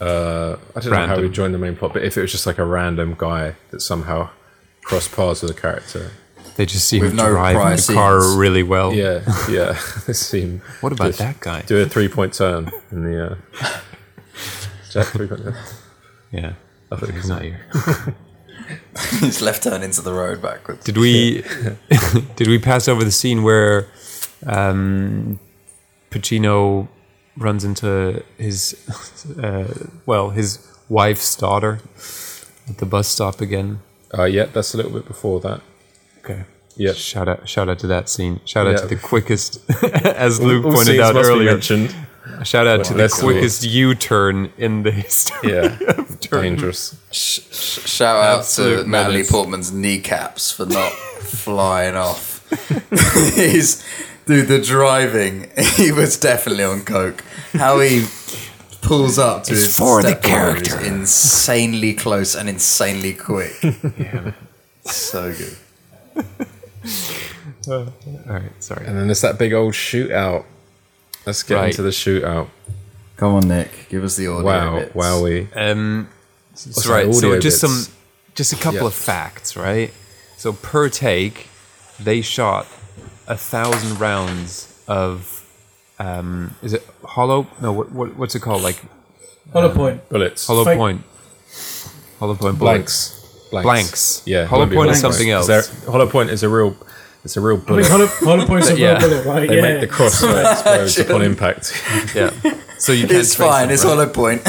[SPEAKER 8] uh, I don't know how he
[SPEAKER 10] Random.
[SPEAKER 8] joined the main plot, but if it was just like a random guy that somehow crossed paths with a character,
[SPEAKER 10] They just see him drive the car really well.
[SPEAKER 8] Yeah, *laughs* yeah, they seem.
[SPEAKER 10] What about
[SPEAKER 8] do-
[SPEAKER 10] that guy?
[SPEAKER 8] Do a three point turn in the. Uh, Jack three point turn.
[SPEAKER 10] Yeah,
[SPEAKER 8] I think
[SPEAKER 10] he's not here.
[SPEAKER 7] He's left turn into the road backwards.
[SPEAKER 10] Did we *laughs* did we pass over the scene where um, Pacino runs into his *laughs* uh, well his wife's daughter at the bus stop again?
[SPEAKER 8] Uh, yeah, that's a little bit before that.
[SPEAKER 10] Okay.
[SPEAKER 8] Yeah.
[SPEAKER 10] Shout out! Shout out to that scene. Shout out
[SPEAKER 8] Yeah.
[SPEAKER 10] to the quickest, *laughs* as
[SPEAKER 8] All-
[SPEAKER 10] Luke
[SPEAKER 8] all
[SPEAKER 10] pointed
[SPEAKER 8] scenes
[SPEAKER 10] out
[SPEAKER 8] must be
[SPEAKER 10] earlier.
[SPEAKER 8] mentioned.
[SPEAKER 10] Shout out
[SPEAKER 8] Wow.
[SPEAKER 10] to the
[SPEAKER 8] That's cool.
[SPEAKER 10] quickest U-turn in the history *laughs*
[SPEAKER 8] Yeah.
[SPEAKER 10] of turn.
[SPEAKER 8] Dangerous.
[SPEAKER 7] Sh- sh- shout out
[SPEAKER 10] Absolute
[SPEAKER 7] to Natalie
[SPEAKER 10] menace.
[SPEAKER 7] Portman's kneecaps for not flying off. *laughs* He's, dude, the driving. He was definitely on coke. How he pulls up to
[SPEAKER 9] It's
[SPEAKER 7] his
[SPEAKER 9] for the
[SPEAKER 7] step forward is
[SPEAKER 9] character.
[SPEAKER 7] insanely close and insanely
[SPEAKER 10] *laughs*
[SPEAKER 7] quick. so good.
[SPEAKER 10] *laughs* All right, sorry.
[SPEAKER 8] And then there's that big old shootout. Let's get
[SPEAKER 7] Right.
[SPEAKER 8] into the shootout.
[SPEAKER 7] Come on, Nick. Give us the audio.
[SPEAKER 8] Wow,
[SPEAKER 7] bits.
[SPEAKER 8] wowie.
[SPEAKER 10] Um, s-
[SPEAKER 8] What's
[SPEAKER 10] so right.
[SPEAKER 8] that
[SPEAKER 10] So
[SPEAKER 8] audio
[SPEAKER 10] just
[SPEAKER 8] bits?
[SPEAKER 10] some, just a couple
[SPEAKER 8] Yeah.
[SPEAKER 10] of facts, right? So per take, they shot a thousand rounds of, um, is it hollow? No, what, what what's it called? Like
[SPEAKER 8] Uh,
[SPEAKER 6] Hollow point.
[SPEAKER 8] bullets.
[SPEAKER 10] Hollow
[SPEAKER 6] Fake-
[SPEAKER 10] point. Hollow point bullets.
[SPEAKER 8] Blanks.
[SPEAKER 10] Blanks.
[SPEAKER 8] Yeah.
[SPEAKER 10] Hollow
[SPEAKER 8] won't be
[SPEAKER 10] point
[SPEAKER 8] blanks.
[SPEAKER 10] is something
[SPEAKER 8] Is
[SPEAKER 10] else.
[SPEAKER 8] there- hollow point is a real. It's a real bullet.
[SPEAKER 10] *laughs*
[SPEAKER 6] hollow- hollow point's a
[SPEAKER 8] *laughs*
[SPEAKER 6] real
[SPEAKER 10] Yeah.
[SPEAKER 6] bullet, right?
[SPEAKER 8] They
[SPEAKER 6] yeah.
[SPEAKER 8] make the cross so
[SPEAKER 10] *laughs*
[SPEAKER 8] it explodes upon impact. *laughs*
[SPEAKER 10] yeah. So you can't
[SPEAKER 7] It's
[SPEAKER 10] trace
[SPEAKER 7] fine.
[SPEAKER 10] them,
[SPEAKER 7] It's
[SPEAKER 10] right?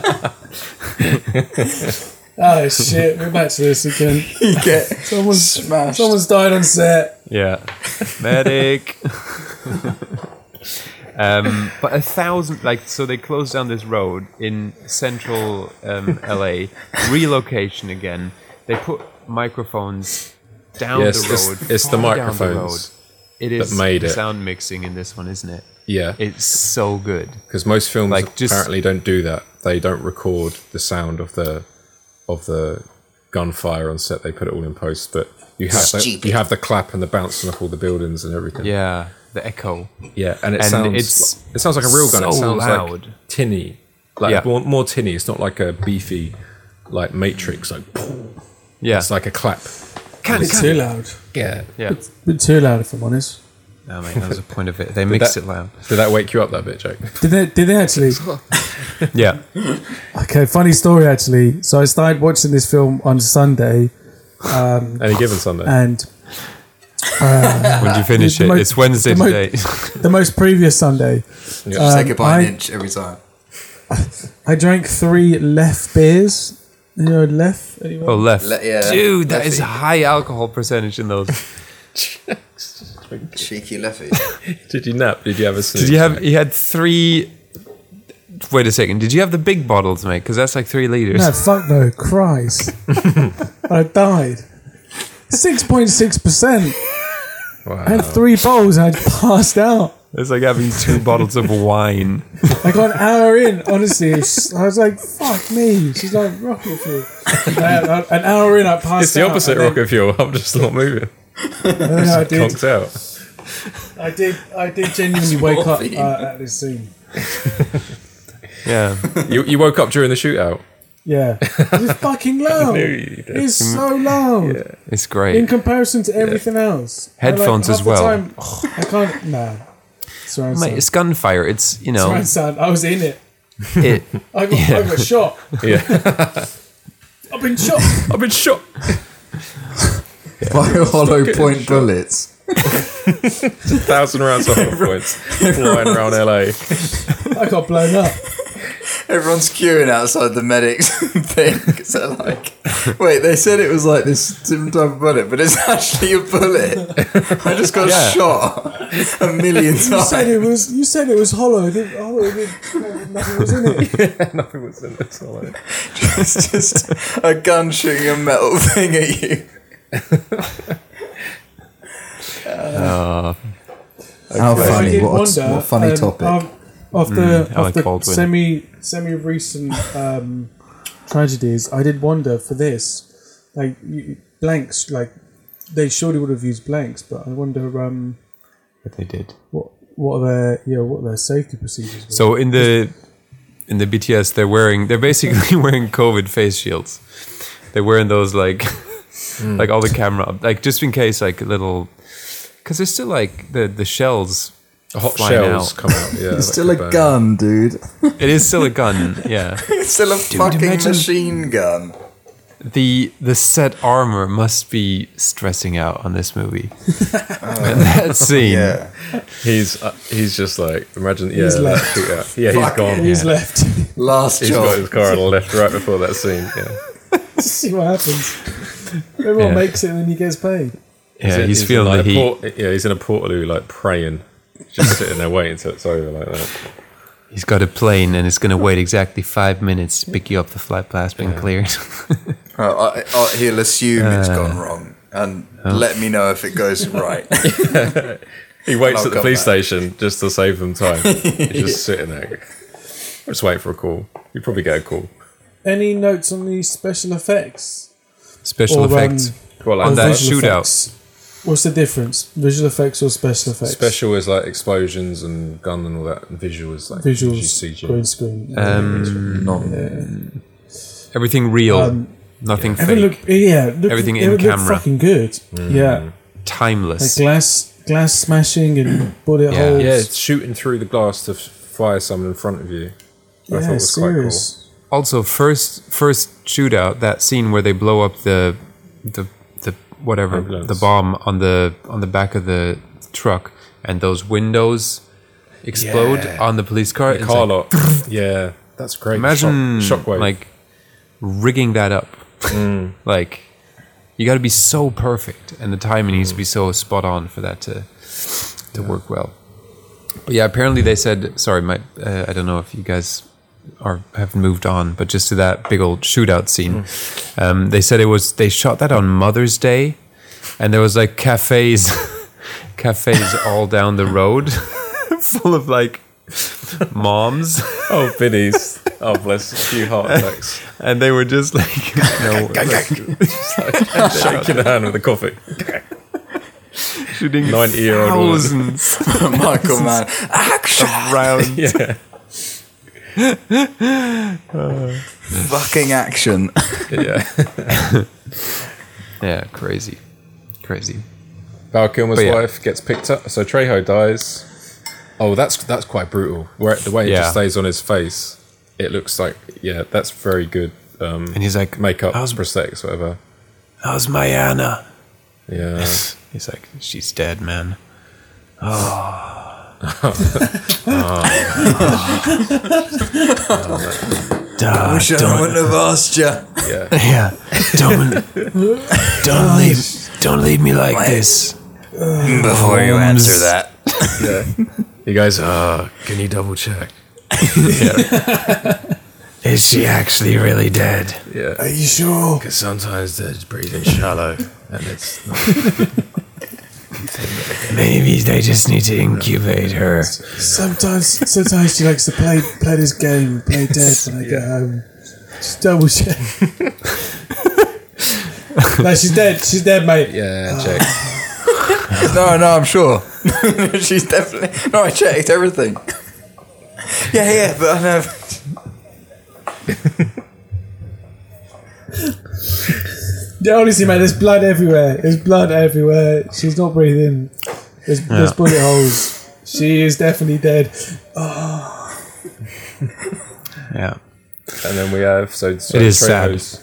[SPEAKER 7] hollow point. *laughs*
[SPEAKER 6] Oh shit, we're back to this again.
[SPEAKER 7] *laughs* you get
[SPEAKER 6] *laughs* someone's smashed. Someone's died on set.
[SPEAKER 10] Yeah. Medic. um, but a thousand, like, so they closed down this road in central um, LA, relocation again. They put microphones down
[SPEAKER 8] Yes,
[SPEAKER 10] the
[SPEAKER 8] it's-
[SPEAKER 10] road.
[SPEAKER 8] it's the
[SPEAKER 10] far down
[SPEAKER 8] microphones
[SPEAKER 10] It
[SPEAKER 8] that
[SPEAKER 10] is
[SPEAKER 8] made
[SPEAKER 10] the
[SPEAKER 8] it.
[SPEAKER 10] sound mixing in this one, isn't it?
[SPEAKER 8] Yeah.
[SPEAKER 10] It's so good.
[SPEAKER 8] Because most films
[SPEAKER 10] Like, just-
[SPEAKER 8] apparently don't do that. They don't record the sound of the of the gunfire on set. They put it all in post. But you have the,
[SPEAKER 10] Stupid.
[SPEAKER 8] you have the clap and the bouncing off all the buildings and everything.
[SPEAKER 10] Yeah. The echo.
[SPEAKER 8] Yeah, and it sounds
[SPEAKER 10] it's
[SPEAKER 8] it sounds like a real gun. it
[SPEAKER 10] so
[SPEAKER 8] sounds
[SPEAKER 10] loud.
[SPEAKER 8] like tinny, like
[SPEAKER 10] Yeah.
[SPEAKER 8] more, more tinny. It's not like a beefy, like Matrix. Like
[SPEAKER 10] yeah,
[SPEAKER 8] it's like a clap.
[SPEAKER 10] Can-
[SPEAKER 6] Bit too loud.
[SPEAKER 8] Yeah,
[SPEAKER 10] yeah.
[SPEAKER 6] Bit too loud, if I'm honest.
[SPEAKER 10] No, mate, that was the point of it. They mixed
[SPEAKER 8] that-
[SPEAKER 10] it loud.
[SPEAKER 8] Did that wake you up, that bit, Jake?
[SPEAKER 6] Did they? Did they actually?
[SPEAKER 10] Yeah.
[SPEAKER 6] Okay, funny story actually. So I started watching this film on Sunday. Um,
[SPEAKER 8] Any given Sunday.
[SPEAKER 6] And uh,
[SPEAKER 10] When do you finish
[SPEAKER 6] the
[SPEAKER 10] it?
[SPEAKER 6] mo-
[SPEAKER 10] It's Wednesday
[SPEAKER 6] the mo-
[SPEAKER 10] today.
[SPEAKER 6] the most previous Sunday.
[SPEAKER 7] Just
[SPEAKER 6] Um,
[SPEAKER 7] take it by
[SPEAKER 6] I-
[SPEAKER 7] an inch every time.
[SPEAKER 6] I drank three left beers. You know, left. Anyone?
[SPEAKER 10] Oh, left.
[SPEAKER 7] Le- yeah,
[SPEAKER 10] Dude, that is
[SPEAKER 7] lefty.
[SPEAKER 10] high alcohol percentage in those.
[SPEAKER 7] Cheeky Leffy. *laughs*
[SPEAKER 8] Did you nap? Did you have a sleep?
[SPEAKER 10] Did you have? You had three. Wait a second. Did you have the big
[SPEAKER 7] *laughs*
[SPEAKER 10] bottles, mate? Because that's like three liters.
[SPEAKER 6] No, fuck no, Christ! I died. Six point six percent. I had three bowls. and I passed out.
[SPEAKER 10] It's like having *laughs* two bottles of wine.
[SPEAKER 6] I got an hour in. Honestly, it was- I was like, "Fuck me." She's like, "Rocket fuel." Like, An hour in, I passed.
[SPEAKER 8] It's the
[SPEAKER 6] out,
[SPEAKER 8] opposite
[SPEAKER 6] and then-
[SPEAKER 8] rocket fuel. *laughs* I'm just not moving.
[SPEAKER 6] then *laughs* I
[SPEAKER 8] Just
[SPEAKER 6] did-
[SPEAKER 8] conked out.
[SPEAKER 6] I did. I did genuinely wake up
[SPEAKER 8] Morphine.
[SPEAKER 6] uh, at this scene.
[SPEAKER 8] Yeah. you, you woke up during the shootout.
[SPEAKER 6] Yeah,
[SPEAKER 8] *laughs*
[SPEAKER 6] it's fucking loud.
[SPEAKER 8] I knew you did.
[SPEAKER 6] It's so loud.
[SPEAKER 10] It's great.
[SPEAKER 6] in comparison to everything else. I,
[SPEAKER 10] Headphones
[SPEAKER 6] half
[SPEAKER 10] as
[SPEAKER 6] the
[SPEAKER 10] well.
[SPEAKER 6] time- I can't. Nah. Surround
[SPEAKER 10] Mate,
[SPEAKER 6] sound.
[SPEAKER 10] it's gunfire. It's you know.
[SPEAKER 6] Surround sound. I was in it.
[SPEAKER 10] *laughs* It-
[SPEAKER 6] I, got, I got shot.
[SPEAKER 10] *laughs* Yeah.
[SPEAKER 6] *laughs* I've been shot.
[SPEAKER 8] I've been shot.
[SPEAKER 5] By
[SPEAKER 8] Stop
[SPEAKER 5] hollow
[SPEAKER 8] getting
[SPEAKER 5] point
[SPEAKER 8] shot.
[SPEAKER 5] bullets.
[SPEAKER 8] Just a thousand rounds of hollow points flying around LA.
[SPEAKER 6] I got blown up.
[SPEAKER 7] Everyone's queuing outside the medics *laughs* thing. 'cause they're like, wait, they said it was like this different type of bullet, but it's *laughs* actually a bullet. I just got
[SPEAKER 5] Yeah.
[SPEAKER 7] shot a million
[SPEAKER 6] You said
[SPEAKER 7] times.
[SPEAKER 6] it was. You said it was hollow. It, hollow it, nothing was in it.
[SPEAKER 8] nothing was in this hollow.
[SPEAKER 7] *laughs* it's just a gun shooting a metal *laughs* thing at you.
[SPEAKER 10] Uh,
[SPEAKER 5] How
[SPEAKER 6] But I
[SPEAKER 5] funny!
[SPEAKER 6] did
[SPEAKER 5] What a,
[SPEAKER 6] wonder,
[SPEAKER 5] what a funny
[SPEAKER 6] um,
[SPEAKER 5] topic.
[SPEAKER 6] Of, of
[SPEAKER 10] Mm,
[SPEAKER 6] the, of
[SPEAKER 10] Alec
[SPEAKER 6] the
[SPEAKER 10] Baldwin.
[SPEAKER 6] semi semi recent um, tragedies, I did wonder for this, like you- blanks, like they surely would have used blanks, but I wonder um,
[SPEAKER 10] if they did.
[SPEAKER 6] what what are their yeah what are their safety procedures. were.
[SPEAKER 10] So in the in the BTS, they're wearing they're basically *laughs* wearing COVID face shields. They're wearing those like
[SPEAKER 7] Hmm.
[SPEAKER 10] *laughs* like all the camera like just in case like little because there's still like the the shells
[SPEAKER 8] Hot
[SPEAKER 10] flying
[SPEAKER 8] shells come out, yeah,
[SPEAKER 5] it's still a gun, dude.
[SPEAKER 10] It is still a gun. Yeah.
[SPEAKER 7] It's still a
[SPEAKER 10] Dude,
[SPEAKER 7] fucking
[SPEAKER 10] imagine-
[SPEAKER 7] machine gun.
[SPEAKER 10] The the set armor must be stressing out on this
[SPEAKER 6] *laughs*
[SPEAKER 10] movie. *laughs* and that scene.
[SPEAKER 8] Yeah. He's uh, he's just like imagine yeah
[SPEAKER 10] He's
[SPEAKER 8] that
[SPEAKER 10] left.
[SPEAKER 8] shootout. yeah he's
[SPEAKER 10] Fuck,
[SPEAKER 8] gone
[SPEAKER 10] he's
[SPEAKER 8] yeah.
[SPEAKER 6] left. *laughs*
[SPEAKER 7] Last
[SPEAKER 8] He's
[SPEAKER 7] job.
[SPEAKER 8] got his car and left right before that scene yeah
[SPEAKER 6] See what happens. Everyone
[SPEAKER 8] Yeah.
[SPEAKER 6] makes it and then he gets paid.
[SPEAKER 10] Yeah,
[SPEAKER 8] in-
[SPEAKER 10] he's feeling
[SPEAKER 8] in, like,
[SPEAKER 10] the
[SPEAKER 8] a
[SPEAKER 10] heat.
[SPEAKER 8] port- yeah he's in a portaloo like praying just sitting there waiting till it's over like that
[SPEAKER 10] He's got a plane and it's gonna wait exactly five minutes to pick you up. The flight path's been cleared.
[SPEAKER 7] Oh, I, I, he'll assume it's gone
[SPEAKER 10] Uh,
[SPEAKER 7] wrong and
[SPEAKER 10] oh.
[SPEAKER 7] let me know if it goes right.
[SPEAKER 8] he waits
[SPEAKER 7] I'll
[SPEAKER 8] at the
[SPEAKER 7] come
[SPEAKER 8] police
[SPEAKER 7] back.
[SPEAKER 8] station just to save them *laughs* time he's just sitting there just waiting for a call you probably get a call
[SPEAKER 6] Any notes on the special effects?
[SPEAKER 10] Special
[SPEAKER 6] Or, um,
[SPEAKER 10] effects
[SPEAKER 8] Well, like
[SPEAKER 10] on
[SPEAKER 8] that
[SPEAKER 10] that
[SPEAKER 8] visual
[SPEAKER 10] shootout.
[SPEAKER 6] What's the difference? Visual effects or special effects?
[SPEAKER 8] special is like explosions and gun and all that and visual is like
[SPEAKER 6] Visuals,
[SPEAKER 8] usually CG.
[SPEAKER 6] green screen.
[SPEAKER 10] Um,
[SPEAKER 6] Yeah.
[SPEAKER 10] Everything real,
[SPEAKER 6] Um,
[SPEAKER 10] nothing
[SPEAKER 6] Everything
[SPEAKER 10] fake.
[SPEAKER 6] looked- yeah, looked-
[SPEAKER 10] everything
[SPEAKER 6] it
[SPEAKER 10] in
[SPEAKER 6] looked
[SPEAKER 10] camera.
[SPEAKER 6] fucking good.
[SPEAKER 8] Mm.
[SPEAKER 6] Yeah.
[SPEAKER 10] timeless.
[SPEAKER 6] Like glass, glass smashing and *clears throat* bullet
[SPEAKER 8] yeah.
[SPEAKER 6] holes.
[SPEAKER 8] Yeah, it's shooting through the glass to f- fire someone in front of you. I thought
[SPEAKER 6] Yeah,
[SPEAKER 8] it was
[SPEAKER 6] serious.
[SPEAKER 10] also first first shootout that scene where they blow up the the the whatever
[SPEAKER 8] Ambulance.
[SPEAKER 10] the bomb on the on the back of the truck and those windows explode
[SPEAKER 8] Yeah.
[SPEAKER 10] on the police car
[SPEAKER 8] The
[SPEAKER 10] It's
[SPEAKER 8] car quite
[SPEAKER 10] like,
[SPEAKER 8] cool. *laughs* yeah, that's great.
[SPEAKER 10] imagine
[SPEAKER 8] Shock- shockwave.
[SPEAKER 10] like rigging that up like you got to be so perfect and the timing needs to be so spot on for that to to work well but yeah, apparently they said. Sorry, my uh, I don't know if you guys are have moved on, but just to that big old shootout scene, um, they said it was they shot that on Mother's Day, and there was like cafes, *laughs* cafes all down the road, *laughs* full of like moms.
[SPEAKER 8] oh, biddies. Oh, bless a few heart *laughs* attacks.
[SPEAKER 10] and they were just like, *laughs* no, like, just like
[SPEAKER 8] *laughs* Shaking hand with a coffee.
[SPEAKER 10] *laughs* shooting
[SPEAKER 8] 90 year old
[SPEAKER 10] thousands,
[SPEAKER 7] *laughs*
[SPEAKER 10] *laughs*
[SPEAKER 7] Michael Mann.
[SPEAKER 10] thousands
[SPEAKER 7] Mm. Action! *laughs*
[SPEAKER 10] around.
[SPEAKER 8] Yeah.
[SPEAKER 7] Fucking
[SPEAKER 10] *laughs*
[SPEAKER 7] action.
[SPEAKER 8] yeah.
[SPEAKER 10] yeah, crazy, crazy.
[SPEAKER 8] Val Kilmer's
[SPEAKER 10] But yeah.
[SPEAKER 8] wife gets picked up, so Trejo dies. Oh, that's that's quite brutal. Where the way it
[SPEAKER 10] Yeah.
[SPEAKER 8] just stays on his face, it looks like yeah, that's very good. Um,
[SPEAKER 10] *laughs* And he's like,
[SPEAKER 8] makeup,
[SPEAKER 10] "How's-
[SPEAKER 8] prosthetics, whatever.
[SPEAKER 10] How's my Anna?
[SPEAKER 8] Yeah,
[SPEAKER 10] He's like, she's dead, man. Oh.
[SPEAKER 18] Ah. *laughs*
[SPEAKER 7] I *laughs* wish I
[SPEAKER 10] don't-
[SPEAKER 7] wouldn't have asked you.
[SPEAKER 8] Yeah.
[SPEAKER 10] Yeah. Don't don't leave don't leave me like this.
[SPEAKER 7] Before you answer that,
[SPEAKER 8] yeah. You guys, uh, can you double check?
[SPEAKER 10] yeah.
[SPEAKER 18] Is she actually really dead?
[SPEAKER 8] Yeah.
[SPEAKER 18] Are you sure?
[SPEAKER 8] Because sometimes they're just breathing shallow, and it's not.
[SPEAKER 18] Maybe they just need to incubate her.
[SPEAKER 12] Sometimes, sometimes she likes to play play this game,
[SPEAKER 8] *laughs*
[SPEAKER 12] play dead when I get home. Just double check. no, she's dead. She's dead, mate.
[SPEAKER 8] Yeah, check.
[SPEAKER 7] no, no, I'm sure. She's definitely. No, I checked everything. Yeah, yeah, but I know.
[SPEAKER 12] Yeah, honestly, mate, there's blood everywhere. There's blood everywhere. She's not breathing. There's, there's
[SPEAKER 8] Yeah.
[SPEAKER 12] bullet holes. She is definitely dead. Oh.
[SPEAKER 10] Yeah.
[SPEAKER 8] And then we have so, so
[SPEAKER 10] It is
[SPEAKER 8] Trejo's,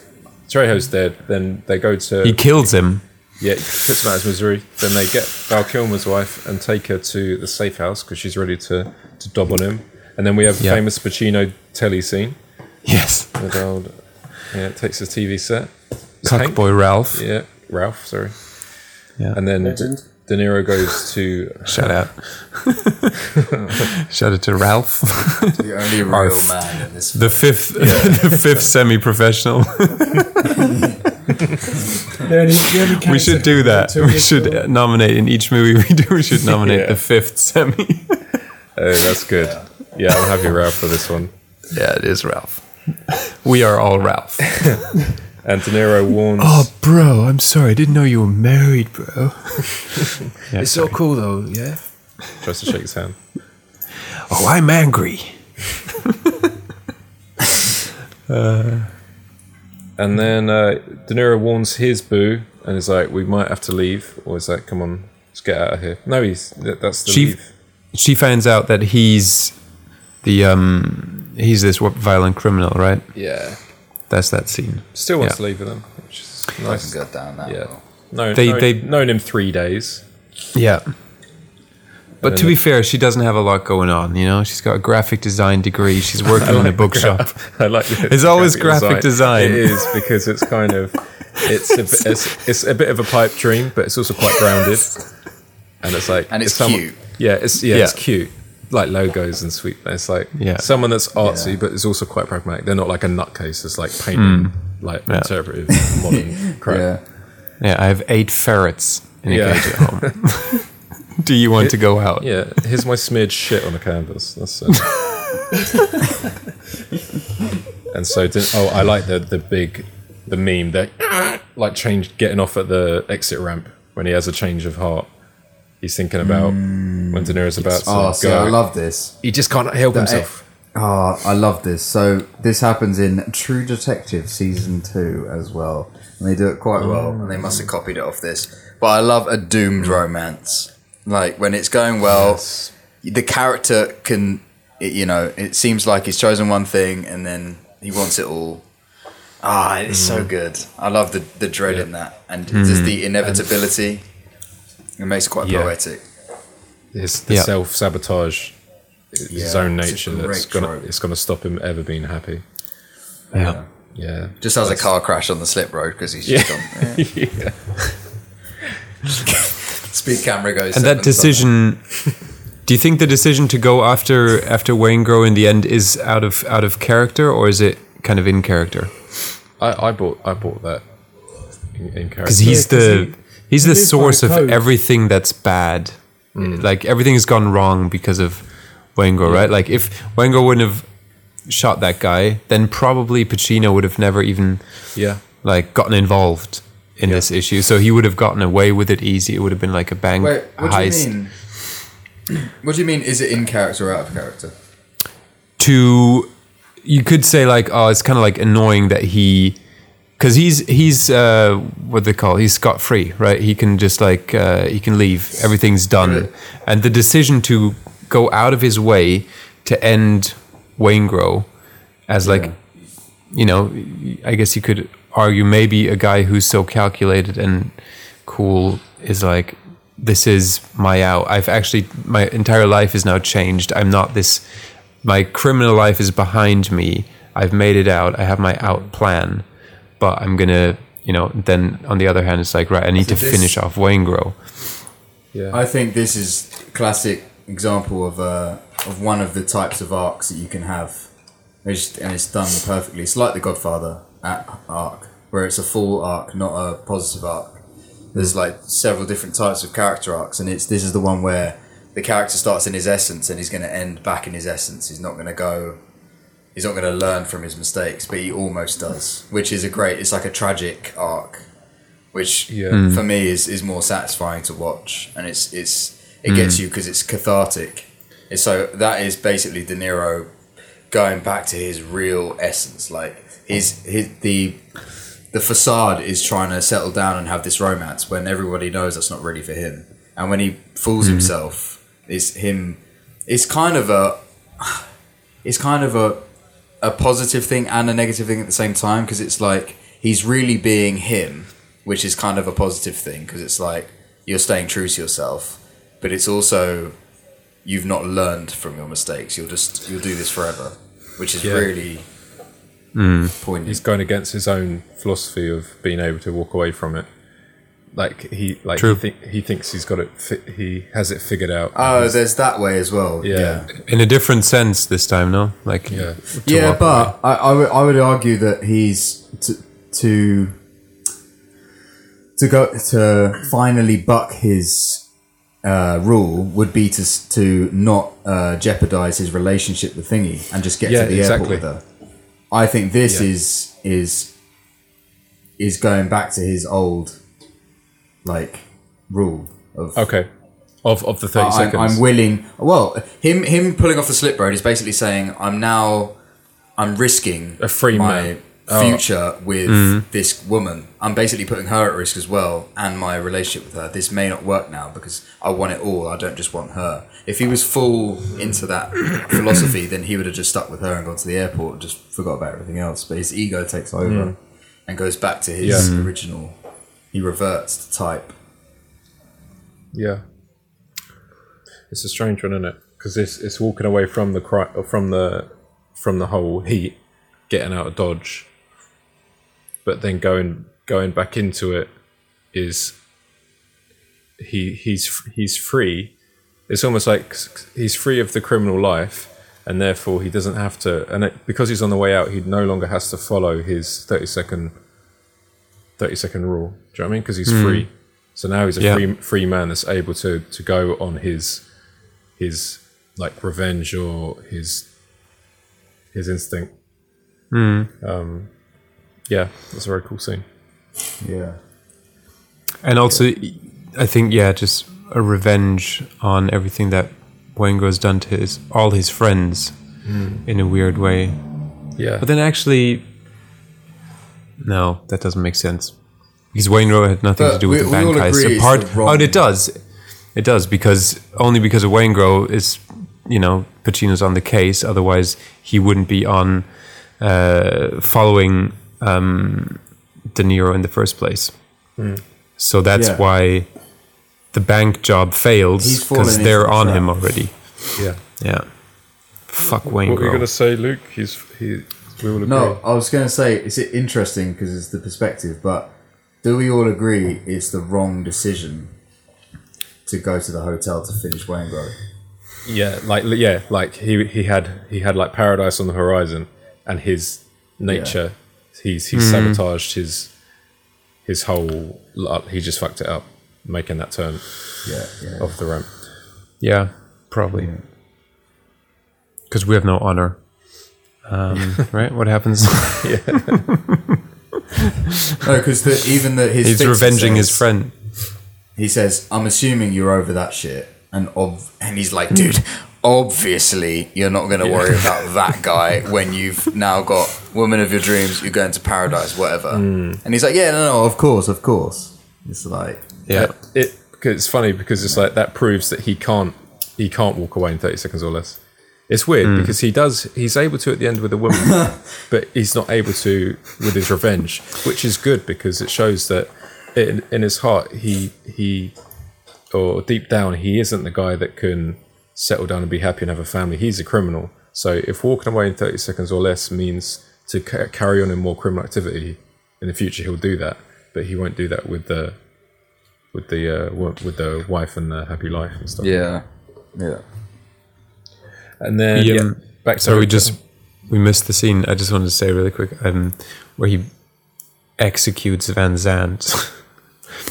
[SPEAKER 8] Trejo's dead. Then they go to
[SPEAKER 10] He kills him.
[SPEAKER 8] Yeah, he puts him out of his misery. Then they get Val Kilmer's wife and take her to the safe house because she's ready to to dob on him. And then we have the
[SPEAKER 10] Yeah.
[SPEAKER 8] famous Pacino telly scene.
[SPEAKER 10] Yes.
[SPEAKER 8] With old, yeah, takes his TV set. It's
[SPEAKER 10] Cuck
[SPEAKER 8] Hank.
[SPEAKER 10] boy Ralph.
[SPEAKER 8] Yeah, Ralph. Sorry.
[SPEAKER 10] Yeah.
[SPEAKER 8] And then
[SPEAKER 10] Legend.
[SPEAKER 8] De Niro goes to
[SPEAKER 10] Shout out. *laughs* Shout out to Ralph. *laughs*
[SPEAKER 7] The only real
[SPEAKER 10] Ralph.
[SPEAKER 7] man in this
[SPEAKER 10] The fifth, *laughs* the fifth *laughs* semi-professional. we should do that. We should uh, nominate in each movie we do. We should *laughs* nominate
[SPEAKER 8] Yeah.
[SPEAKER 10] the fifth semi.
[SPEAKER 8] Oh, that's good. Yeah, I'll have you, Ralph, for this one.
[SPEAKER 10] Yeah, it is Ralph. We are all Ralph.
[SPEAKER 8] and De Niro warns.
[SPEAKER 18] Oh, bro, I'm sorry. I didn't know you were married, bro. it's so cool, though, yeah?
[SPEAKER 8] Tries to shake his hand.
[SPEAKER 18] Oh, I'm angry.
[SPEAKER 8] *laughs* Uh, and then uh, De Niro warns his boo and is like, "We might have to leave." Or is like, "Come on, let's get out of here." No, he's that- that's the
[SPEAKER 10] she
[SPEAKER 8] leave.
[SPEAKER 10] she finds out that he's the um he's this wa- violent criminal, right?
[SPEAKER 8] Yeah.
[SPEAKER 10] That's that scene.
[SPEAKER 8] Still wants
[SPEAKER 10] Yeah.
[SPEAKER 8] to leave with him, which is nice.
[SPEAKER 7] got down that
[SPEAKER 8] yeah. No,
[SPEAKER 10] They-
[SPEAKER 8] they
[SPEAKER 10] they-
[SPEAKER 8] known him three days.
[SPEAKER 10] Yeah. But
[SPEAKER 8] And
[SPEAKER 10] to
[SPEAKER 8] then
[SPEAKER 10] be fair, she doesn't have a lot going on. You know, she's got a graphic design degree.
[SPEAKER 8] *laughs*
[SPEAKER 10] She's working
[SPEAKER 8] I
[SPEAKER 10] in a
[SPEAKER 8] like the gra-
[SPEAKER 10] bookshop. *laughs*
[SPEAKER 8] I like the-
[SPEAKER 10] It's
[SPEAKER 8] the
[SPEAKER 10] always graphic design.
[SPEAKER 8] It is because it's kind of it's a, bit- it's, it's a bit of a pipe dream, but it's also quite grounded. And it's like
[SPEAKER 7] And it's
[SPEAKER 8] someone-
[SPEAKER 7] cute.
[SPEAKER 8] Yeah, it's yeah, it's
[SPEAKER 7] Yeah.
[SPEAKER 8] cute. Like logos and sweet. It's like
[SPEAKER 10] Yeah.
[SPEAKER 8] someone that's artsy but is also quite pragmatic. They're not like a nutcase. It's like painting,
[SPEAKER 10] Mm.
[SPEAKER 8] like
[SPEAKER 10] Yeah.
[SPEAKER 8] interpretive modern crap.
[SPEAKER 10] Yeah, I have eight ferrets in a
[SPEAKER 8] Yeah.
[SPEAKER 10] cage at
[SPEAKER 8] *laughs*
[SPEAKER 10] home. Do you want
[SPEAKER 8] Here-
[SPEAKER 10] to go out?
[SPEAKER 8] Yeah, here's my smeared shit on the canvas.
[SPEAKER 7] *laughs*
[SPEAKER 8] That's uh, and so did, oh, I like the the big the meme that like change getting off at the exit ramp when he has a change of heart. He's thinking about
[SPEAKER 7] Mm.
[SPEAKER 8] when De Niro's about to
[SPEAKER 5] oh,
[SPEAKER 8] go.
[SPEAKER 5] see, I love this.
[SPEAKER 8] He just can't help
[SPEAKER 5] That-
[SPEAKER 8] himself.
[SPEAKER 5] Ah, I love this. So this happens in True Detective season two as well, and they do it quite well.
[SPEAKER 7] well, and they must have copied it off this. But I love a doomed
[SPEAKER 10] Hmm.
[SPEAKER 7] romance. Like when it's going well, the character can, it, you know, it seems like he's chosen one thing and then he wants it all. Ah, it's so
[SPEAKER 10] Hmm.
[SPEAKER 5] Mm.
[SPEAKER 7] good. I love the, the dread in that and
[SPEAKER 5] Mhm.
[SPEAKER 7] just the inevitability. It makes it quite
[SPEAKER 8] Yeah.
[SPEAKER 7] poetic.
[SPEAKER 8] It's the
[SPEAKER 7] Yeah.
[SPEAKER 8] self sabotage, his
[SPEAKER 7] Yeah,
[SPEAKER 8] own
[SPEAKER 7] it's a
[SPEAKER 8] nature that's
[SPEAKER 7] great
[SPEAKER 8] gonna it's gonna stop him ever being happy.
[SPEAKER 10] Yeah.
[SPEAKER 8] yeah.
[SPEAKER 7] Just has a
[SPEAKER 8] That's-
[SPEAKER 7] car crash on the slip road because he's just
[SPEAKER 8] Yeah.
[SPEAKER 7] gone. Yeah. Speed camera goes.
[SPEAKER 10] And that
[SPEAKER 7] seven something.
[SPEAKER 10] decision. Do you think the decision to go after after Wayne Grow in the end is out of out of character or is it kind of in character?
[SPEAKER 8] I, I bought I bought that in, in character
[SPEAKER 10] Because he's the he's
[SPEAKER 8] he
[SPEAKER 10] the
[SPEAKER 8] lives by
[SPEAKER 10] source of
[SPEAKER 8] code.
[SPEAKER 10] everything that's bad. Like everything has gone wrong because of Wengo, right? Like if Wengo wouldn't have shot that guy, then probably Pacino would have never even
[SPEAKER 8] Yeah.
[SPEAKER 10] like gotten involved in this issue. So he would have gotten away with it easy. It would have been like a bank
[SPEAKER 7] Wait, what
[SPEAKER 10] heist.
[SPEAKER 7] do you mean? What do you mean? Is it in character or out of character?
[SPEAKER 10] to you could say like oh it's kind of like annoying that he because he's he's uh what they call he's scot free right he can just like uh, he can leave everything's done and the decision to go out of his way to end Wayne Grow as like you know I guess you could argue maybe a guy who's so calculated and cool is like this is my out I've actually my entire life is now changed I'm not this my criminal life is behind me. I've made it out. I have my out plan, but I'm gonna, you know. Then on the other hand, it's like right. I need
[SPEAKER 5] So
[SPEAKER 10] to
[SPEAKER 5] this-
[SPEAKER 10] finish off Wayne Grow.
[SPEAKER 5] I think this is classic example of uh, of one of the types of arcs that you can have
[SPEAKER 7] It's, and it's done perfectly. It's like The Godfather at arc, where it's a full arc, not a positive arc. There's like several different types of character arcs, and it's this is the one where the character starts in his essence and he's going to end back in his essence. He's not going to go. He's not going to learn from his mistakes, but he almost does, which is a great. It's like a tragic arc, which
[SPEAKER 19] Yeah. Mm.
[SPEAKER 7] for me is, is more satisfying to watch, and it's it's it
[SPEAKER 19] Mm.
[SPEAKER 7] gets you because it's cathartic. And so that is basically De Niro going back to his real essence. Like his his the the facade is trying to settle down and have this romance when everybody knows that's not really for him. And when he fools
[SPEAKER 19] Mhm.
[SPEAKER 7] himself, it's him. It's kind of a it's kind of a a positive thing and a negative thing at the same time because it's like he's really being him, which is kind of a positive thing because it's like you're staying true to yourself, but it's also you've not learned from your mistakes. You'll just you'll do this forever, which is
[SPEAKER 8] Yeah.
[SPEAKER 7] really
[SPEAKER 8] He's going against his own philosophy of being able to walk away from it. Like he, like
[SPEAKER 7] True.
[SPEAKER 8] he, thi- he thinks he's got it. Fi- he has it figured out.
[SPEAKER 7] oh, there's that way as well. yeah.
[SPEAKER 10] In a different sense this time, no? Like yeah,
[SPEAKER 7] Yeah, but I, I, would, I would argue that he's to, to to go to finally buck his uh, rule would be to s- to not uh, jeopardize his relationship with Thingy and just get
[SPEAKER 8] Yeah,
[SPEAKER 7] to the
[SPEAKER 8] exactly.
[SPEAKER 7] airport with her. I think this
[SPEAKER 8] Yeah.
[SPEAKER 7] is is is going back to his old like rule of
[SPEAKER 8] okay of of the thirty
[SPEAKER 7] I- I'm-
[SPEAKER 8] seconds.
[SPEAKER 7] I'm willing. Well, him him pulling off the slip road is basically saying I'm now I'm risking a free my
[SPEAKER 8] man. Oh.
[SPEAKER 7] future with
[SPEAKER 8] Mhm.
[SPEAKER 7] this woman. I'm basically putting her at risk as well and my relationship with her. This may not work now because I want it all. I don't just want her. If he was full into that *clears throat* philosophy, then he would have just stuck with her and gone to the airport and just forgot about everything else. But his ego takes over
[SPEAKER 8] Mm.
[SPEAKER 7] and goes back to his
[SPEAKER 8] Yeah.
[SPEAKER 7] original. He reverts to type.
[SPEAKER 8] Yeah, it's a strange one, isn't it? Because it's it's walking away from the cri- or from the from the whole heat, getting out of dodge, but then going going back into it is he he's he's free. It's almost like he's free of the criminal life. And therefore, he doesn't have to, and it, because he's on the way out, he no longer has to follow his thirty-second, thirty-second rule. Do you know what I mean? Because he's
[SPEAKER 10] Mm.
[SPEAKER 8] free. So now he's a
[SPEAKER 10] Yeah.
[SPEAKER 8] free free man that's able to to go on his his like revenge or his his instinct.
[SPEAKER 10] Mm.
[SPEAKER 8] Um, yeah, that's a very cool scene.
[SPEAKER 7] Yeah.
[SPEAKER 10] And also, I think yeah, just a revenge on everything that Wengo's done to his all his friends
[SPEAKER 7] Hmm.
[SPEAKER 8] Mm.
[SPEAKER 10] in a weird way.
[SPEAKER 8] Yeah.
[SPEAKER 10] But then actually, no, that doesn't make sense because Wengo had nothing
[SPEAKER 7] But
[SPEAKER 10] to do
[SPEAKER 7] we-
[SPEAKER 10] with the
[SPEAKER 7] we all
[SPEAKER 10] bank
[SPEAKER 7] agree
[SPEAKER 10] heist.
[SPEAKER 7] it's
[SPEAKER 10] Apart,
[SPEAKER 7] the wrong-
[SPEAKER 10] oh, it does, it does because only because of Wengo is you know Pacino's on the case. Otherwise, he wouldn't be on uh, following um, De Niro in the first place.
[SPEAKER 8] Mm.
[SPEAKER 10] So that's
[SPEAKER 8] Yeah.
[SPEAKER 10] why the bank job fails
[SPEAKER 8] He's fallen
[SPEAKER 10] because
[SPEAKER 8] into
[SPEAKER 10] they're
[SPEAKER 8] the
[SPEAKER 10] on him
[SPEAKER 8] trap.
[SPEAKER 10] already.
[SPEAKER 8] Yeah.
[SPEAKER 10] Yeah. Fuck Wayne.
[SPEAKER 8] what were you
[SPEAKER 10] Grove.
[SPEAKER 8] gonna say, Luke? He's he. We all agree.
[SPEAKER 7] No, I was going to say, is it interesting because it's the perspective, but do we all agree it's the wrong decision to go to the hotel to finish Wayne Grove?
[SPEAKER 8] Yeah, like yeah, like he he had he had like paradise on the horizon, and his nature, he's he's
[SPEAKER 10] Mm.
[SPEAKER 8] sabotaged his his whole. lot. He just fucked it up, making that turn.
[SPEAKER 7] Yeah, yeah.
[SPEAKER 8] off the ramp.
[SPEAKER 10] Yeah, probably. Because we have no honor. Um,
[SPEAKER 8] *laughs*
[SPEAKER 10] right? What happens? yeah.
[SPEAKER 7] No, because even that his
[SPEAKER 10] He's
[SPEAKER 7] fixer
[SPEAKER 10] revenging his
[SPEAKER 7] says-
[SPEAKER 10] friend.
[SPEAKER 7] He says, "I'm assuming you're over that shit," and ob- and he's like, "Dude, obviously you're not going to
[SPEAKER 19] Yeah.
[SPEAKER 7] worry about that guy when you've now got woman of your dreams. You're going to paradise, whatever."
[SPEAKER 6] Hmm.
[SPEAKER 8] Mm.
[SPEAKER 7] And he's like, "Yeah, no, no, of course, of course." It's like,
[SPEAKER 8] Yeah, it because it's funny because it's like that proves that he can't he can't walk away in thirty seconds or less. It's weird
[SPEAKER 10] Mm.
[SPEAKER 8] because he does he's able to at the end with a woman, but he's not able to with his revenge, which is good because it shows that in, in his heart he he or deep down he isn't the guy that can settle down and be happy and have a family. He's a criminal. So if walking away in thirty seconds or less means to ca- carry on in more criminal activity in the future, he'll do that. But he won't do that with the with the uh, wo- with the wife and the happy life and stuff.
[SPEAKER 7] Yeah, yeah.
[SPEAKER 8] And then yeah, back to
[SPEAKER 10] so Um, we just we missed the scene. I just wanted to say really quick um, where he executes Van *laughs* Zant.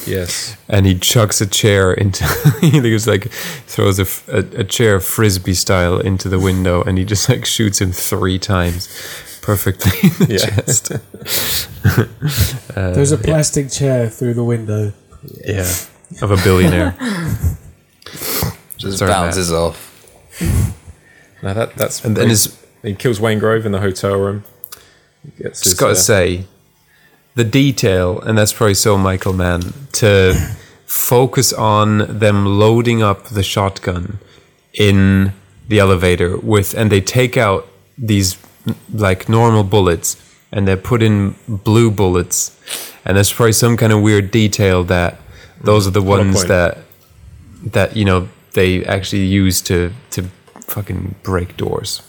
[SPEAKER 8] Yes.
[SPEAKER 10] And he chucks a chair into. *laughs* he was like throws a, f- a- a chair frisbee style into the window, and he just like shoots him three times, perfectly in the chest. Uh,
[SPEAKER 6] There's a
[SPEAKER 10] yeah.
[SPEAKER 6] plastic chair through the window.
[SPEAKER 10] Yeah, of a billionaire.
[SPEAKER 5] Just
[SPEAKER 10] Sorry,
[SPEAKER 5] bounces
[SPEAKER 10] Matt.
[SPEAKER 5] off.
[SPEAKER 10] Now that that's
[SPEAKER 5] And then his-
[SPEAKER 10] he kills Wayne Grove in the hotel room. He gets
[SPEAKER 5] Just
[SPEAKER 10] his, uh,
[SPEAKER 5] gotta
[SPEAKER 10] say the detail, and that's probably so Michael Mann to focus on them loading up the shotgun in the elevator with, and they take out these like normal bullets and they're put in blue bullets, and that's probably some kind of weird detail that
[SPEAKER 5] Mm,
[SPEAKER 10] those are the
[SPEAKER 8] Plot
[SPEAKER 10] ones
[SPEAKER 8] point.
[SPEAKER 10] that that you know they actually use to to fucking break doors.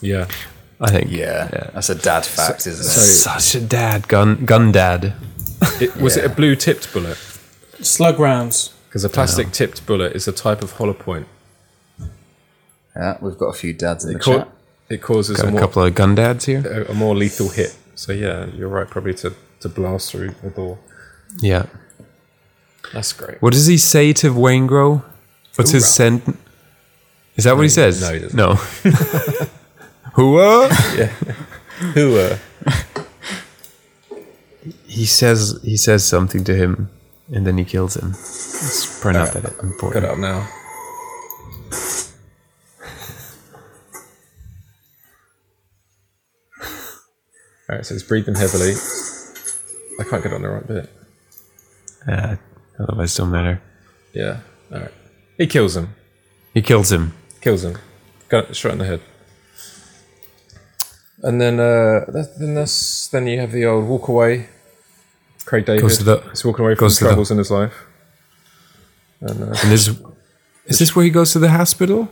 [SPEAKER 8] Yeah.
[SPEAKER 10] I think.
[SPEAKER 5] Yeah, that's a dad fact, isn't it?
[SPEAKER 10] Such a dad gun gun dad.
[SPEAKER 8] It, was it a blue tipped bullet?
[SPEAKER 6] Slug rounds.
[SPEAKER 8] Because a plastic tipped bullet is a type of hollow point.
[SPEAKER 5] Yeah, we've got a few dads in
[SPEAKER 8] It,
[SPEAKER 5] the
[SPEAKER 8] cau-
[SPEAKER 5] chat.
[SPEAKER 8] it causes
[SPEAKER 10] Got
[SPEAKER 8] a,
[SPEAKER 10] a
[SPEAKER 8] more,
[SPEAKER 10] couple of gun dads here.
[SPEAKER 8] a, a more lethal hit. So yeah, you're right. Probably to, to blast through the door.
[SPEAKER 10] Yeah.
[SPEAKER 8] That's great.
[SPEAKER 10] What does he say to Waingrow? What's his sent? Is that what he says?
[SPEAKER 8] no, he doesn't.
[SPEAKER 10] No. *laughs* uh? Whoa.
[SPEAKER 8] Yeah. Hooah.
[SPEAKER 10] He says he says something to him, and then he kills him. It's probably not that
[SPEAKER 8] Got
[SPEAKER 10] important.
[SPEAKER 8] it up now. All right, so he's breathing heavily. I can't get on the right bit.
[SPEAKER 10] Uh, otherwise, don't matter.
[SPEAKER 8] Yeah. All right. He kills him.
[SPEAKER 10] He kills him.
[SPEAKER 8] Kills him. Got it shot in the head. And then, uh, that, then that's then you have the old walk away. Craig David.
[SPEAKER 10] Goes to the-
[SPEAKER 8] he's walking away from
[SPEAKER 10] goes to the-
[SPEAKER 8] troubles in his life. And, uh,
[SPEAKER 10] And this is *laughs* this where he goes to the hospital?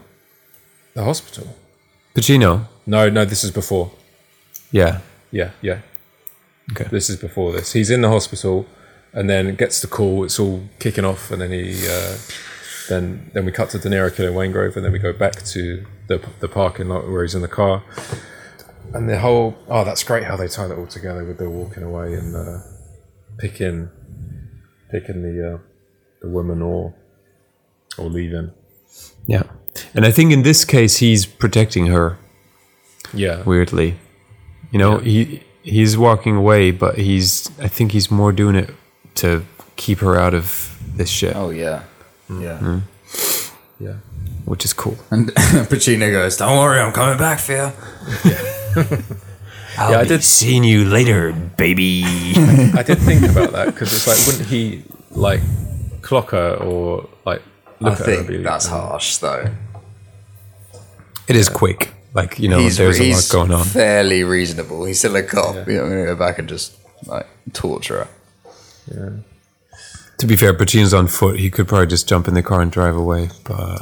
[SPEAKER 8] the hospital.
[SPEAKER 10] Pacino.
[SPEAKER 8] No, no, this is before.
[SPEAKER 10] Yeah.
[SPEAKER 8] Yeah, yeah.
[SPEAKER 10] Okay.
[SPEAKER 8] This is before this. He's in the hospital, and then gets the call. It's all kicking off, and then he, uh, then then we cut to De Niro killing Wayne Grove, and then we go back to the the parking lot where he's in the car, and the whole. Oh, that's great how they tied it all together with the walking away and uh, picking, picking the uh, the woman or or leaving.
[SPEAKER 10] Yeah. And I think in this case he's protecting her.
[SPEAKER 8] Yeah.
[SPEAKER 10] Weirdly. You know, he he's walking away, but he's I think he's more doing it to keep her out of this shit.
[SPEAKER 5] Oh yeah, yeah.
[SPEAKER 10] Mm.
[SPEAKER 8] Yeah.
[SPEAKER 10] Which is cool.
[SPEAKER 5] And *laughs* Pacino goes, "Don't worry, I'm coming back for you."
[SPEAKER 10] I'll yeah, I did seeing you later, baby.
[SPEAKER 8] I did think about that because it's like, wouldn't he like clock her or like look at her?
[SPEAKER 5] think
[SPEAKER 8] and be-
[SPEAKER 5] that's harsh, though.
[SPEAKER 10] It is quick. Like, you know,
[SPEAKER 5] He's-
[SPEAKER 10] there's a lot
[SPEAKER 5] he's
[SPEAKER 10] going on.
[SPEAKER 5] Fairly reasonable. He's still a cop. You're not going to go back and just like torture her.
[SPEAKER 8] Yeah.
[SPEAKER 10] To be fair, Pacino's on foot. He could probably just jump in the car and drive away, but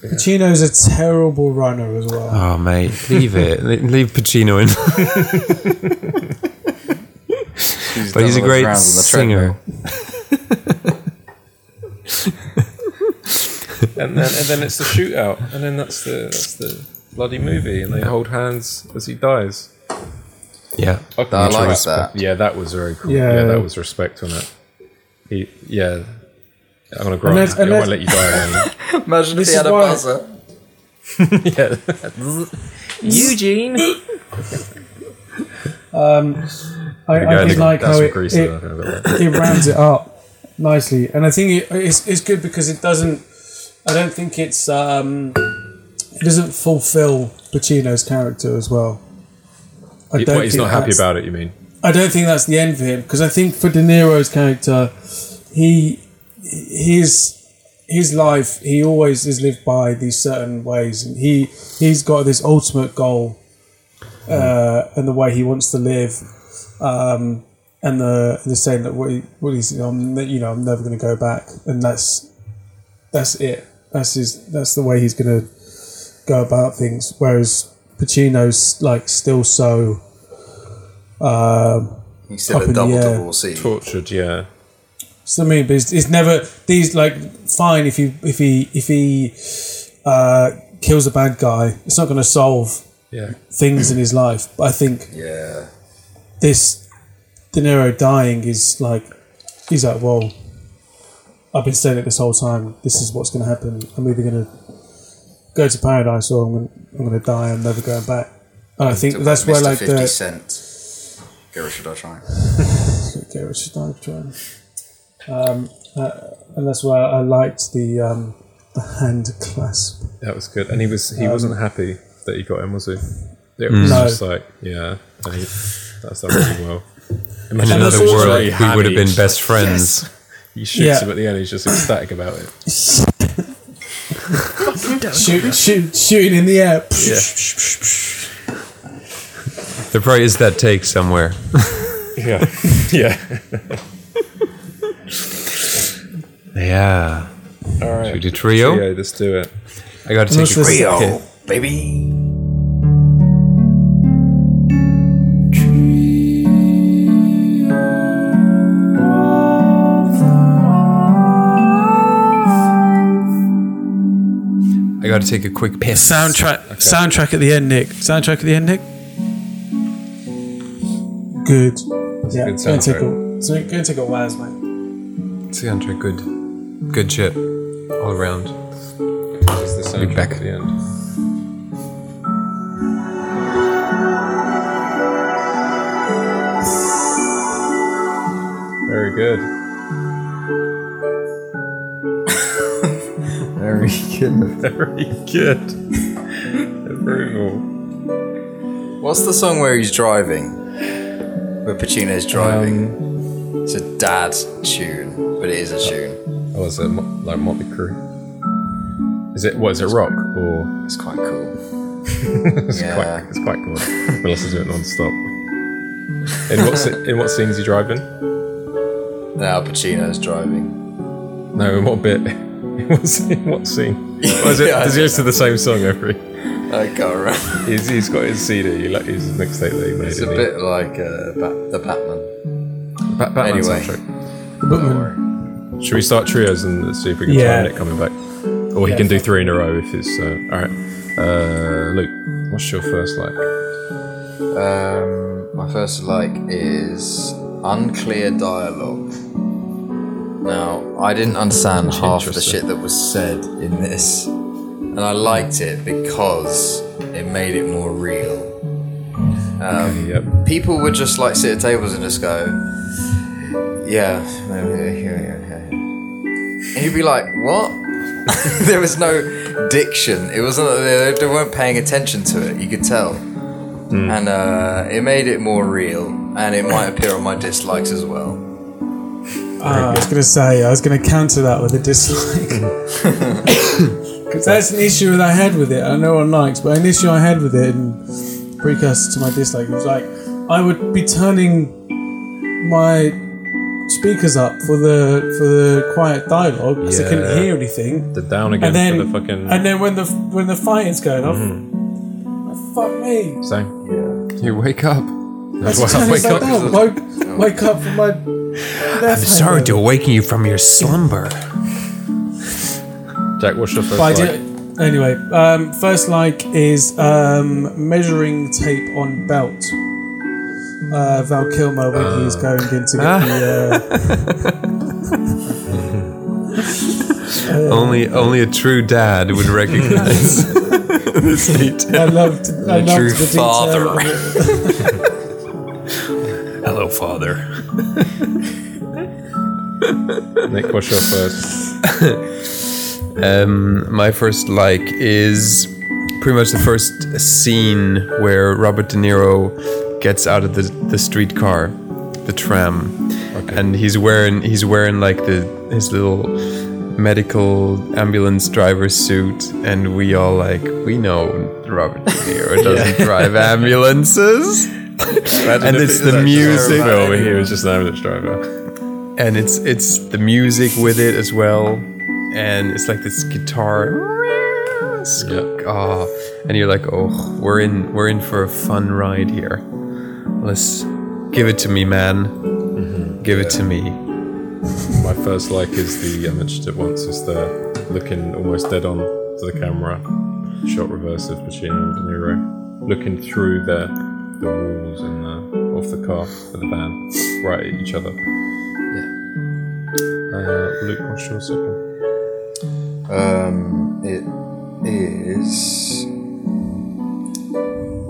[SPEAKER 6] Pacino's a terrible runner as well.
[SPEAKER 10] Oh mate, leave it. Le- leave Pacino in. but he's a
[SPEAKER 5] done all those
[SPEAKER 10] great
[SPEAKER 5] rounds on the
[SPEAKER 10] singer.
[SPEAKER 8] and then and then it's the shootout, and then that's the that's the bloody movie, and they hold hands as he dies.
[SPEAKER 10] Yeah,
[SPEAKER 8] Okay.
[SPEAKER 5] I like
[SPEAKER 8] Respect.
[SPEAKER 5] that.
[SPEAKER 8] Yeah, that was very cool.
[SPEAKER 6] Yeah.
[SPEAKER 8] Yeah, that was respect on it. He, yeah, I'm gonna grow.
[SPEAKER 6] And
[SPEAKER 8] up.
[SPEAKER 6] that's-
[SPEAKER 8] I
[SPEAKER 6] and
[SPEAKER 8] won't
[SPEAKER 6] that's-
[SPEAKER 8] let
[SPEAKER 6] *laughs*
[SPEAKER 8] you die.
[SPEAKER 5] Imagine
[SPEAKER 6] This
[SPEAKER 5] if
[SPEAKER 6] is
[SPEAKER 5] he had a
[SPEAKER 6] why-
[SPEAKER 5] buzzer.
[SPEAKER 8] Again.
[SPEAKER 5] Eugene.
[SPEAKER 6] Um, I,
[SPEAKER 8] There you go,
[SPEAKER 6] I did
[SPEAKER 8] the-
[SPEAKER 6] like
[SPEAKER 8] that's
[SPEAKER 6] how
[SPEAKER 8] some
[SPEAKER 6] it,
[SPEAKER 8] grease
[SPEAKER 6] it,
[SPEAKER 8] there, I don't know.
[SPEAKER 6] *coughs* it rounds it up nicely, and I think it, it's, it's good because it doesn't. I don't think it's um, it doesn't fulfill Pacino's character as well. I
[SPEAKER 8] He-
[SPEAKER 6] don't
[SPEAKER 8] what, he's
[SPEAKER 6] think
[SPEAKER 8] not happy
[SPEAKER 6] that's-
[SPEAKER 8] about it. You mean?
[SPEAKER 6] I don't think that's the end for him because I think for De Niro's character, he his his life he always is lived by these certain ways, and he he's got this ultimate goal, uh, and the way he wants to live, um, and the the saying that what he, what he's you know, I'm, ne- you know I'm never going to go back, and that's that's it. That's his that's the way he's going to go about things. Whereas Pacino's like still so. Um,
[SPEAKER 5] He's still
[SPEAKER 6] up in
[SPEAKER 5] a
[SPEAKER 6] the
[SPEAKER 5] double
[SPEAKER 6] air.
[SPEAKER 5] divorcee.
[SPEAKER 8] Tortured. Yeah.
[SPEAKER 6] So I mean, but it's, it's never these like fine if you if he if he uh, kills a bad guy, it's not going to solve
[SPEAKER 8] Yeah.
[SPEAKER 6] things in his life. But I think
[SPEAKER 7] yeah,
[SPEAKER 6] this De Niro dying is like he's like, well, I've been saying it this whole time. This is what's going to happen. I'm either going to go to paradise or I'm going to, I'm going to die. I'm never going back. And I think
[SPEAKER 7] Talk
[SPEAKER 6] that's
[SPEAKER 7] about
[SPEAKER 6] where
[SPEAKER 7] Mr.
[SPEAKER 6] like
[SPEAKER 7] 50
[SPEAKER 6] the
[SPEAKER 7] Cent. Get Richard R. Trying.
[SPEAKER 6] Okay, Richard Dive Train. Um, uh, and that's why I liked the um, the hand clasp.
[SPEAKER 8] That was good. And he was he
[SPEAKER 6] Um,
[SPEAKER 8] wasn't happy that he got him, was he? It
[SPEAKER 6] Mm.
[SPEAKER 8] was
[SPEAKER 6] No.
[SPEAKER 8] just like yeah, and he, that's done really well.
[SPEAKER 10] In another
[SPEAKER 8] that's
[SPEAKER 10] world,
[SPEAKER 8] really
[SPEAKER 10] we would have been
[SPEAKER 8] He's
[SPEAKER 10] best
[SPEAKER 8] like,
[SPEAKER 10] friends.
[SPEAKER 8] "Yes." He shoots
[SPEAKER 6] Yeah.
[SPEAKER 8] him at the end. He's just ecstatic about it.
[SPEAKER 6] Shoot, shoot, shooting in the air.
[SPEAKER 10] Yeah. There probably is that take somewhere.
[SPEAKER 7] *laughs*
[SPEAKER 8] yeah. Yeah.
[SPEAKER 10] Yeah.
[SPEAKER 8] All right.
[SPEAKER 10] Should we do trio?
[SPEAKER 8] Trio, let's do it.
[SPEAKER 10] I got to
[SPEAKER 8] Unless
[SPEAKER 10] take a
[SPEAKER 8] there's-
[SPEAKER 10] quick
[SPEAKER 8] okay.
[SPEAKER 7] baby.
[SPEAKER 10] I got to take a quick piss.
[SPEAKER 6] Soundtrack, soundtrack at the end, Nick. Soundtrack at the end, Nick. Good. yeah, go
[SPEAKER 10] good
[SPEAKER 6] and take
[SPEAKER 10] soundtrack.
[SPEAKER 6] a, so go and take a whiz, mate.
[SPEAKER 10] Soundtrack, good, good shit, all around. Be back at the
[SPEAKER 8] end. Very
[SPEAKER 7] *laughs*
[SPEAKER 8] good.
[SPEAKER 7] Very good.
[SPEAKER 8] *laughs* Very good. Brutal.
[SPEAKER 7] What's the song where he's driving? Where Pacino's driving.
[SPEAKER 8] Um,
[SPEAKER 7] it's a dad tune, but it is a tune.
[SPEAKER 8] Oh, is it Mo- like Motley Crue? Is it what is it rock or? *laughs*
[SPEAKER 7] It's quite cool.
[SPEAKER 8] it's
[SPEAKER 7] Yeah.
[SPEAKER 8] quite it's quite cool.
[SPEAKER 7] *laughs*
[SPEAKER 8] We listen to it non-stop. In what se- in what scenes you driving?
[SPEAKER 7] Now Pacino's driving.
[SPEAKER 8] No, in what bit? *laughs* In what scene? in What scene? Or Oh, *laughs* is it,
[SPEAKER 7] Yeah, *laughs* I
[SPEAKER 8] does he
[SPEAKER 7] don't
[SPEAKER 8] listen to the same song every?
[SPEAKER 7] I can't remember.
[SPEAKER 8] He's, he's got his CD. He like his mixtape that he made.
[SPEAKER 7] It's a
[SPEAKER 8] didn't he?
[SPEAKER 7] bit like uh, Bat- the Batman.
[SPEAKER 8] Ba- Batman
[SPEAKER 7] Anyway.
[SPEAKER 8] soundtrack.
[SPEAKER 6] Don't
[SPEAKER 8] worry. Should we start trios and see if we can
[SPEAKER 6] Yeah.
[SPEAKER 8] time Nick coming back? Or he
[SPEAKER 6] Yeah,
[SPEAKER 8] can do three in a row if it's. Uh, Alright. Uh, Luke, what's your first like?
[SPEAKER 7] Um, my first like is unclear dialogue. Now, I didn't understand half of the shit that was said in this, and I liked it because it made it more real. Um, People would just like sit at tables and just go, "Yeah, maybe here, here, here." And you'd be like, "What?" *laughs* there was no diction. It wasn't. They they weren't paying attention to it. You could tell
[SPEAKER 10] Hmm.
[SPEAKER 7] and uh, it made it more real. And it might appear on my dislikes as well.
[SPEAKER 6] Ah, I was gonna say, I was gonna counter that with a dislike. Because that's an issue that I had with it. I know one likes, but an issue I had with it, and precursor to my dislike, it was like I would be turning my speakers up for the for the quiet dialogue because I couldn't hear anything.
[SPEAKER 8] The down
[SPEAKER 6] and
[SPEAKER 8] again
[SPEAKER 6] then
[SPEAKER 8] for the fucking.
[SPEAKER 6] and then when the when the fighting's going off, fuck me.
[SPEAKER 8] Same.
[SPEAKER 10] Yeah. You wake up.
[SPEAKER 6] That's the time it's like, oh, woke, wake up from my.
[SPEAKER 10] I'm sorry to awaken you from your slumber.
[SPEAKER 8] Jack, what's your first
[SPEAKER 6] But I
[SPEAKER 8] like?
[SPEAKER 6] did, anyway, um, first like is um, measuring tape on belt. Uh, Val Kilmer when he's going in to get the. Uh, uh,
[SPEAKER 10] Only, only a true dad would recognize *laughs* this detail.
[SPEAKER 6] uh, I loved. I
[SPEAKER 10] A
[SPEAKER 6] loved
[SPEAKER 10] true
[SPEAKER 6] the detail
[SPEAKER 10] father.
[SPEAKER 6] of it.
[SPEAKER 10] Hello, father.
[SPEAKER 8] Nick, what's your *laughs* first?
[SPEAKER 10] um, my first like is pretty much the first scene where Robert De Niro gets out of the, the streetcar, the tram, and he's wearing he's wearing like the his little medical ambulance driver suit, and we all like we know Robert De *laughs* Niro doesn't drive ambulances. and
[SPEAKER 8] if
[SPEAKER 10] it's
[SPEAKER 8] it was
[SPEAKER 10] the
[SPEAKER 8] actually a
[SPEAKER 10] music.
[SPEAKER 8] film and he was just an ambulance driver.
[SPEAKER 10] and it's it's the music with it as well, and it's like this guitar. Ah, and you're like, oh, we're in we're in for a fun ride here. Let's give it to me, man. Give it to me.
[SPEAKER 8] My first like is the I mentioned it once is the looking almost dead on to the camera shot reverse of Pacino and De Niro. looking through the the walls and the, of the car of the van, right at each other. Yeah. Uh, Luke, what's your second?
[SPEAKER 7] Um, it is.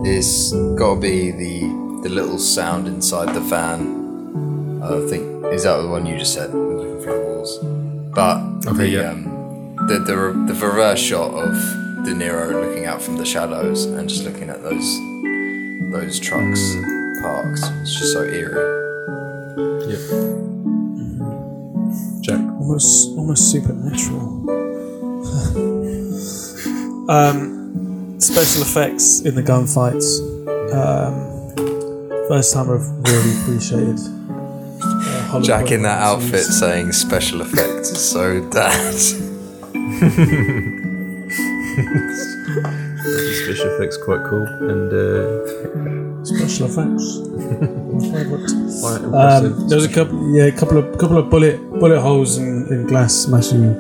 [SPEAKER 7] It's gotta be the the little sound inside the van. I think is that the one you just said? We're looking through the walls, but the um, the, the the reverse shot of De Niro looking out from the shadows and just looking at those those trucks parked. It's just so eerie.
[SPEAKER 8] Jack.
[SPEAKER 6] Almost, almost supernatural. *laughs* um, special effects in the gunfights. Um, first time I've really appreciated. uh, Hollywood
[SPEAKER 7] Jack in that
[SPEAKER 6] productions.
[SPEAKER 7] outfit saying special effects is so *laughs* dad.
[SPEAKER 20] Special effects quite cool, and uh,
[SPEAKER 6] Special
[SPEAKER 10] *laughs*
[SPEAKER 6] effects.
[SPEAKER 20] Quite impressive.
[SPEAKER 6] Um, there was a couple, yeah, a couple of couple of bullet bullet holes in, in glass smashing.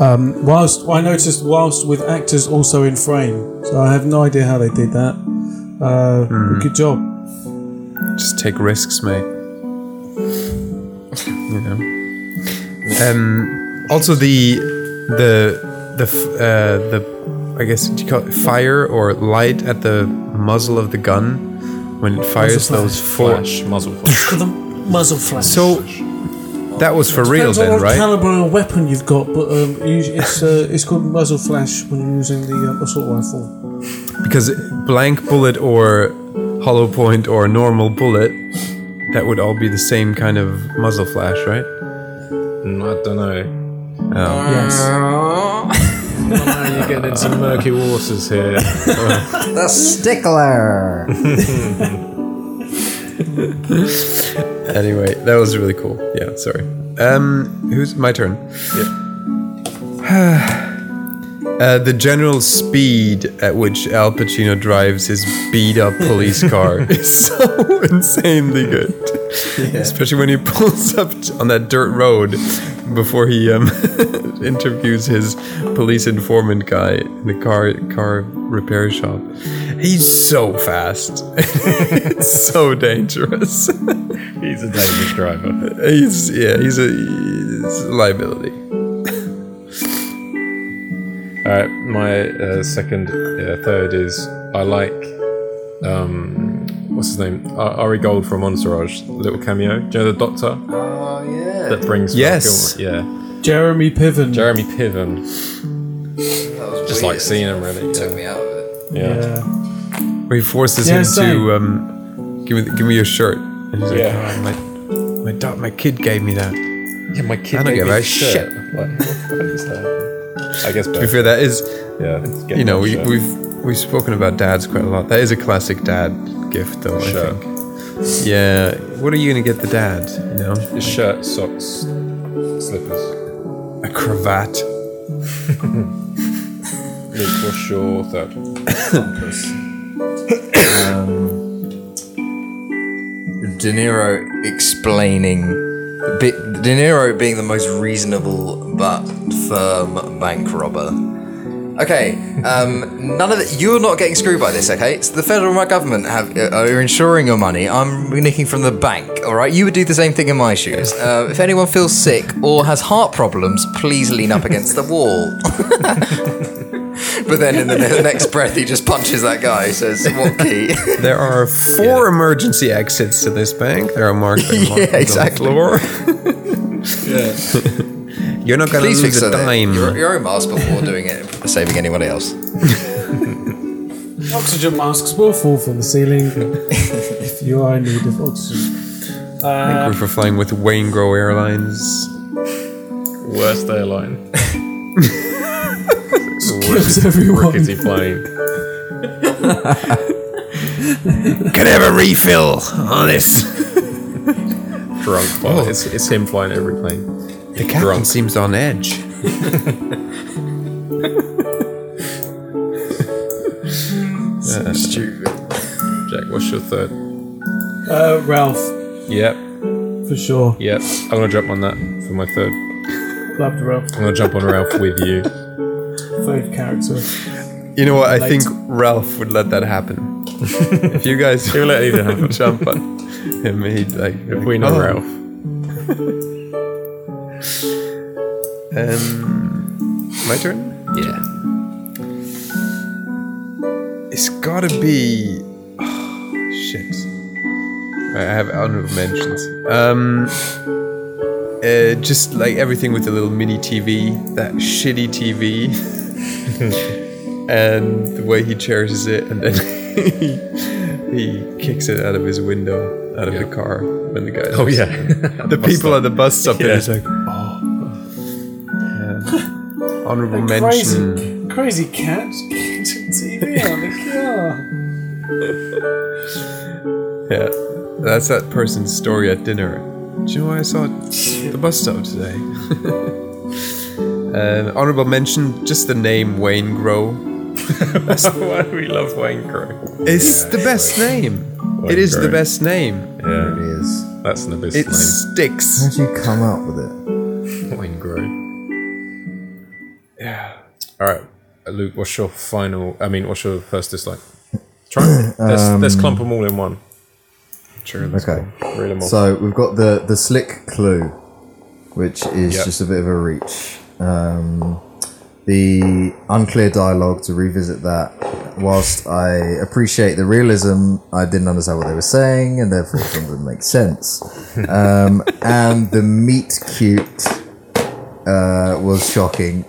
[SPEAKER 6] Um, whilst I noticed, whilst with actors also in frame, so I have no idea how they did that. Uh,
[SPEAKER 10] Hmm.
[SPEAKER 6] Good job.
[SPEAKER 10] Just take risks, mate. you know. Um, also the the the f- uh, the I guess do you call it fire or light at the muzzle of the gun when it fires
[SPEAKER 6] Muzzle
[SPEAKER 10] those
[SPEAKER 6] flash.
[SPEAKER 10] four
[SPEAKER 6] Flash,
[SPEAKER 10] muzzle
[SPEAKER 6] the muzzle flash.
[SPEAKER 10] So that was for real
[SPEAKER 6] Depends on
[SPEAKER 10] then,
[SPEAKER 6] what
[SPEAKER 10] right?
[SPEAKER 6] caliber of weapon you've got, but um, usu- it's uh, it's called muzzle flash when you're using the um, assault rifle.
[SPEAKER 10] Because blank bullet or hollow point or normal bullet, that would all be the same kind of muzzle flash, right?
[SPEAKER 8] Mm, I don't know.
[SPEAKER 10] Oh.
[SPEAKER 8] Oh, you're getting into murky waters here.
[SPEAKER 7] The stickler.
[SPEAKER 10] anyway, that was really cool. Yeah, sorry. Um, who's my turn? *sighs* Uh, the general speed at which Al Pacino drives his beat up police car is so insanely good. Especially when he pulls up t- on that dirt road before he um, *laughs* interviews his police informant guy in the car car repair shop. He's so fast. *laughs* it's so dangerous. *laughs*
[SPEAKER 8] he's a dangerous driver.
[SPEAKER 10] He's yeah, he's a, he's a liability.
[SPEAKER 8] All right, my uh, second, uh, third is I like, um, what's his name? Ar- Ari Gold from Entourage, little cameo. Do you know the Doctor? Oh yeah. That brings Val
[SPEAKER 10] Yes.
[SPEAKER 8] Kilmer- Yeah.
[SPEAKER 6] Jeremy Piven.
[SPEAKER 8] Jeremy Piven. Just like seeing him really. Took
[SPEAKER 7] me out of it.
[SPEAKER 8] Yeah.
[SPEAKER 10] Where he forces
[SPEAKER 8] Yeah,
[SPEAKER 10] him
[SPEAKER 8] same.
[SPEAKER 10] to um, give me give me your shirt. And he's like,
[SPEAKER 8] Yeah.
[SPEAKER 10] "Oh, my my do- my kid gave me that. Yeah,
[SPEAKER 8] my kid
[SPEAKER 10] I don't
[SPEAKER 8] gave
[SPEAKER 10] give
[SPEAKER 8] me
[SPEAKER 10] a
[SPEAKER 8] the shirt.
[SPEAKER 10] shit.
[SPEAKER 8] Like, what is that? I guess.
[SPEAKER 10] To be fair, that is.
[SPEAKER 8] Yeah.
[SPEAKER 10] You know,
[SPEAKER 8] that
[SPEAKER 10] we,
[SPEAKER 8] shirt.
[SPEAKER 10] we've we've spoken about dads quite a lot. That is a classic dad gift, though.
[SPEAKER 8] Shirt.
[SPEAKER 10] I think. Yeah. What are you gonna get the dad? You know,
[SPEAKER 8] His shirt, socks, slippers.
[SPEAKER 10] a cravat.
[SPEAKER 8] Luke, what's your third?
[SPEAKER 7] De Niro explaining the bit De Niro being the most reasonable but firm bank robber. Okay, um, none of it. You're not getting screwed by this, okay? It's the federal government have uh, are insuring your money. I'm nicking from the bank, all right? You would do the same thing in my shoes. Uh, if anyone feels sick or has heart problems, please lean up against the wall. *laughs* but then in the ne- next breath, he just punches that guy. He says, "What key?" *laughs*
[SPEAKER 10] There
[SPEAKER 8] *laughs*
[SPEAKER 10] are four emergency exits to this bank. There are marked
[SPEAKER 8] *laughs*
[SPEAKER 10] by
[SPEAKER 7] Yeah,
[SPEAKER 10] markings
[SPEAKER 7] exactly.
[SPEAKER 10] on the floor. You're not gonna
[SPEAKER 7] Please
[SPEAKER 10] lose
[SPEAKER 7] fix
[SPEAKER 10] a
[SPEAKER 7] that there.
[SPEAKER 10] dime.
[SPEAKER 7] Your, your own mask before doing *laughs* it, saving anyone else.
[SPEAKER 6] Oxygen masks will fall from the ceiling if you are in need of oxygen.
[SPEAKER 10] I think
[SPEAKER 6] Uh,
[SPEAKER 10] we're for flying with Wayne Grow Airlines.
[SPEAKER 8] Worst airline.
[SPEAKER 6] Kills everyone.
[SPEAKER 8] Rickety plane.
[SPEAKER 10] Can I have a refill on this?
[SPEAKER 8] Drunk. Well, it's, it's him flying every plane.
[SPEAKER 10] The captain seems on edge.
[SPEAKER 8] Stupid. Jack, what's your third?
[SPEAKER 6] uh, Ralph,
[SPEAKER 8] Yep.
[SPEAKER 6] for sure.
[SPEAKER 8] Yep. I'm gonna jump on that for my third.
[SPEAKER 6] Love the Ralph.
[SPEAKER 8] I'm gonna jump on Ralph with you.
[SPEAKER 6] Third character.
[SPEAKER 10] You know what? I
[SPEAKER 21] Late.
[SPEAKER 10] think Ralph would let that *laughs* happen. if you guys
[SPEAKER 8] He'll let anything happen.
[SPEAKER 10] *laughs* jump on him, he'd like. "Oh, If
[SPEAKER 8] we know Ralph.
[SPEAKER 10] Um, my turn. Yeah. It's gotta be. *sighs* shit. Right, I have honorable mentions. Um, uh, just like everything with the little mini TV, that shitty TV, *laughs* and the way he cherishes it, and then *laughs* he, he kicks it out of his window, out of the car when the guy.
[SPEAKER 8] Oh,
[SPEAKER 10] *laughs*
[SPEAKER 8] yeah. *laughs*
[SPEAKER 10] the
[SPEAKER 8] Bus
[SPEAKER 10] people
[SPEAKER 8] stop.
[SPEAKER 10] at the bus stop.
[SPEAKER 8] Yeah.
[SPEAKER 10] They're just like,
[SPEAKER 8] *laughs*
[SPEAKER 10] oh. honorable mention.
[SPEAKER 21] Crazy, crazy cat catching TV on the car.
[SPEAKER 10] Yeah, that's that person's story at dinner. Do you know why I saw it at the bus stop today? *laughs* um, honorable mention, just the name Wayne Grow.
[SPEAKER 8] *laughs* Why do we love Wayne Crow?
[SPEAKER 10] It's the best name.
[SPEAKER 8] Wayne
[SPEAKER 10] it is
[SPEAKER 8] Grove.
[SPEAKER 10] the best name.
[SPEAKER 8] Yeah, it is. That's an abyss
[SPEAKER 10] It
[SPEAKER 8] name.
[SPEAKER 10] sticks. How'd you come up with it?
[SPEAKER 8] Wayne Grove. Yeah. All right, uh, Luke. What's your final? I mean, what's your first dislike? Try. let's, let's
[SPEAKER 22] Um,
[SPEAKER 8] clump them all in one. Sure. Let's
[SPEAKER 5] Okay.
[SPEAKER 8] go. Read them all.
[SPEAKER 5] So we've got the the slick clue, which is
[SPEAKER 8] Yep.
[SPEAKER 5] just a bit of a reach. Um, the unclear dialogue to revisit that. Whilst I appreciate the realism, I didn't understand what they were saying, and therefore it didn't make sense. Um, and the meet cute uh, was shocking.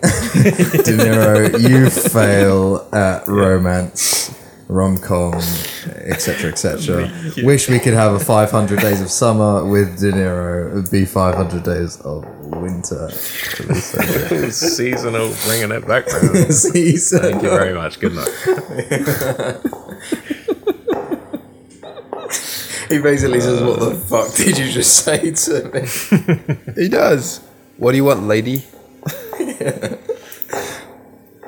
[SPEAKER 5] De Niro, you fail at romance, rom com, etc., etc. Wish we could have a 500 days of summer with De Niro. It would be 500 days of winter. *laughs*
[SPEAKER 8] Seasonal, bringing it back. round.
[SPEAKER 5] Seasonal.
[SPEAKER 8] Thank you very much. Good luck.
[SPEAKER 5] He basically says, "What the fuck did you just *laughs* say to me?"
[SPEAKER 10] he does. What do you
[SPEAKER 5] *laughs*
[SPEAKER 10] want, lady?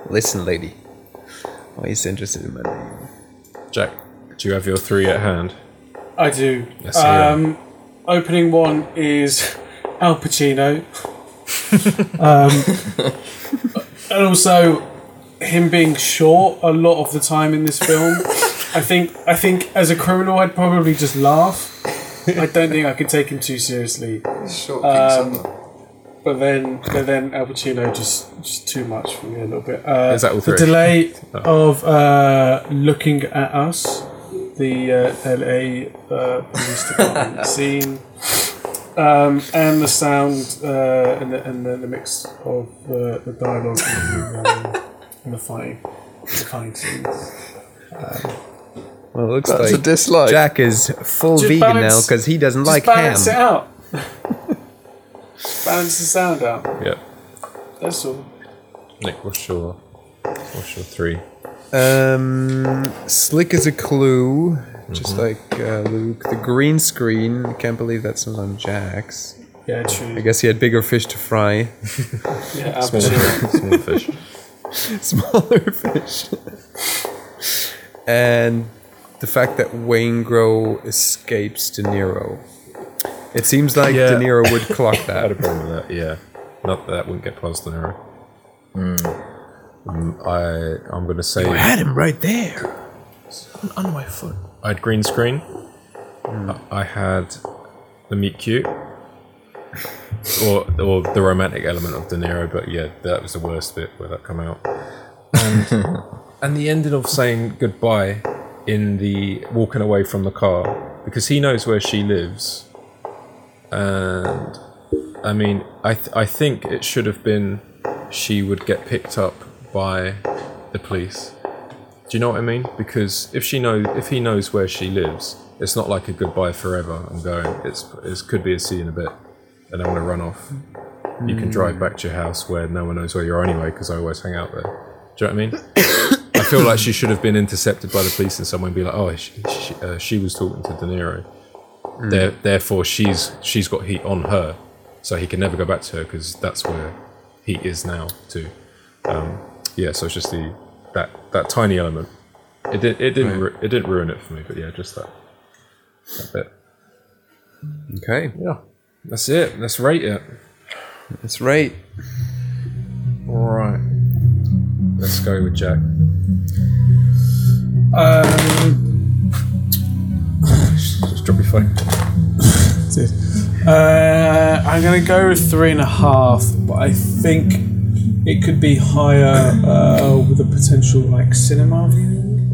[SPEAKER 10] Listen, lady. Why are you so interested in my name?
[SPEAKER 8] Jack, do you have your three at hand?
[SPEAKER 6] I do.
[SPEAKER 8] Yes, you
[SPEAKER 6] Um, opening one is Al Pacino. um, and also him being short a lot of the time in this film. I think I think as a criminal I'd probably just laugh. I don't think I could take him too seriously.
[SPEAKER 5] Short
[SPEAKER 6] um, but then but then Al Pacino just just too much for me a little bit. Uh,
[SPEAKER 8] Is that all
[SPEAKER 6] the
[SPEAKER 8] three? Oh.
[SPEAKER 6] delay of uh, looking at us, the uh, LA uh, police
[SPEAKER 23] *laughs*
[SPEAKER 6] department scene, um, and the sound uh, and, the, and the, the mix of uh, the dialogue and the, um, and the fighting, the fighting scenes. Um,
[SPEAKER 10] Well, it looks
[SPEAKER 6] That's
[SPEAKER 10] like
[SPEAKER 6] a dislike.
[SPEAKER 10] Jack is full
[SPEAKER 6] Just
[SPEAKER 10] vegan now
[SPEAKER 6] balance-
[SPEAKER 10] because he doesn't
[SPEAKER 6] just
[SPEAKER 10] like ham.
[SPEAKER 6] balance it out. *laughs* balance the sound out.
[SPEAKER 8] Yeah.
[SPEAKER 6] That's all.
[SPEAKER 8] Nick, what's your what's your three?
[SPEAKER 10] Um, slick as a clue, just like uh, Luke. The green screen. Can't believe that's not on Jack's.
[SPEAKER 6] Yeah, true.
[SPEAKER 10] I guess he had bigger fish to fry. *laughs*
[SPEAKER 6] Yeah,
[SPEAKER 10] Smaller
[SPEAKER 6] absolutely.
[SPEAKER 8] Small fish.
[SPEAKER 10] Smaller fish. and the fact that Wayne Grow escapes De Niro. It seems like
[SPEAKER 8] Yeah.
[SPEAKER 10] De Niro would *laughs* clock
[SPEAKER 8] I
[SPEAKER 10] that.
[SPEAKER 8] had a problem with that. Yeah, not that wouldn't get past the narrow. Um, I I'm gonna say
[SPEAKER 23] I had him right there. Under my foot.
[SPEAKER 8] I had green screen. I I had the meet cute, or or the romantic element of De Niro. But yeah, that was the worst bit where that come out. And and the ending of saying goodbye in the walking away from the car because he knows where she lives, and I mean I th- I think it should have been she would get picked up by the police. Do you know what I mean? Because if she knows, if he knows where she lives, it's not like a goodbye forever. I'm going. It's it could be a see you in a bit, and I want to run off. You can drive back to your house where no one knows where you are anyway, because I always hang out there. Do you know what I mean? I feel like she should have been intercepted by the police and someone be like, "Oh, she, she, uh, she was talking to De Niro. There, therefore, she's she's got heat on her, so he can never go back to her because that's where he is now too. Um, yeah, so it's just the that that tiny element. It did, it didn't ru- it didn't ruin it for me, but yeah, just that that bit.
[SPEAKER 10] Okay.
[SPEAKER 8] Yeah. That's it. Let's rate it.
[SPEAKER 10] Let's rate.
[SPEAKER 8] All right. Let's go with Jack.
[SPEAKER 6] Um,
[SPEAKER 8] Just drop your phone.
[SPEAKER 6] that's it. Uh, I'm gonna go with three and a half, but I think it could be higher uh, with a potential like cinema viewing.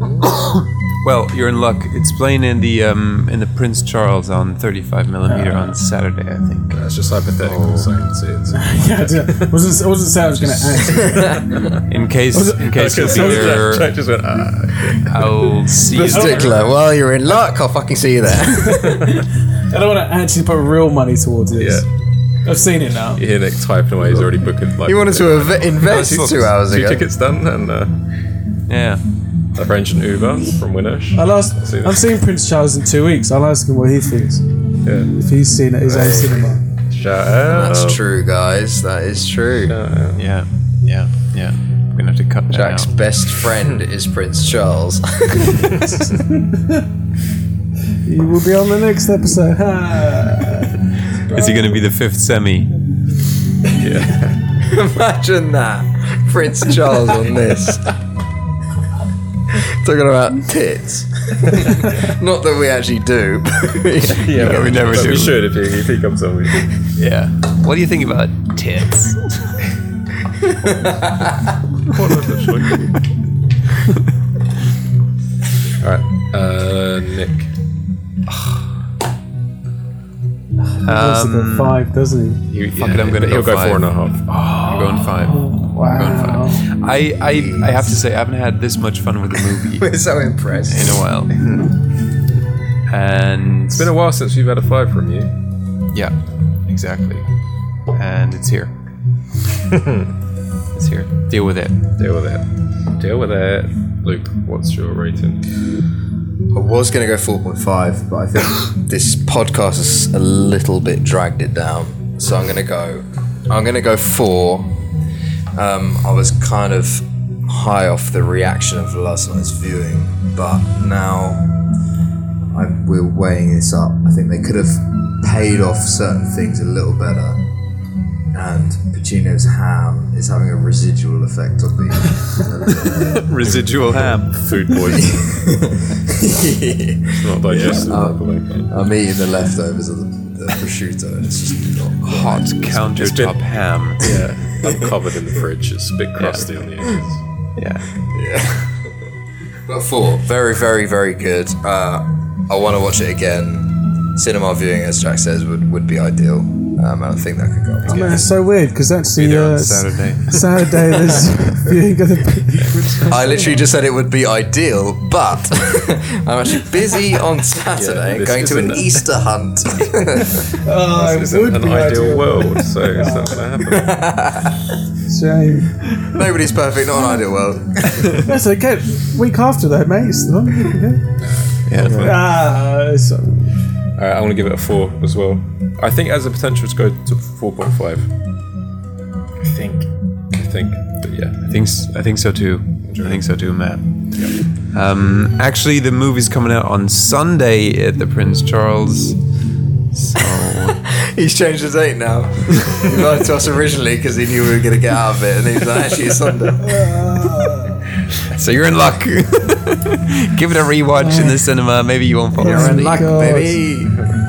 [SPEAKER 10] Well, you're in luck. It's playing in the um, in the Prince Charles on 35 millimeter on Saturday, I think.
[SPEAKER 8] That's just hypothetical.
[SPEAKER 6] *laughs*
[SPEAKER 8] So *laughs*
[SPEAKER 6] yeah, I did- I wasn't. I wasn't saying I was gonna act.
[SPEAKER 10] in case,
[SPEAKER 6] Was it-
[SPEAKER 10] in case
[SPEAKER 6] Okay,
[SPEAKER 10] you'll
[SPEAKER 6] so
[SPEAKER 10] be *laughs*
[SPEAKER 6] was that-
[SPEAKER 10] there,
[SPEAKER 6] Jack
[SPEAKER 8] just went,
[SPEAKER 10] I'll see you
[SPEAKER 7] But stickler,
[SPEAKER 10] there.
[SPEAKER 7] well, you're in luck. I'll fucking see you there.
[SPEAKER 6] *laughs* I don't want to actually put real money towards this. I've seen it now.
[SPEAKER 8] You hear Nick typing away. He's already booking. Like,
[SPEAKER 6] He wanted
[SPEAKER 7] *laughs*
[SPEAKER 6] to inve- invest two hours
[SPEAKER 8] two
[SPEAKER 6] ago.
[SPEAKER 8] tickets done, and uh,
[SPEAKER 10] yeah,
[SPEAKER 8] I've arranged an Uber from Winnish.
[SPEAKER 6] I'll ask, I've seen Prince Charles in two weeks. I'll ask him what he thinks.
[SPEAKER 8] Yeah.
[SPEAKER 6] If he's seen it at his own
[SPEAKER 7] Hey.
[SPEAKER 6] cinema.
[SPEAKER 8] Shout
[SPEAKER 7] That's true, guys. That is true.
[SPEAKER 10] Yeah, yeah, yeah. We're gonna have to cut that
[SPEAKER 7] Jack's
[SPEAKER 10] out.
[SPEAKER 7] best *laughs* friend is Prince *laughs* Charles.
[SPEAKER 6] He will be on the next episode. *laughs* Ha.
[SPEAKER 10] Is he gonna be the fifth semi?
[SPEAKER 8] Yeah.
[SPEAKER 7] Imagine that. Prince Charles on this. *laughs* Talking *laughs*
[SPEAKER 8] uh,
[SPEAKER 7] about tits. Not that we actually do. *laughs* but-
[SPEAKER 8] but
[SPEAKER 7] we never
[SPEAKER 8] but
[SPEAKER 7] do.
[SPEAKER 8] We should if he, if he comes on. We do.
[SPEAKER 10] Yeah. What do you think about tits?
[SPEAKER 8] All right, uh, Nick.
[SPEAKER 6] Goes to the Um, five, doesn't he?
[SPEAKER 10] Fuck it, I'm gonna
[SPEAKER 8] He'll go
[SPEAKER 10] five.
[SPEAKER 8] four and a half.
[SPEAKER 10] I'm going five. I'm going
[SPEAKER 6] Oh,
[SPEAKER 10] five. I, I, I have to say, I haven't had this much fun with a
[SPEAKER 7] *laughs*
[SPEAKER 10] movie.
[SPEAKER 7] We're so impressed.
[SPEAKER 10] in a while. and it's
[SPEAKER 8] been a while since we've had a five from you.
[SPEAKER 10] Yeah, exactly. And
[SPEAKER 7] *laughs*
[SPEAKER 10] it's here. it's here. Deal with it.
[SPEAKER 8] Deal with it. Deal with it. Luke, what's your rating?
[SPEAKER 7] I was going to go 4.5, but I think this podcast has a little bit dragged it down. So I'm going to go. I'm going to go four. Um, I was kind of high off the reaction of last night's viewing, but now I'm, we're weighing this up. I think they could have paid off certain things a little better, and Pacino's ham is having a residual effect on me. *laughs*
[SPEAKER 10] Residual ham.
[SPEAKER 8] Food poisoning. it's not digested properly.
[SPEAKER 7] I'm eating the leftovers of the, the prosciutto, and it's just not
[SPEAKER 10] Hot countertop ham.
[SPEAKER 8] Yeah, I'm covered in the fridge. It's a bit crusty *laughs* on the edges.
[SPEAKER 10] Yeah.
[SPEAKER 7] Yeah. but four, very, very, very good. Uh, I want to watch it again. Cinema viewing, as Jack says, would, would be ideal. Um, and I think that could go.
[SPEAKER 6] Oh, man, it's so weird because that's the uh,
[SPEAKER 10] Saturday.
[SPEAKER 6] Saturday. *laughs* There's viewing of the.
[SPEAKER 7] I literally just said it would be ideal, but *laughs* I'm actually busy on Saturday
[SPEAKER 8] Yeah, this
[SPEAKER 7] going to
[SPEAKER 8] isn't
[SPEAKER 7] an
[SPEAKER 8] it.
[SPEAKER 7] Easter
[SPEAKER 8] *laughs*
[SPEAKER 7] hunt.
[SPEAKER 6] Oh,
[SPEAKER 8] This
[SPEAKER 6] it
[SPEAKER 8] isn't
[SPEAKER 6] would
[SPEAKER 8] an
[SPEAKER 6] be
[SPEAKER 8] ideal,
[SPEAKER 6] ideal.
[SPEAKER 8] world, so it's not going to *laughs* happen.
[SPEAKER 6] Shame.
[SPEAKER 7] Nobody's perfect, not an ideal world.
[SPEAKER 6] That's okay. Week after though, mate. It's the one.
[SPEAKER 10] Yeah.
[SPEAKER 6] Ah, it's,
[SPEAKER 8] All right, I want to give it a four as well. I think it has the potential to go to 4.5. I think. I think. But yeah.
[SPEAKER 10] I think, s- I think so too. I think so too, Matt. Um, actually, the movie's coming out on Sunday at the Prince Charles. So.
[SPEAKER 7] *laughs* He's changed his date now. he lied to us originally because he knew we were going to get out of it, and he was like, actually, it's Sunday.
[SPEAKER 10] *laughs* So you're in luck. *laughs* Give it a rewatch in the cinema. Maybe you won't fall
[SPEAKER 7] You're in
[SPEAKER 10] asleep.
[SPEAKER 7] luck,
[SPEAKER 6] God.
[SPEAKER 7] baby.